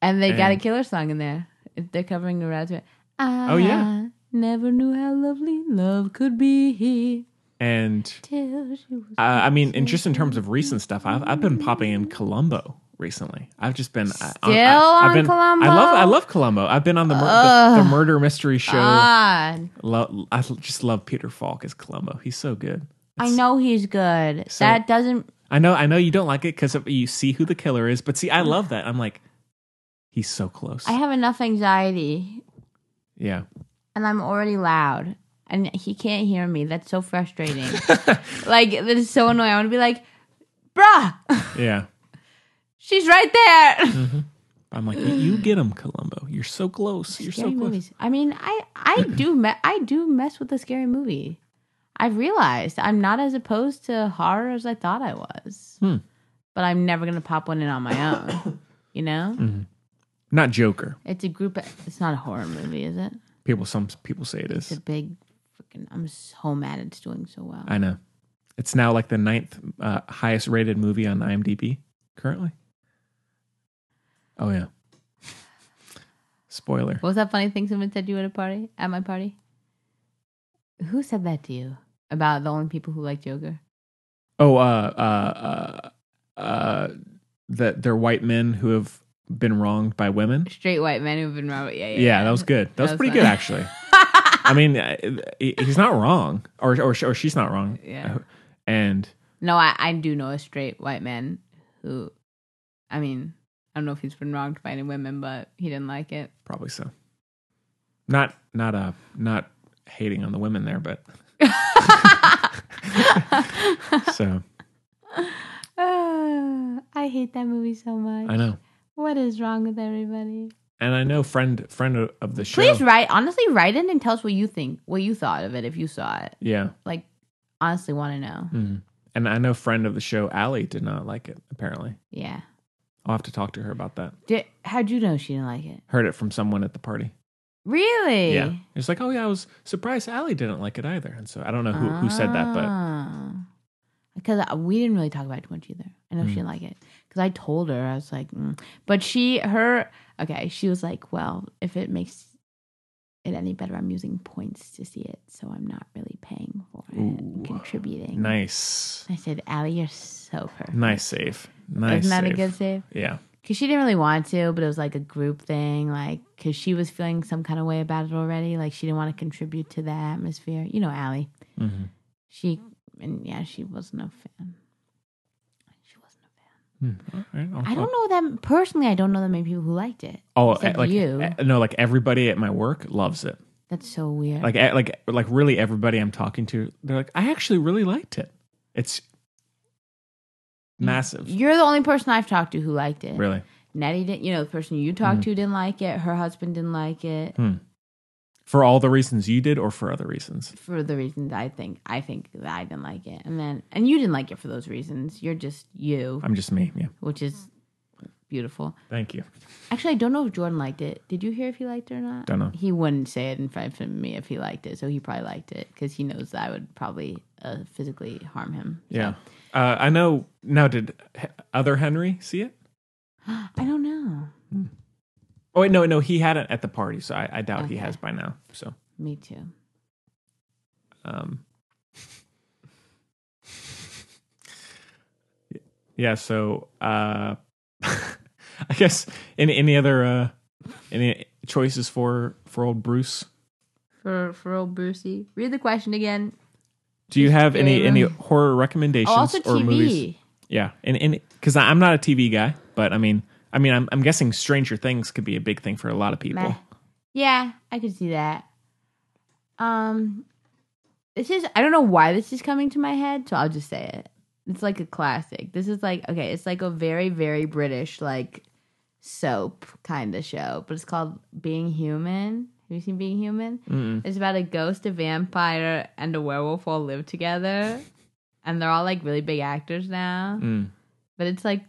Speaker 2: And they got a
Speaker 1: And-
Speaker 2: killer song in there. If They're covering the Raspberry. I
Speaker 1: Oh, yeah.
Speaker 2: Never knew how lovely love could be
Speaker 1: And
Speaker 2: till she was.
Speaker 1: uh, I mean, and just in terms of recent stuff, I've I've been popping in Columbo recently. I've just been still I,
Speaker 2: Still
Speaker 1: I've
Speaker 2: on
Speaker 1: been-
Speaker 2: Columbo?
Speaker 1: I love I love Columbo. I've been on the mur- the, the murder mystery show.
Speaker 2: Ah. God,
Speaker 1: Lo- I just love Peter Falk as Columbo. He's so good.
Speaker 2: I know he's good. that doesn't.
Speaker 1: I know, I know you don't like it because you see who the killer is, but see, I love that. I'm like, he's so close.
Speaker 2: I have enough anxiety
Speaker 1: Yeah.
Speaker 2: and I'm already loud and he can't hear me. That's
Speaker 1: [LAUGHS]
Speaker 2: so frustrating. like this is so annoying. I want to be like, "Bruh, [LAUGHS]
Speaker 1: Yeah.
Speaker 2: she's
Speaker 1: [LAUGHS]
Speaker 2: right there."
Speaker 1: I'm like, you get him, Columbo. You're so close. You're so
Speaker 2: scary
Speaker 1: close.
Speaker 2: movies. I mean, I
Speaker 1: [CLEARS THROAT]
Speaker 2: I do me- I do mess with a scary movie. I've realized I'm not as opposed to horror as I thought I was,
Speaker 1: Hmm.
Speaker 2: but I'm never gonna pop one in on my own. You know,
Speaker 1: [COUGHS] Mm-hmm. Not Joker.
Speaker 2: it's a group. It's not a horror movie, is it?
Speaker 1: People. Some people say it
Speaker 2: It's a
Speaker 1: is.
Speaker 2: big freaking. I'm so mad it's doing so well.
Speaker 1: I know. It's now like the ninth uh, highest rated movie on IMDb currently. Oh yeah. Spoiler.
Speaker 2: What was that funny thing someone said to you at a party? At my party? Who said that to you? About the only people who like Joker?
Speaker 1: Oh, uh, uh, uh, uh, that they're white men who have been wronged by women.
Speaker 2: Straight white men who've been Robert. Yeah, yeah.
Speaker 1: Yeah, that was good. That was
Speaker 2: was
Speaker 1: pretty
Speaker 2: [LAUGHS] funny.
Speaker 1: good actually. I mean, uh, he- he's not wrong, or or or she's not wrong.
Speaker 2: Yeah.
Speaker 1: And
Speaker 2: No, I, I do know a straight white man who, I mean, I don't know if he's been wronged by any women, but he didn't like it.
Speaker 1: probably so. Not not uh not hating on the women there,
Speaker 2: [LAUGHS]
Speaker 1: but so
Speaker 2: Ah, I hate that movie so much.
Speaker 1: I know,
Speaker 2: What is wrong with everybody?
Speaker 1: and I know friend friend of the show.
Speaker 2: Please write, honestly, write in and tell us what you think, what you thought of it if you saw it.
Speaker 1: Yeah, mm-hmm.
Speaker 2: Like, honestly, want to know.
Speaker 1: and I know friend of the show Allie did not like it. Apparently,
Speaker 2: Yeah.
Speaker 1: I'll have to talk to her about that.
Speaker 2: Did, how'd you know she didn't like it?
Speaker 1: Heard it from someone at the party.
Speaker 2: Really?
Speaker 1: Yeah, it's like, oh yeah, I was surprised Allie didn't like it either, and so I don't know Uh, who who said that,
Speaker 2: Ah.
Speaker 1: but
Speaker 2: because we didn't really talk about it too much either. I know
Speaker 1: Mm.
Speaker 2: she didn't like it because I told her I was like, mm. but she her okay. She was like, well, if it makes it any better, I'm using points to see it, so I'm not really paying for it, and contributing.
Speaker 1: nice,
Speaker 2: I said, Allie, you're so perfect.
Speaker 1: nice save, nice.
Speaker 2: Isn't that
Speaker 1: save.
Speaker 2: a good save?
Speaker 1: Yeah,
Speaker 2: Because she didn't really want to, but it was like a group thing. Like, because she was feeling some kind of way about it already. Like, she didn't want to contribute to that atmosphere. You know, Allie.
Speaker 1: Mhm.
Speaker 2: She, and yeah, she wasn't a fan. She wasn't a fan.
Speaker 1: All right, Hmm. I'll-
Speaker 2: I don't know them personally. I don't know that many people who liked it.
Speaker 1: Oh,
Speaker 2: Except
Speaker 1: like
Speaker 2: you.
Speaker 1: eh, no, like everybody at my work loves it.
Speaker 2: That's so weird.
Speaker 1: Like, eh, like, like, really, everybody I'm talking to, they're like, I actually really liked it. It's massive,
Speaker 2: You're the only person I've talked to who liked it.
Speaker 1: really. Mm-hmm.
Speaker 2: Nettie didn't, you know, the person you talked to didn't like it. Her husband didn't like it.
Speaker 1: For all the reasons you did, or for other reasons.
Speaker 2: for the reasons I think I think that I didn't like it, and then and you didn't like it for those reasons. You're just you,
Speaker 1: I'm just me. Yeah,
Speaker 2: which is beautiful.
Speaker 1: thank you.
Speaker 2: Actually, I don't know if Jordan liked it. Did you hear if he liked it or not?
Speaker 1: Don't know.
Speaker 2: He wouldn't say it in front of me if he liked it, so he probably liked it because he knows that I would probably uh, physically harm him. So-
Speaker 1: Yeah, uh, I know. Now, did he- other Henry see it?
Speaker 2: I don't know.
Speaker 1: Oh wait, no, no, he hadn't at the party, so I, I doubt he has by now. So,
Speaker 2: Me too.
Speaker 1: um, yeah. So, uh, [LAUGHS] I guess any any other uh, any choices for for old Bruce?
Speaker 2: For for old Brucey, read the question again.
Speaker 1: Do you have any
Speaker 2: Taylor.
Speaker 1: any horror recommendations
Speaker 2: Oh, also
Speaker 1: or
Speaker 2: TV.
Speaker 1: movies? Yeah, and and because I'm not a TV guy, but I mean, I mean, I'm I'm guessing Stranger Things could be a big thing for a lot of people.
Speaker 2: Meh. Yeah, I could see that. Um, this is I don't know why this is coming to my head, so I'll just say it. It's like a classic. This is like okay, it's like a very very British like soap kind of show, but it's called Being Human. Have you seen Being Human?
Speaker 1: Mm-hmm.
Speaker 2: It's about a ghost, a vampire, and a werewolf all live together, and they're all like really big actors now.
Speaker 1: Mm.
Speaker 2: But it's like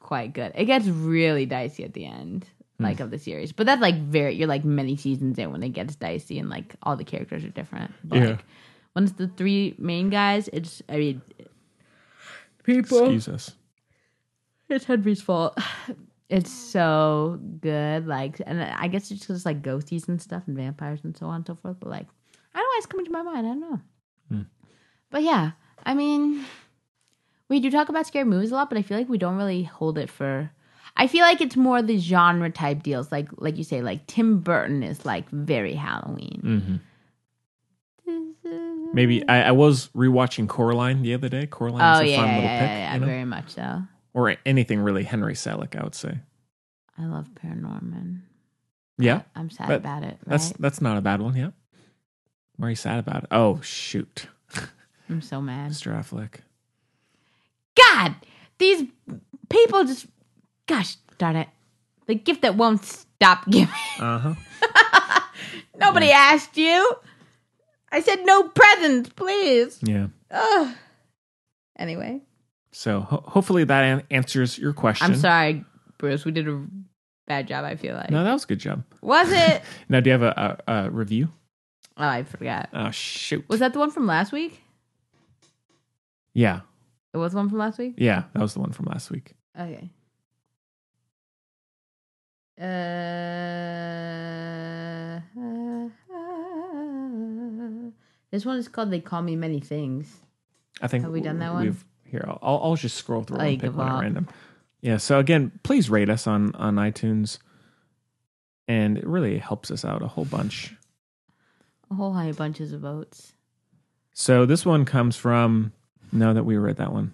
Speaker 2: quite good. It gets really dicey at the end,
Speaker 1: Mm.
Speaker 2: like of the series. But that's like very you're like many seasons in when it gets dicey and like all the characters are different. But
Speaker 1: Yeah.
Speaker 2: like, when it's the three main guys, it's I mean people
Speaker 1: Excuse us.
Speaker 2: it's Henry's fault. [SIGHS] It's so good. Like and I guess it's just like ghosties and stuff and vampires and so on and so forth. But like I don't know why it's coming to my mind. I don't know.
Speaker 1: Hmm.
Speaker 2: But yeah, I mean we do talk about scary movies a lot, but I feel like we don't really hold it for. I feel like it's more the genre type deals, like like you say, like Tim Burton is like very
Speaker 1: Mm,
Speaker 2: Halloween.
Speaker 1: Mm-hmm. Maybe I, I was rewatching Coraline the other day. Coraline's
Speaker 2: Oh yeah,
Speaker 1: a
Speaker 2: yeah,
Speaker 1: fun
Speaker 2: yeah,
Speaker 1: little pick,
Speaker 2: yeah,
Speaker 1: you know?
Speaker 2: very much so.
Speaker 1: or anything really Henry Selick. I would say.
Speaker 2: I love Paranorman.
Speaker 1: Yeah.
Speaker 2: I'm sad
Speaker 1: But
Speaker 2: about it. Right?
Speaker 1: That's that's not a bad one. Yeah. Why are you sad about it? Oh shoot,
Speaker 2: I'm so mad.
Speaker 1: Mr. Affleck.
Speaker 2: God, these people just, gosh darn it, the gift that won't stop giving. [LAUGHS]
Speaker 1: Uh
Speaker 2: Uh-huh.
Speaker 1: huh.
Speaker 2: Nobody asked you. I said no presents, please.
Speaker 1: Yeah.
Speaker 2: Ugh. Anyway,
Speaker 1: So ho- hopefully that an- answers your question.
Speaker 2: I'm sorry, Bruce. We did a bad job. I feel like
Speaker 1: No, that was a good job.
Speaker 2: was it?
Speaker 1: Now, do you have a, a, a review?
Speaker 2: Oh, I forgot.
Speaker 1: Oh shoot.
Speaker 2: Was that the one from last week?
Speaker 1: yeah.
Speaker 2: It was the one from last week.
Speaker 1: Yeah, that was the one from last week.
Speaker 2: Okay. Uh, [LAUGHS] this one is called "They Call Me Many Things."
Speaker 1: I think
Speaker 2: Have we done that one?
Speaker 1: We've here. I'll- I'll I'll just scroll through
Speaker 2: Like,
Speaker 1: and pick one
Speaker 2: well-
Speaker 1: at random. Yeah. So again, please rate us on on iTunes, and it really helps us out a whole bunch.
Speaker 2: A whole high bunches of votes.
Speaker 1: So this one comes from. No, that we read that one.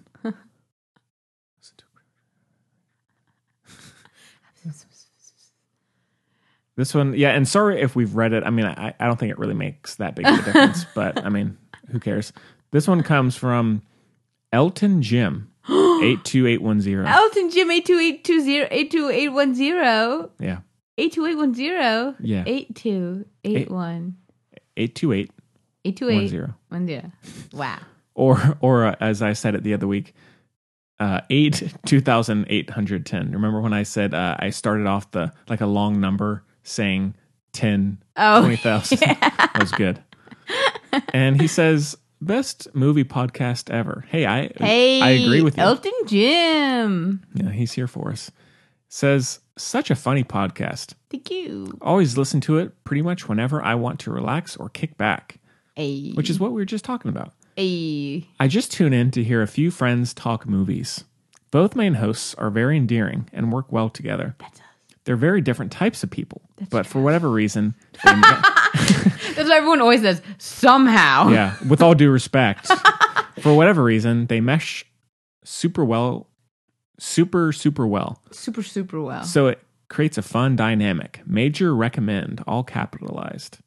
Speaker 1: This one, yeah, and sorry if we've read it. I mean, I, I don't think it really makes that big of a difference, but I mean, who cares? This one comes from Elton Jim, 82810.
Speaker 2: Elton Jim eight two eight two zero eight two eight one zero
Speaker 1: yeah,
Speaker 2: eight two eight one zero
Speaker 1: Yeah.
Speaker 2: eight two eight one
Speaker 1: 82810.
Speaker 2: eight two eight one zero. Wow.
Speaker 1: Or, or uh, as I said it the other week, uh, 8 2810. Remember when I said uh, I started off the like a long number saying 10
Speaker 2: Oh,
Speaker 1: 20,000.
Speaker 2: [LAUGHS] yeah.
Speaker 1: That was good. and he says, best movie podcast ever. Hey, I
Speaker 2: Hey, oh.
Speaker 1: I agree with you.
Speaker 2: Elton Jim.
Speaker 1: Yeah, he's here for us. Says, such a funny podcast.
Speaker 2: Thank you.
Speaker 1: Always listen to it pretty much whenever I want to relax or kick back,
Speaker 2: Hey,
Speaker 1: which is what we were just talking about.
Speaker 2: hey.
Speaker 1: I just tune in to hear a few friends talk movies. Both main hosts are very endearing and work well together. That's us. They're very different types of people, but for whatever reason, they ma-
Speaker 2: That's what everyone always says. Somehow.
Speaker 1: yeah, with all due respect, for whatever reason, they mesh super well, super, super well.
Speaker 2: Super, super well.
Speaker 1: So it creates a fun dynamic. Major recommend, all capitalized.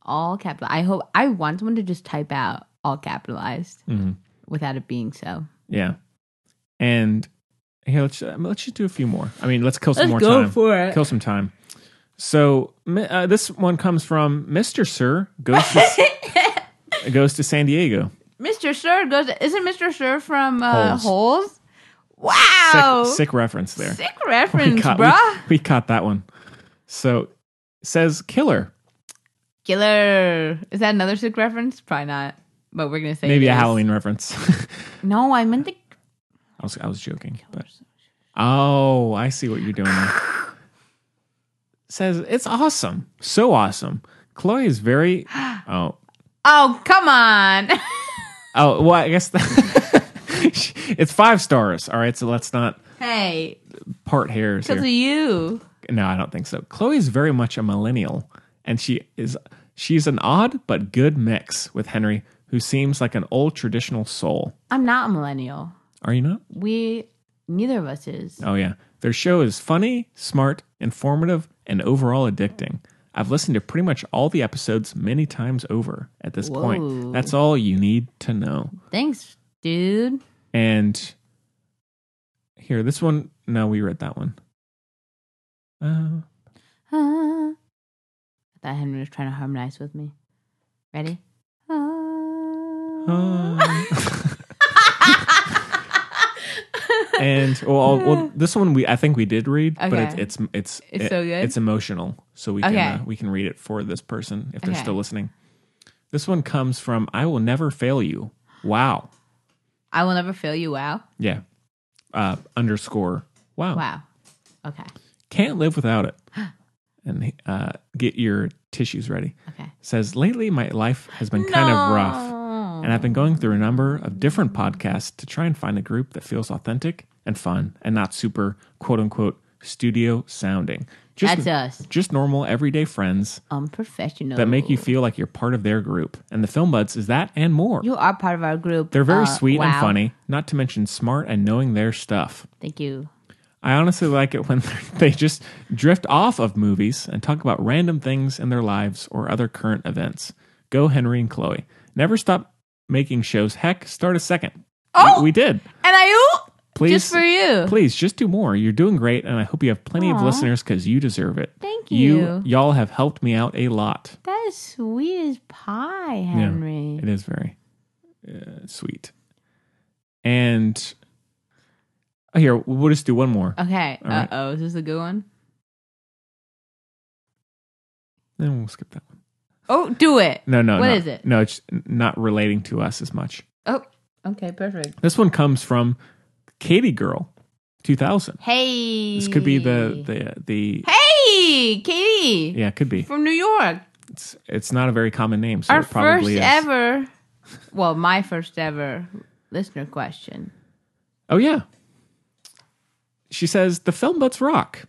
Speaker 2: all capital. I hope I want someone to just type out all capitalized
Speaker 1: Mhm.
Speaker 2: without it being so.
Speaker 1: Yeah. And here, let's, um, let's just do a few more. I mean, let's kill some more
Speaker 2: Let's go
Speaker 1: time.
Speaker 2: for it.
Speaker 1: Kill some time. So mi- uh, this one comes from Mr. Sir goes to,
Speaker 2: [LAUGHS]
Speaker 1: goes to San Diego.
Speaker 2: Mr. Sir goes. Isn't Mr. Sir from uh,
Speaker 1: Holes.
Speaker 2: Holes? Wow.
Speaker 1: Sick, sick reference there.
Speaker 2: Sick reference,
Speaker 1: caught,
Speaker 2: Oh. bruh.
Speaker 1: We, we caught that one. So says killer.
Speaker 2: Killer. Is that another sick reference? Probably not. But we're gonna say
Speaker 1: Maybe
Speaker 2: it
Speaker 1: a
Speaker 2: is.
Speaker 1: Halloween reference. [LAUGHS]
Speaker 2: No, I meant the
Speaker 1: I was I was joking. But. Oh, I see what you're doing.
Speaker 2: [GASPS]
Speaker 1: There. Says it's awesome, so awesome. Chloe is
Speaker 2: [GASPS]
Speaker 1: very. Oh,
Speaker 2: Oh, come on. [LAUGHS]
Speaker 1: oh. Well, I guess [LAUGHS] that, it's five stars. All right, so let's not
Speaker 2: hey,
Speaker 1: part hairs
Speaker 2: because
Speaker 1: here.
Speaker 2: of you.
Speaker 1: No, I don't think so. Chloe is very much a millennial, and she is she's an odd but good mix with Henry, who seems like an old traditional soul.
Speaker 2: I'm not a millennial.
Speaker 1: Are you not?
Speaker 2: We, neither of us is.
Speaker 1: Oh yeah. Their show is funny, smart, informative, and overall addicting. I've listened to pretty much all the episodes many times over at this
Speaker 2: Whoa.
Speaker 1: point. That's all you need to know.
Speaker 2: Thanks, dude.
Speaker 1: And here, this one. No, we read that one. Uh,
Speaker 2: Ah. I thought Henry was trying to harmonize with me. Ready? Ah. [LAUGHS]
Speaker 1: uh. and well, well, this one we I think we did read, but
Speaker 2: Okay.
Speaker 1: it's it's it's
Speaker 2: It's so good?
Speaker 1: It's emotional, so we
Speaker 2: Okay.
Speaker 1: can uh, we can read it for this person if they're
Speaker 2: Okay.
Speaker 1: still listening. This one comes from "I will never fail you." Wow,
Speaker 2: I will never fail you. Wow.
Speaker 1: yeah, uh, underscore wow.
Speaker 2: Wow. Okay.
Speaker 1: can't live without
Speaker 2: [GASPS]
Speaker 1: it. And uh, get your tissues ready.
Speaker 2: Okay.
Speaker 1: Says lately my life has been kind of rough.
Speaker 2: No.
Speaker 1: And I've been going through a number of different podcasts to try and find a group that feels authentic and fun and not super quote unquote studio sounding. Just,
Speaker 2: That's us. Oh.
Speaker 1: Just normal everyday friends
Speaker 2: Unprofessional.
Speaker 1: that make you feel like you're part of their group. And the Film Buds is that and more.
Speaker 2: You are part of our group.
Speaker 1: They're very
Speaker 2: Uh,
Speaker 1: sweet and
Speaker 2: wow.
Speaker 1: funny, not to mention smart and knowing their stuff.
Speaker 2: Thank you.
Speaker 1: I honestly like it when [LAUGHS] they just drift off of movies and talk about random things in their lives or other current events. Go, Henry and Chloe. Never stop making shows. Heck, start a second.
Speaker 2: Oh!
Speaker 1: we, we did.
Speaker 2: And I oop
Speaker 1: Please,
Speaker 2: just for you.
Speaker 1: Please, just do more. You're doing great, and I hope you have plenty of listeners because you deserve it.
Speaker 2: Thank you.
Speaker 1: you. all have helped me out a lot.
Speaker 2: That is sweet as pie,
Speaker 1: Yeah,
Speaker 2: Henry.
Speaker 1: it is very uh, sweet. And oh, here, we'll just do one more.
Speaker 2: Okay.
Speaker 1: All right.
Speaker 2: Uh oh. Is this a good one?
Speaker 1: Then we'll skip that one.
Speaker 2: Oh, do it.
Speaker 1: No, no,
Speaker 2: What
Speaker 1: no.
Speaker 2: is it?
Speaker 1: No, it's not relating to us as much.
Speaker 2: Oh, okay. Perfect.
Speaker 1: This one comes from Katie Girl, two thousand.
Speaker 2: Hey.
Speaker 1: This could be the the the
Speaker 2: Hey, Katie
Speaker 1: yeah, it could be.
Speaker 2: from New York.
Speaker 1: It's it's not a very common name, so
Speaker 2: Our
Speaker 1: it probably
Speaker 2: first
Speaker 1: is.
Speaker 2: ever. Well, my first ever listener question.
Speaker 1: Oh yeah. She says the film butts rock.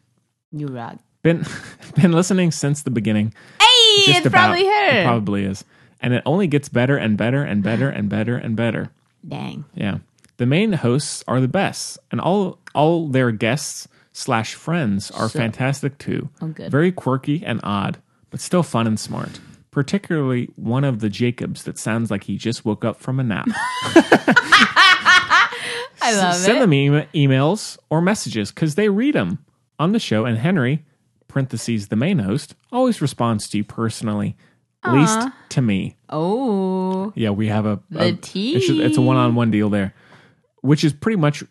Speaker 2: You rock.
Speaker 1: Been [LAUGHS] been listening since the beginning.
Speaker 2: Hey, it's probably her.
Speaker 1: It probably is. And it only gets better and better and better and better and better.
Speaker 2: Dang.
Speaker 1: Yeah. The main hosts are the best, and all all their guests slash friends are fantastic too.
Speaker 2: Oh, good.
Speaker 1: Very quirky and odd, but still fun and smart. Particularly one of the Jacobs that sounds like he just woke up from a nap.
Speaker 2: [LAUGHS]
Speaker 1: [LAUGHS]
Speaker 2: I love
Speaker 1: send
Speaker 2: it.
Speaker 1: them em- emails or messages because they read them on the show. And Henry, parentheses the main host, always responds to you personally, at least to me.
Speaker 2: oh.
Speaker 1: Yeah, we have a,
Speaker 2: The
Speaker 1: a- It's, just- it's a
Speaker 2: tea.
Speaker 1: one-on-one deal there, which is pretty much,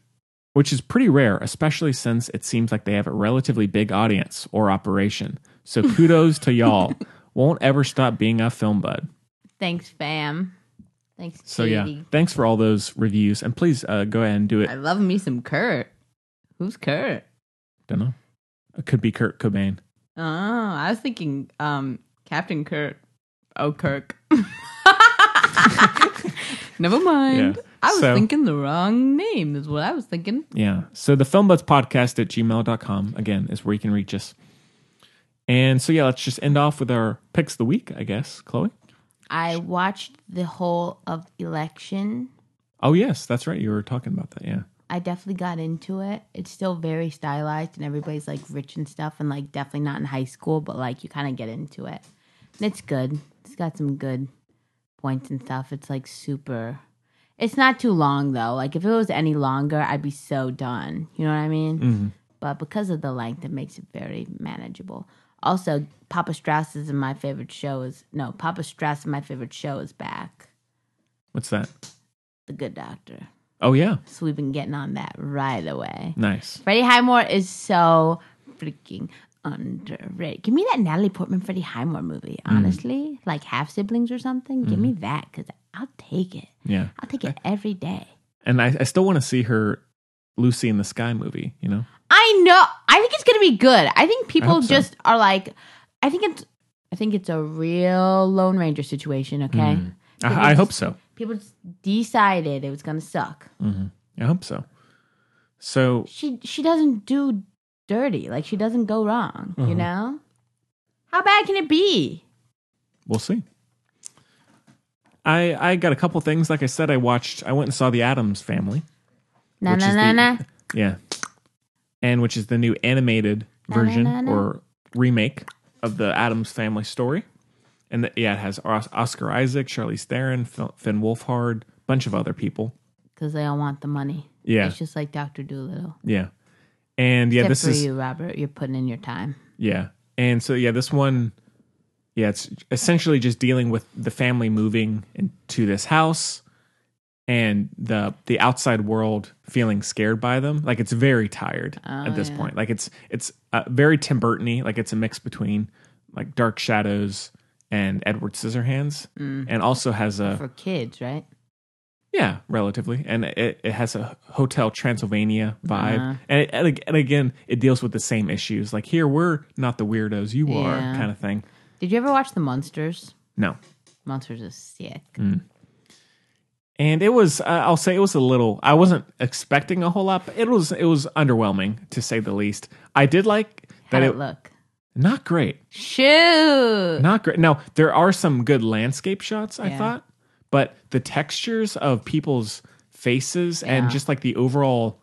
Speaker 1: which is pretty rare, especially since it seems like they have a relatively big audience or operation.
Speaker 2: [LAUGHS]
Speaker 1: So kudos to y'all. Won't ever stop being a film bud.
Speaker 2: Thanks, fam. Thanks,
Speaker 1: So
Speaker 2: Katie.
Speaker 1: yeah, thanks for all those reviews, and please uh, go ahead and do it.
Speaker 2: I love me some Kurt. Who's Kurt?
Speaker 1: Don't know. It could be Kurt Cobain.
Speaker 2: Oh, I was thinking um Captain Kirk. Oh, Kirk. [LAUGHS] Never mind.
Speaker 1: Yeah.
Speaker 2: I was
Speaker 1: So-
Speaker 2: thinking the wrong name, is what I was thinking.
Speaker 1: Yeah. So the filmbutts podcast at gmail.com again is where you can reach us. And so yeah, let's just end off with our picks of the week, I guess, Chloe.
Speaker 2: I watched the whole of Election.
Speaker 1: Oh yes, that's right. You were talking about that, yeah.
Speaker 2: I definitely got into it. It's still very stylized and everybody's like rich and stuff and like definitely not in high school, but like you kind of get into it. And it's good. It's got some good points and stuff. It's like super. It's not too long though. Like if it was any longer, I'd be so done. You know what I mean? But because of the length, it makes it very manageable. Also, Papa Strauss is in my favorite show is no, Papa Strauss is my favorite show is back.
Speaker 1: What's that?
Speaker 2: The Good Doctor.
Speaker 1: Oh yeah.
Speaker 2: So we've been getting on that right away.
Speaker 1: Nice.
Speaker 2: Freddie Highmore is so freaking underrated. Give me that Natalie Portman Freddie Highmore movie,
Speaker 1: Mm.
Speaker 2: honestly. Like Half Siblings or something. Give me that because I'll take it.
Speaker 1: Yeah.
Speaker 2: I'll take it every day.
Speaker 1: And I, I still want to see her Lucy in the Sky movie, you know?
Speaker 2: I know. I think it's gonna be good. I think people
Speaker 1: hope so.
Speaker 2: just are like, I think it's, I think it's a real Lone Ranger situation. Okay,
Speaker 1: Mm. I, I hope so.
Speaker 2: people just decided it was gonna suck.
Speaker 1: I hope so. So
Speaker 2: She she doesn't do dirty. Like she doesn't go wrong.
Speaker 1: Mm-hmm.
Speaker 2: You know, how bad can it be?
Speaker 1: we'll see. I I got a couple things. Like I said, I watched I went and saw the Adams family.
Speaker 2: Na
Speaker 1: Which
Speaker 2: na
Speaker 1: is
Speaker 2: na
Speaker 1: the-
Speaker 2: na.
Speaker 1: Yeah. And which is the new animated version
Speaker 2: na, na.
Speaker 1: or remake of the Adams Family story. And the, yeah, it has Os- Oscar Isaac, Charlize Theron, F- Finn Wolfhard, bunch of other people.
Speaker 2: because they all want the money.
Speaker 1: Yeah.
Speaker 2: it's just like Doctor Doolittle.
Speaker 1: Yeah. And yeah,
Speaker 2: Except
Speaker 1: this
Speaker 2: for
Speaker 1: is
Speaker 2: you, Robert. You're putting in your time.
Speaker 1: yeah. And so yeah, this one yeah, it's essentially just dealing with the family moving into this house and the the outside world feeling scared by them. Like it's very tired
Speaker 2: Oh,
Speaker 1: at this point. Like it's it's uh, very Tim Burton-y. Like it's a mix between like Dark Shadows and Edward Scissorhands,
Speaker 2: Mm.
Speaker 1: and also has a
Speaker 2: For kids, right?
Speaker 1: yeah, relatively, and it, it has a Hotel Transylvania vibe,
Speaker 2: Uh-huh.
Speaker 1: and, it, and ag- and again, it deals with the same issues. Like here, we're not the weirdos, you are,
Speaker 2: Yeah.
Speaker 1: kind of thing.
Speaker 2: Did you ever watch The Monsters?
Speaker 1: No,
Speaker 2: Monsters is sick.
Speaker 1: Mm. and it was uh, i'll say it was a little i wasn't expecting a whole lot but it was it was underwhelming to say the least i did like that
Speaker 2: How would
Speaker 1: it
Speaker 2: it look?
Speaker 1: not great
Speaker 2: Shoot.
Speaker 1: not great now there are some good landscape shots i
Speaker 2: Yeah.
Speaker 1: thought but the textures of people's faces and just like the overall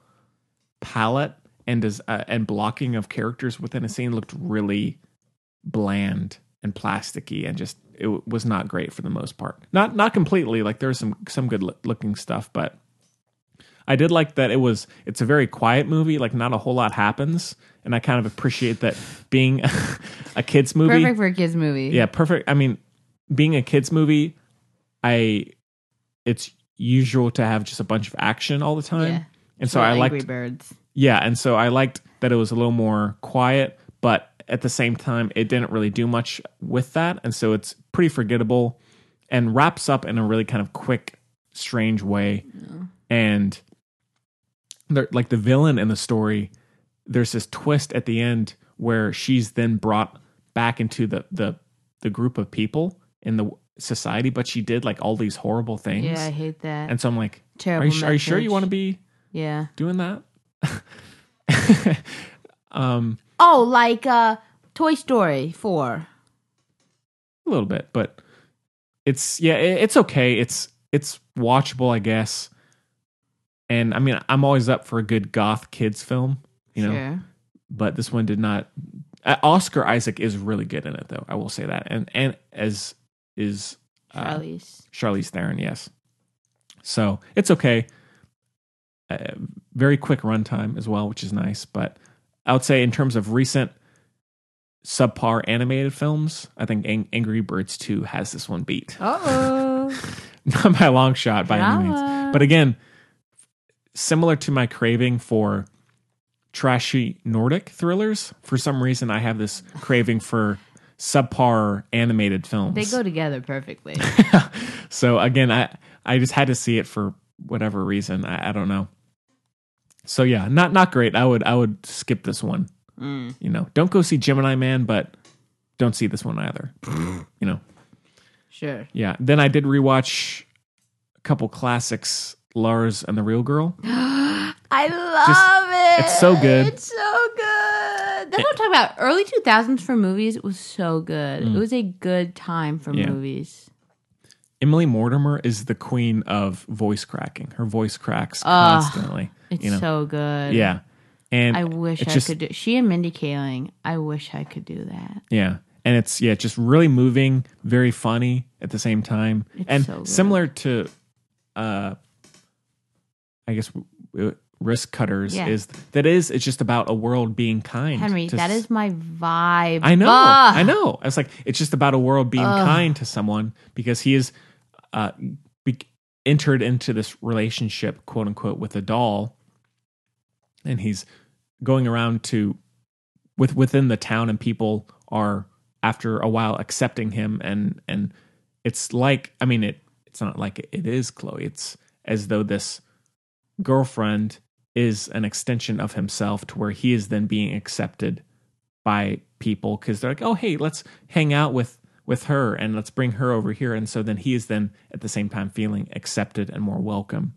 Speaker 1: palette and does uh, and blocking of characters within a scene looked really bland and plasticky and just it w- was not great for the most part. Not not completely like there was some some good loo- looking stuff, but I did like that it was it's a very quiet movie, like not a whole lot happens, and I kind of appreciate that being [LAUGHS] a kids movie.
Speaker 2: Perfect for a kids movie.
Speaker 1: Yeah, perfect. I mean, being a kids movie, I it's usual to have just a bunch of action all the time.
Speaker 2: Yeah.
Speaker 1: And so I liked
Speaker 2: Angry Birds.
Speaker 1: yeah, and so I liked that it was a little more quiet, but at the same time, it didn't really do much with that, and so it's pretty forgettable, and wraps up in a really kind of quick, strange way. And there, like the villain in the story, there's this twist at the end where she's then brought back into the the the group of people in the society, but she did like all these horrible things,
Speaker 2: Yeah, I hate that.
Speaker 1: and so I'm like, are
Speaker 2: Terrible.
Speaker 1: you, are you sure you
Speaker 2: message.
Speaker 1: want to be
Speaker 2: Yeah.
Speaker 1: doing that? [LAUGHS] um,
Speaker 2: Oh, like uh, Toy Story Four.
Speaker 1: a little bit, but it's yeah, it, it's okay. It's it's watchable, I guess. And I mean, I'm always up for a good goth kids film, you know.
Speaker 2: Sure.
Speaker 1: But this one did not. Uh, Oscar Isaac is really good in it, though. I will say that, and and as is uh,
Speaker 2: Charlie's.
Speaker 1: Charlize Theron, yes. So it's okay. Uh, very quick runtime as well, which is nice. But I would say in terms of recent subpar animated films, I think Ang- Angry Birds 2 has this one beat.
Speaker 2: oh.
Speaker 1: [LAUGHS] Not by a long shot by any
Speaker 2: Drama.
Speaker 1: means. But again, similar to my craving for trashy Nordic thrillers, for some reason I have this craving for subpar animated films.
Speaker 2: They go together perfectly.
Speaker 1: so again, I I just had to see it for whatever reason. I, I don't know. So yeah, not not great. I would I would skip this one.
Speaker 2: Mm.
Speaker 1: You know, don't go see Gemini Man, but don't see this one either. you know,
Speaker 2: sure.
Speaker 1: yeah. Then I did rewatch a couple classics, Lars and the Real
Speaker 2: [GASPS]
Speaker 1: Girl.
Speaker 2: I love it.
Speaker 1: it's so good.
Speaker 2: It's so good. That's what I'm talking about. Early 2000s for movies was so good. It was a good time for
Speaker 1: Mm. Yeah.
Speaker 2: movies.
Speaker 1: Emily Mortimer is the queen of voice cracking. Her voice cracks
Speaker 2: Ah,
Speaker 1: constantly.
Speaker 2: It's
Speaker 1: you know,
Speaker 2: so good.
Speaker 1: yeah. And
Speaker 2: I wish
Speaker 1: it's
Speaker 2: I
Speaker 1: just-
Speaker 2: could do she and Mindy Kaling. I wish I could do that.
Speaker 1: Yeah. And it's yeah, just really moving, very funny at the same time. and
Speaker 2: so good.
Speaker 1: similar to uh I guess uh, Risk Cutters
Speaker 2: Yeah.
Speaker 1: is that is it's just about a world being kind.
Speaker 2: Henry,
Speaker 1: to
Speaker 2: that
Speaker 1: s-
Speaker 2: is my vibe.
Speaker 1: I know.
Speaker 2: Ah,
Speaker 1: I know. I was like it's just about a world being kind to someone because he is uh be- entered into this relationship, quote unquote, with a doll and he's going around to with within the town and people are after a while accepting him and and it's like i mean it it's not like it, it is chloe it's as though this girlfriend is an extension of himself to where he is then being accepted by people because they're like oh hey let's hang out with with her and let's bring her over here and so then he is then at the same time feeling accepted and more welcome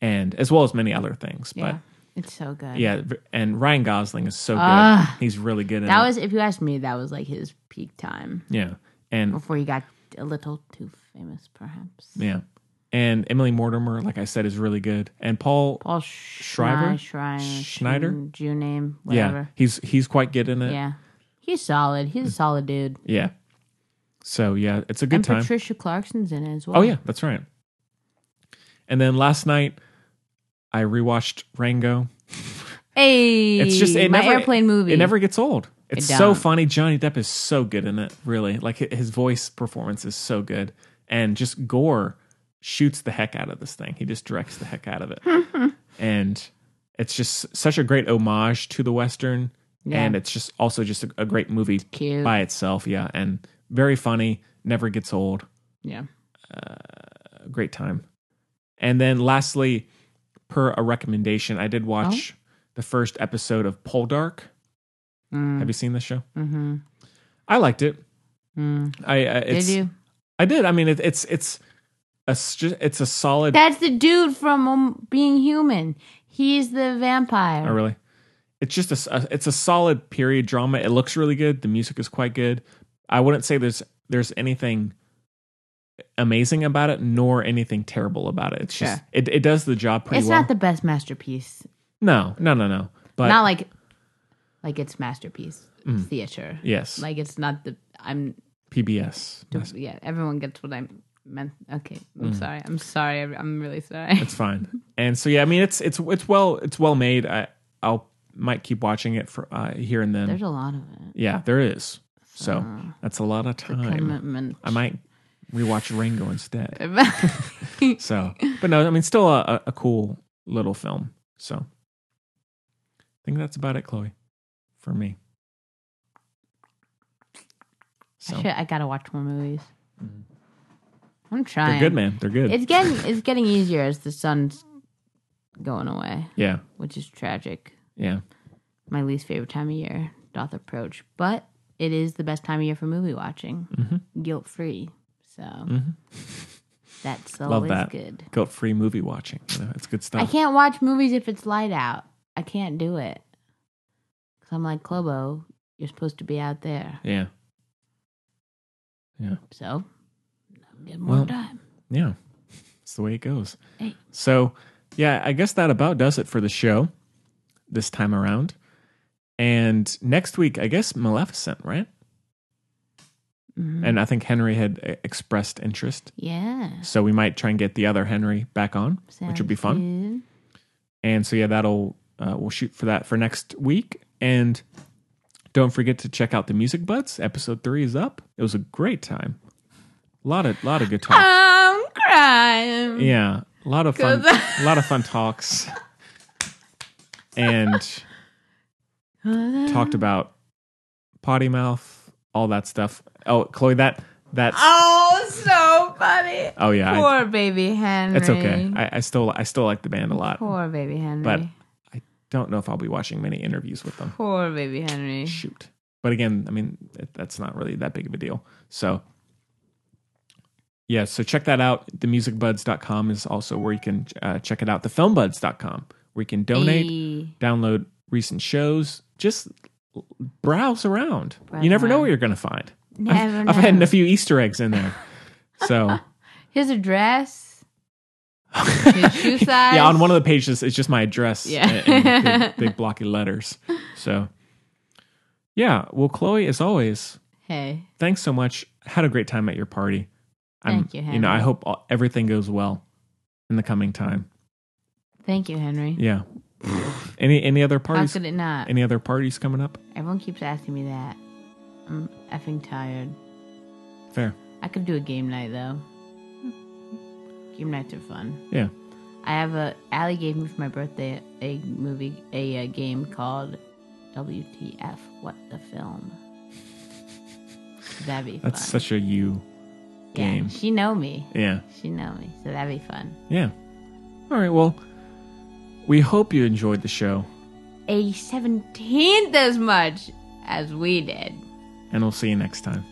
Speaker 1: and as well as many other things
Speaker 2: Yeah.
Speaker 1: but
Speaker 2: It's so good.
Speaker 1: yeah, v- and Ryan Gosling is so good.
Speaker 2: Ah.
Speaker 1: He's really good. In
Speaker 2: That
Speaker 1: it.
Speaker 2: was if you ask me, that was like his peak time.
Speaker 1: yeah, and
Speaker 2: Before he got a little too famous, perhaps.
Speaker 1: yeah, and Emily Mortimer, like I said, is really good. And Paul,
Speaker 2: Paul
Speaker 1: Shriver?
Speaker 2: Schreiber, Schreiber,
Speaker 1: Schneider?
Speaker 2: Jew name,
Speaker 1: yeah,
Speaker 2: whatever.
Speaker 1: he's he's quite good in
Speaker 2: Yeah.
Speaker 1: it.
Speaker 2: he's solid. He's a
Speaker 1: Hmm.
Speaker 2: solid dude.
Speaker 1: Yeah. So yeah, it's a good
Speaker 2: and
Speaker 1: time.
Speaker 2: Patricia Clarkson's in it as well.
Speaker 1: oh yeah, that's right. And then last night, I rewatched Rango.
Speaker 2: hey,
Speaker 1: It's just it
Speaker 2: my
Speaker 1: never,
Speaker 2: airplane movie.
Speaker 1: It never gets old. It's
Speaker 2: It
Speaker 1: so
Speaker 2: don't.
Speaker 1: funny. Johnny Depp is so good in it. Really, like hi- his voice performance is so good, and just Gore shoots the heck out of this thing. He just directs the heck out of
Speaker 2: [LAUGHS]
Speaker 1: it, and it's just such a great homage to the western.
Speaker 2: Yeah.
Speaker 1: And it's just also just a, a great movie
Speaker 2: cute.
Speaker 1: by itself. Yeah, and very funny. Never gets old
Speaker 2: yeah,
Speaker 1: a great time. And then lastly, per a recommendation, I did
Speaker 2: Oh.
Speaker 1: watch the first episode of Poldark.
Speaker 2: Mm.
Speaker 1: Have you seen this show? Mm-hmm. I liked it. I uh,
Speaker 2: Hmm. did
Speaker 1: it's,
Speaker 2: you?
Speaker 1: I did. I mean, it, it's it's a s- ju- it's a solid.
Speaker 2: That's the dude from um, Being Human. He's the vampire.
Speaker 1: oh, really, it's just a s- a it's a solid period drama. It looks really good. The music is quite good. I wouldn't say there's there's anything amazing about it, nor anything terrible about it. It's just
Speaker 2: Sure.
Speaker 1: it, it does the job pretty
Speaker 2: It's
Speaker 1: well.
Speaker 2: not the best masterpiece.
Speaker 1: no, no, no, no. But Hmm.
Speaker 2: not like like it's masterpiece theater.
Speaker 1: yes, like
Speaker 2: Like it's not the I'm
Speaker 1: PBS. That's,
Speaker 2: yeah, everyone gets what I meant. Okay,
Speaker 1: Hmm.
Speaker 2: I'm sorry. I'm sorry. I'm really sorry.
Speaker 1: that's fine. And so yeah, I mean it's it's it's well it's well made. I I'll might keep watching it for uh, here and then.
Speaker 2: There's a lot of it.
Speaker 1: yeah, there is. So that's a lot of time.
Speaker 2: Commitment.
Speaker 1: I might rewatch Rango
Speaker 2: Uh,
Speaker 1: instead.
Speaker 2: [LAUGHS]
Speaker 1: So, but no, I mean still a, a, a cool little film. So I think that's about it, Chloe, for me. So Mm-hmm.
Speaker 2: Shit, I gotta watch more movies. I'm
Speaker 1: they're
Speaker 2: trying.
Speaker 1: good, man. They're good.
Speaker 2: It's getting it's getting easier as the sun's going away,
Speaker 1: yeah,
Speaker 2: which is tragic.
Speaker 1: yeah.
Speaker 2: My least favorite time of year doth approach, but it is the best time of year for movie watching,
Speaker 1: Mm-hmm.
Speaker 2: guilt free. So that's
Speaker 1: Love
Speaker 2: always
Speaker 1: that.
Speaker 2: good.
Speaker 1: Guilt free movie watching. You know, it's good
Speaker 2: I
Speaker 1: stuff.
Speaker 2: can't watch movies if it's light out. I can't do it. Cause I'm like Clobo, you're supposed to be out there.
Speaker 1: Yeah.
Speaker 2: So get more
Speaker 1: Well-
Speaker 2: time.
Speaker 1: Yeah. It's the way it goes.
Speaker 2: Hey.
Speaker 1: So, yeah, I guess that about does it for the show this time around. And next week, I guess Maleficent, right?
Speaker 2: Mm-hmm.
Speaker 1: And I think Henry had uh, expressed interest.
Speaker 2: Yeah.
Speaker 1: So we might try and get the other Henry back on, which would be
Speaker 2: sounds
Speaker 1: fun.
Speaker 2: good.
Speaker 1: And so, yeah, that'll, uh, we'll shoot for that for next week. And don't forget to check out the Music Buds. Episode three is up. It was a great time. A lot of, lot of good
Speaker 2: Oh,
Speaker 1: talk.
Speaker 2: I'm crying.
Speaker 1: Yeah, a lot of fun,
Speaker 2: [LAUGHS] 'Cause-
Speaker 1: a lot of fun talks, and talked about potty mouth, all that stuff. Oh, Chloe, that that's oh,
Speaker 2: Oh, so funny.
Speaker 1: yeah, I,
Speaker 2: Poor baby Henry.
Speaker 1: it's okay. I, I still I still like the band a lot,
Speaker 2: Poor baby Henry.
Speaker 1: but I don't know if I'll be watching many interviews with them.
Speaker 2: Poor baby Henry.
Speaker 1: Shoot, but again, I mean that- that's not really that big of a deal. So. Yeah, so check that out. Themusicbuds.com is also where you can uh, check it out. Thefilmbuds.com, where you can donate.
Speaker 2: Hey,
Speaker 1: download recent shows, just browse around.
Speaker 2: Browse
Speaker 1: you never know
Speaker 2: around.
Speaker 1: what you're going to find.
Speaker 2: Never
Speaker 1: I've had
Speaker 2: know.
Speaker 1: a few Easter eggs in there.
Speaker 2: [LAUGHS]
Speaker 1: So, [LAUGHS]
Speaker 2: His address. His shoe size.
Speaker 1: yeah, on one of the pages, it's just my address
Speaker 2: Yeah.
Speaker 1: and, and big,
Speaker 2: [LAUGHS]
Speaker 1: big blocky letters. So, yeah. Well, Chloe, as always,
Speaker 2: Hey.
Speaker 1: thanks so much. Had a great time at your party.
Speaker 2: Thank you,
Speaker 1: You know, I
Speaker 2: Henry.
Speaker 1: hope all, everything goes well in the coming time.
Speaker 2: Thank you, Henry. [LAUGHS]
Speaker 1: Yeah. any any other
Speaker 2: How
Speaker 1: parties?
Speaker 2: could it not?
Speaker 1: Any other parties coming up?
Speaker 2: Everyone keeps asking me that. I'm effing tired.
Speaker 1: Fair.
Speaker 2: I could do a game night though. Game nights are fun.
Speaker 1: Yeah.
Speaker 2: I have a Allie gave me for my birthday a movie a, uh game called WTF What the Film. That'd be
Speaker 1: That's
Speaker 2: fun.
Speaker 1: such a you game.
Speaker 2: Yeah, she know me.
Speaker 1: Yeah.
Speaker 2: She know me, so that'd be fun.
Speaker 1: Yeah. All right. Well, we hope you enjoyed the show,
Speaker 2: A seventeenth as much as we did.
Speaker 1: and we'll see you next time.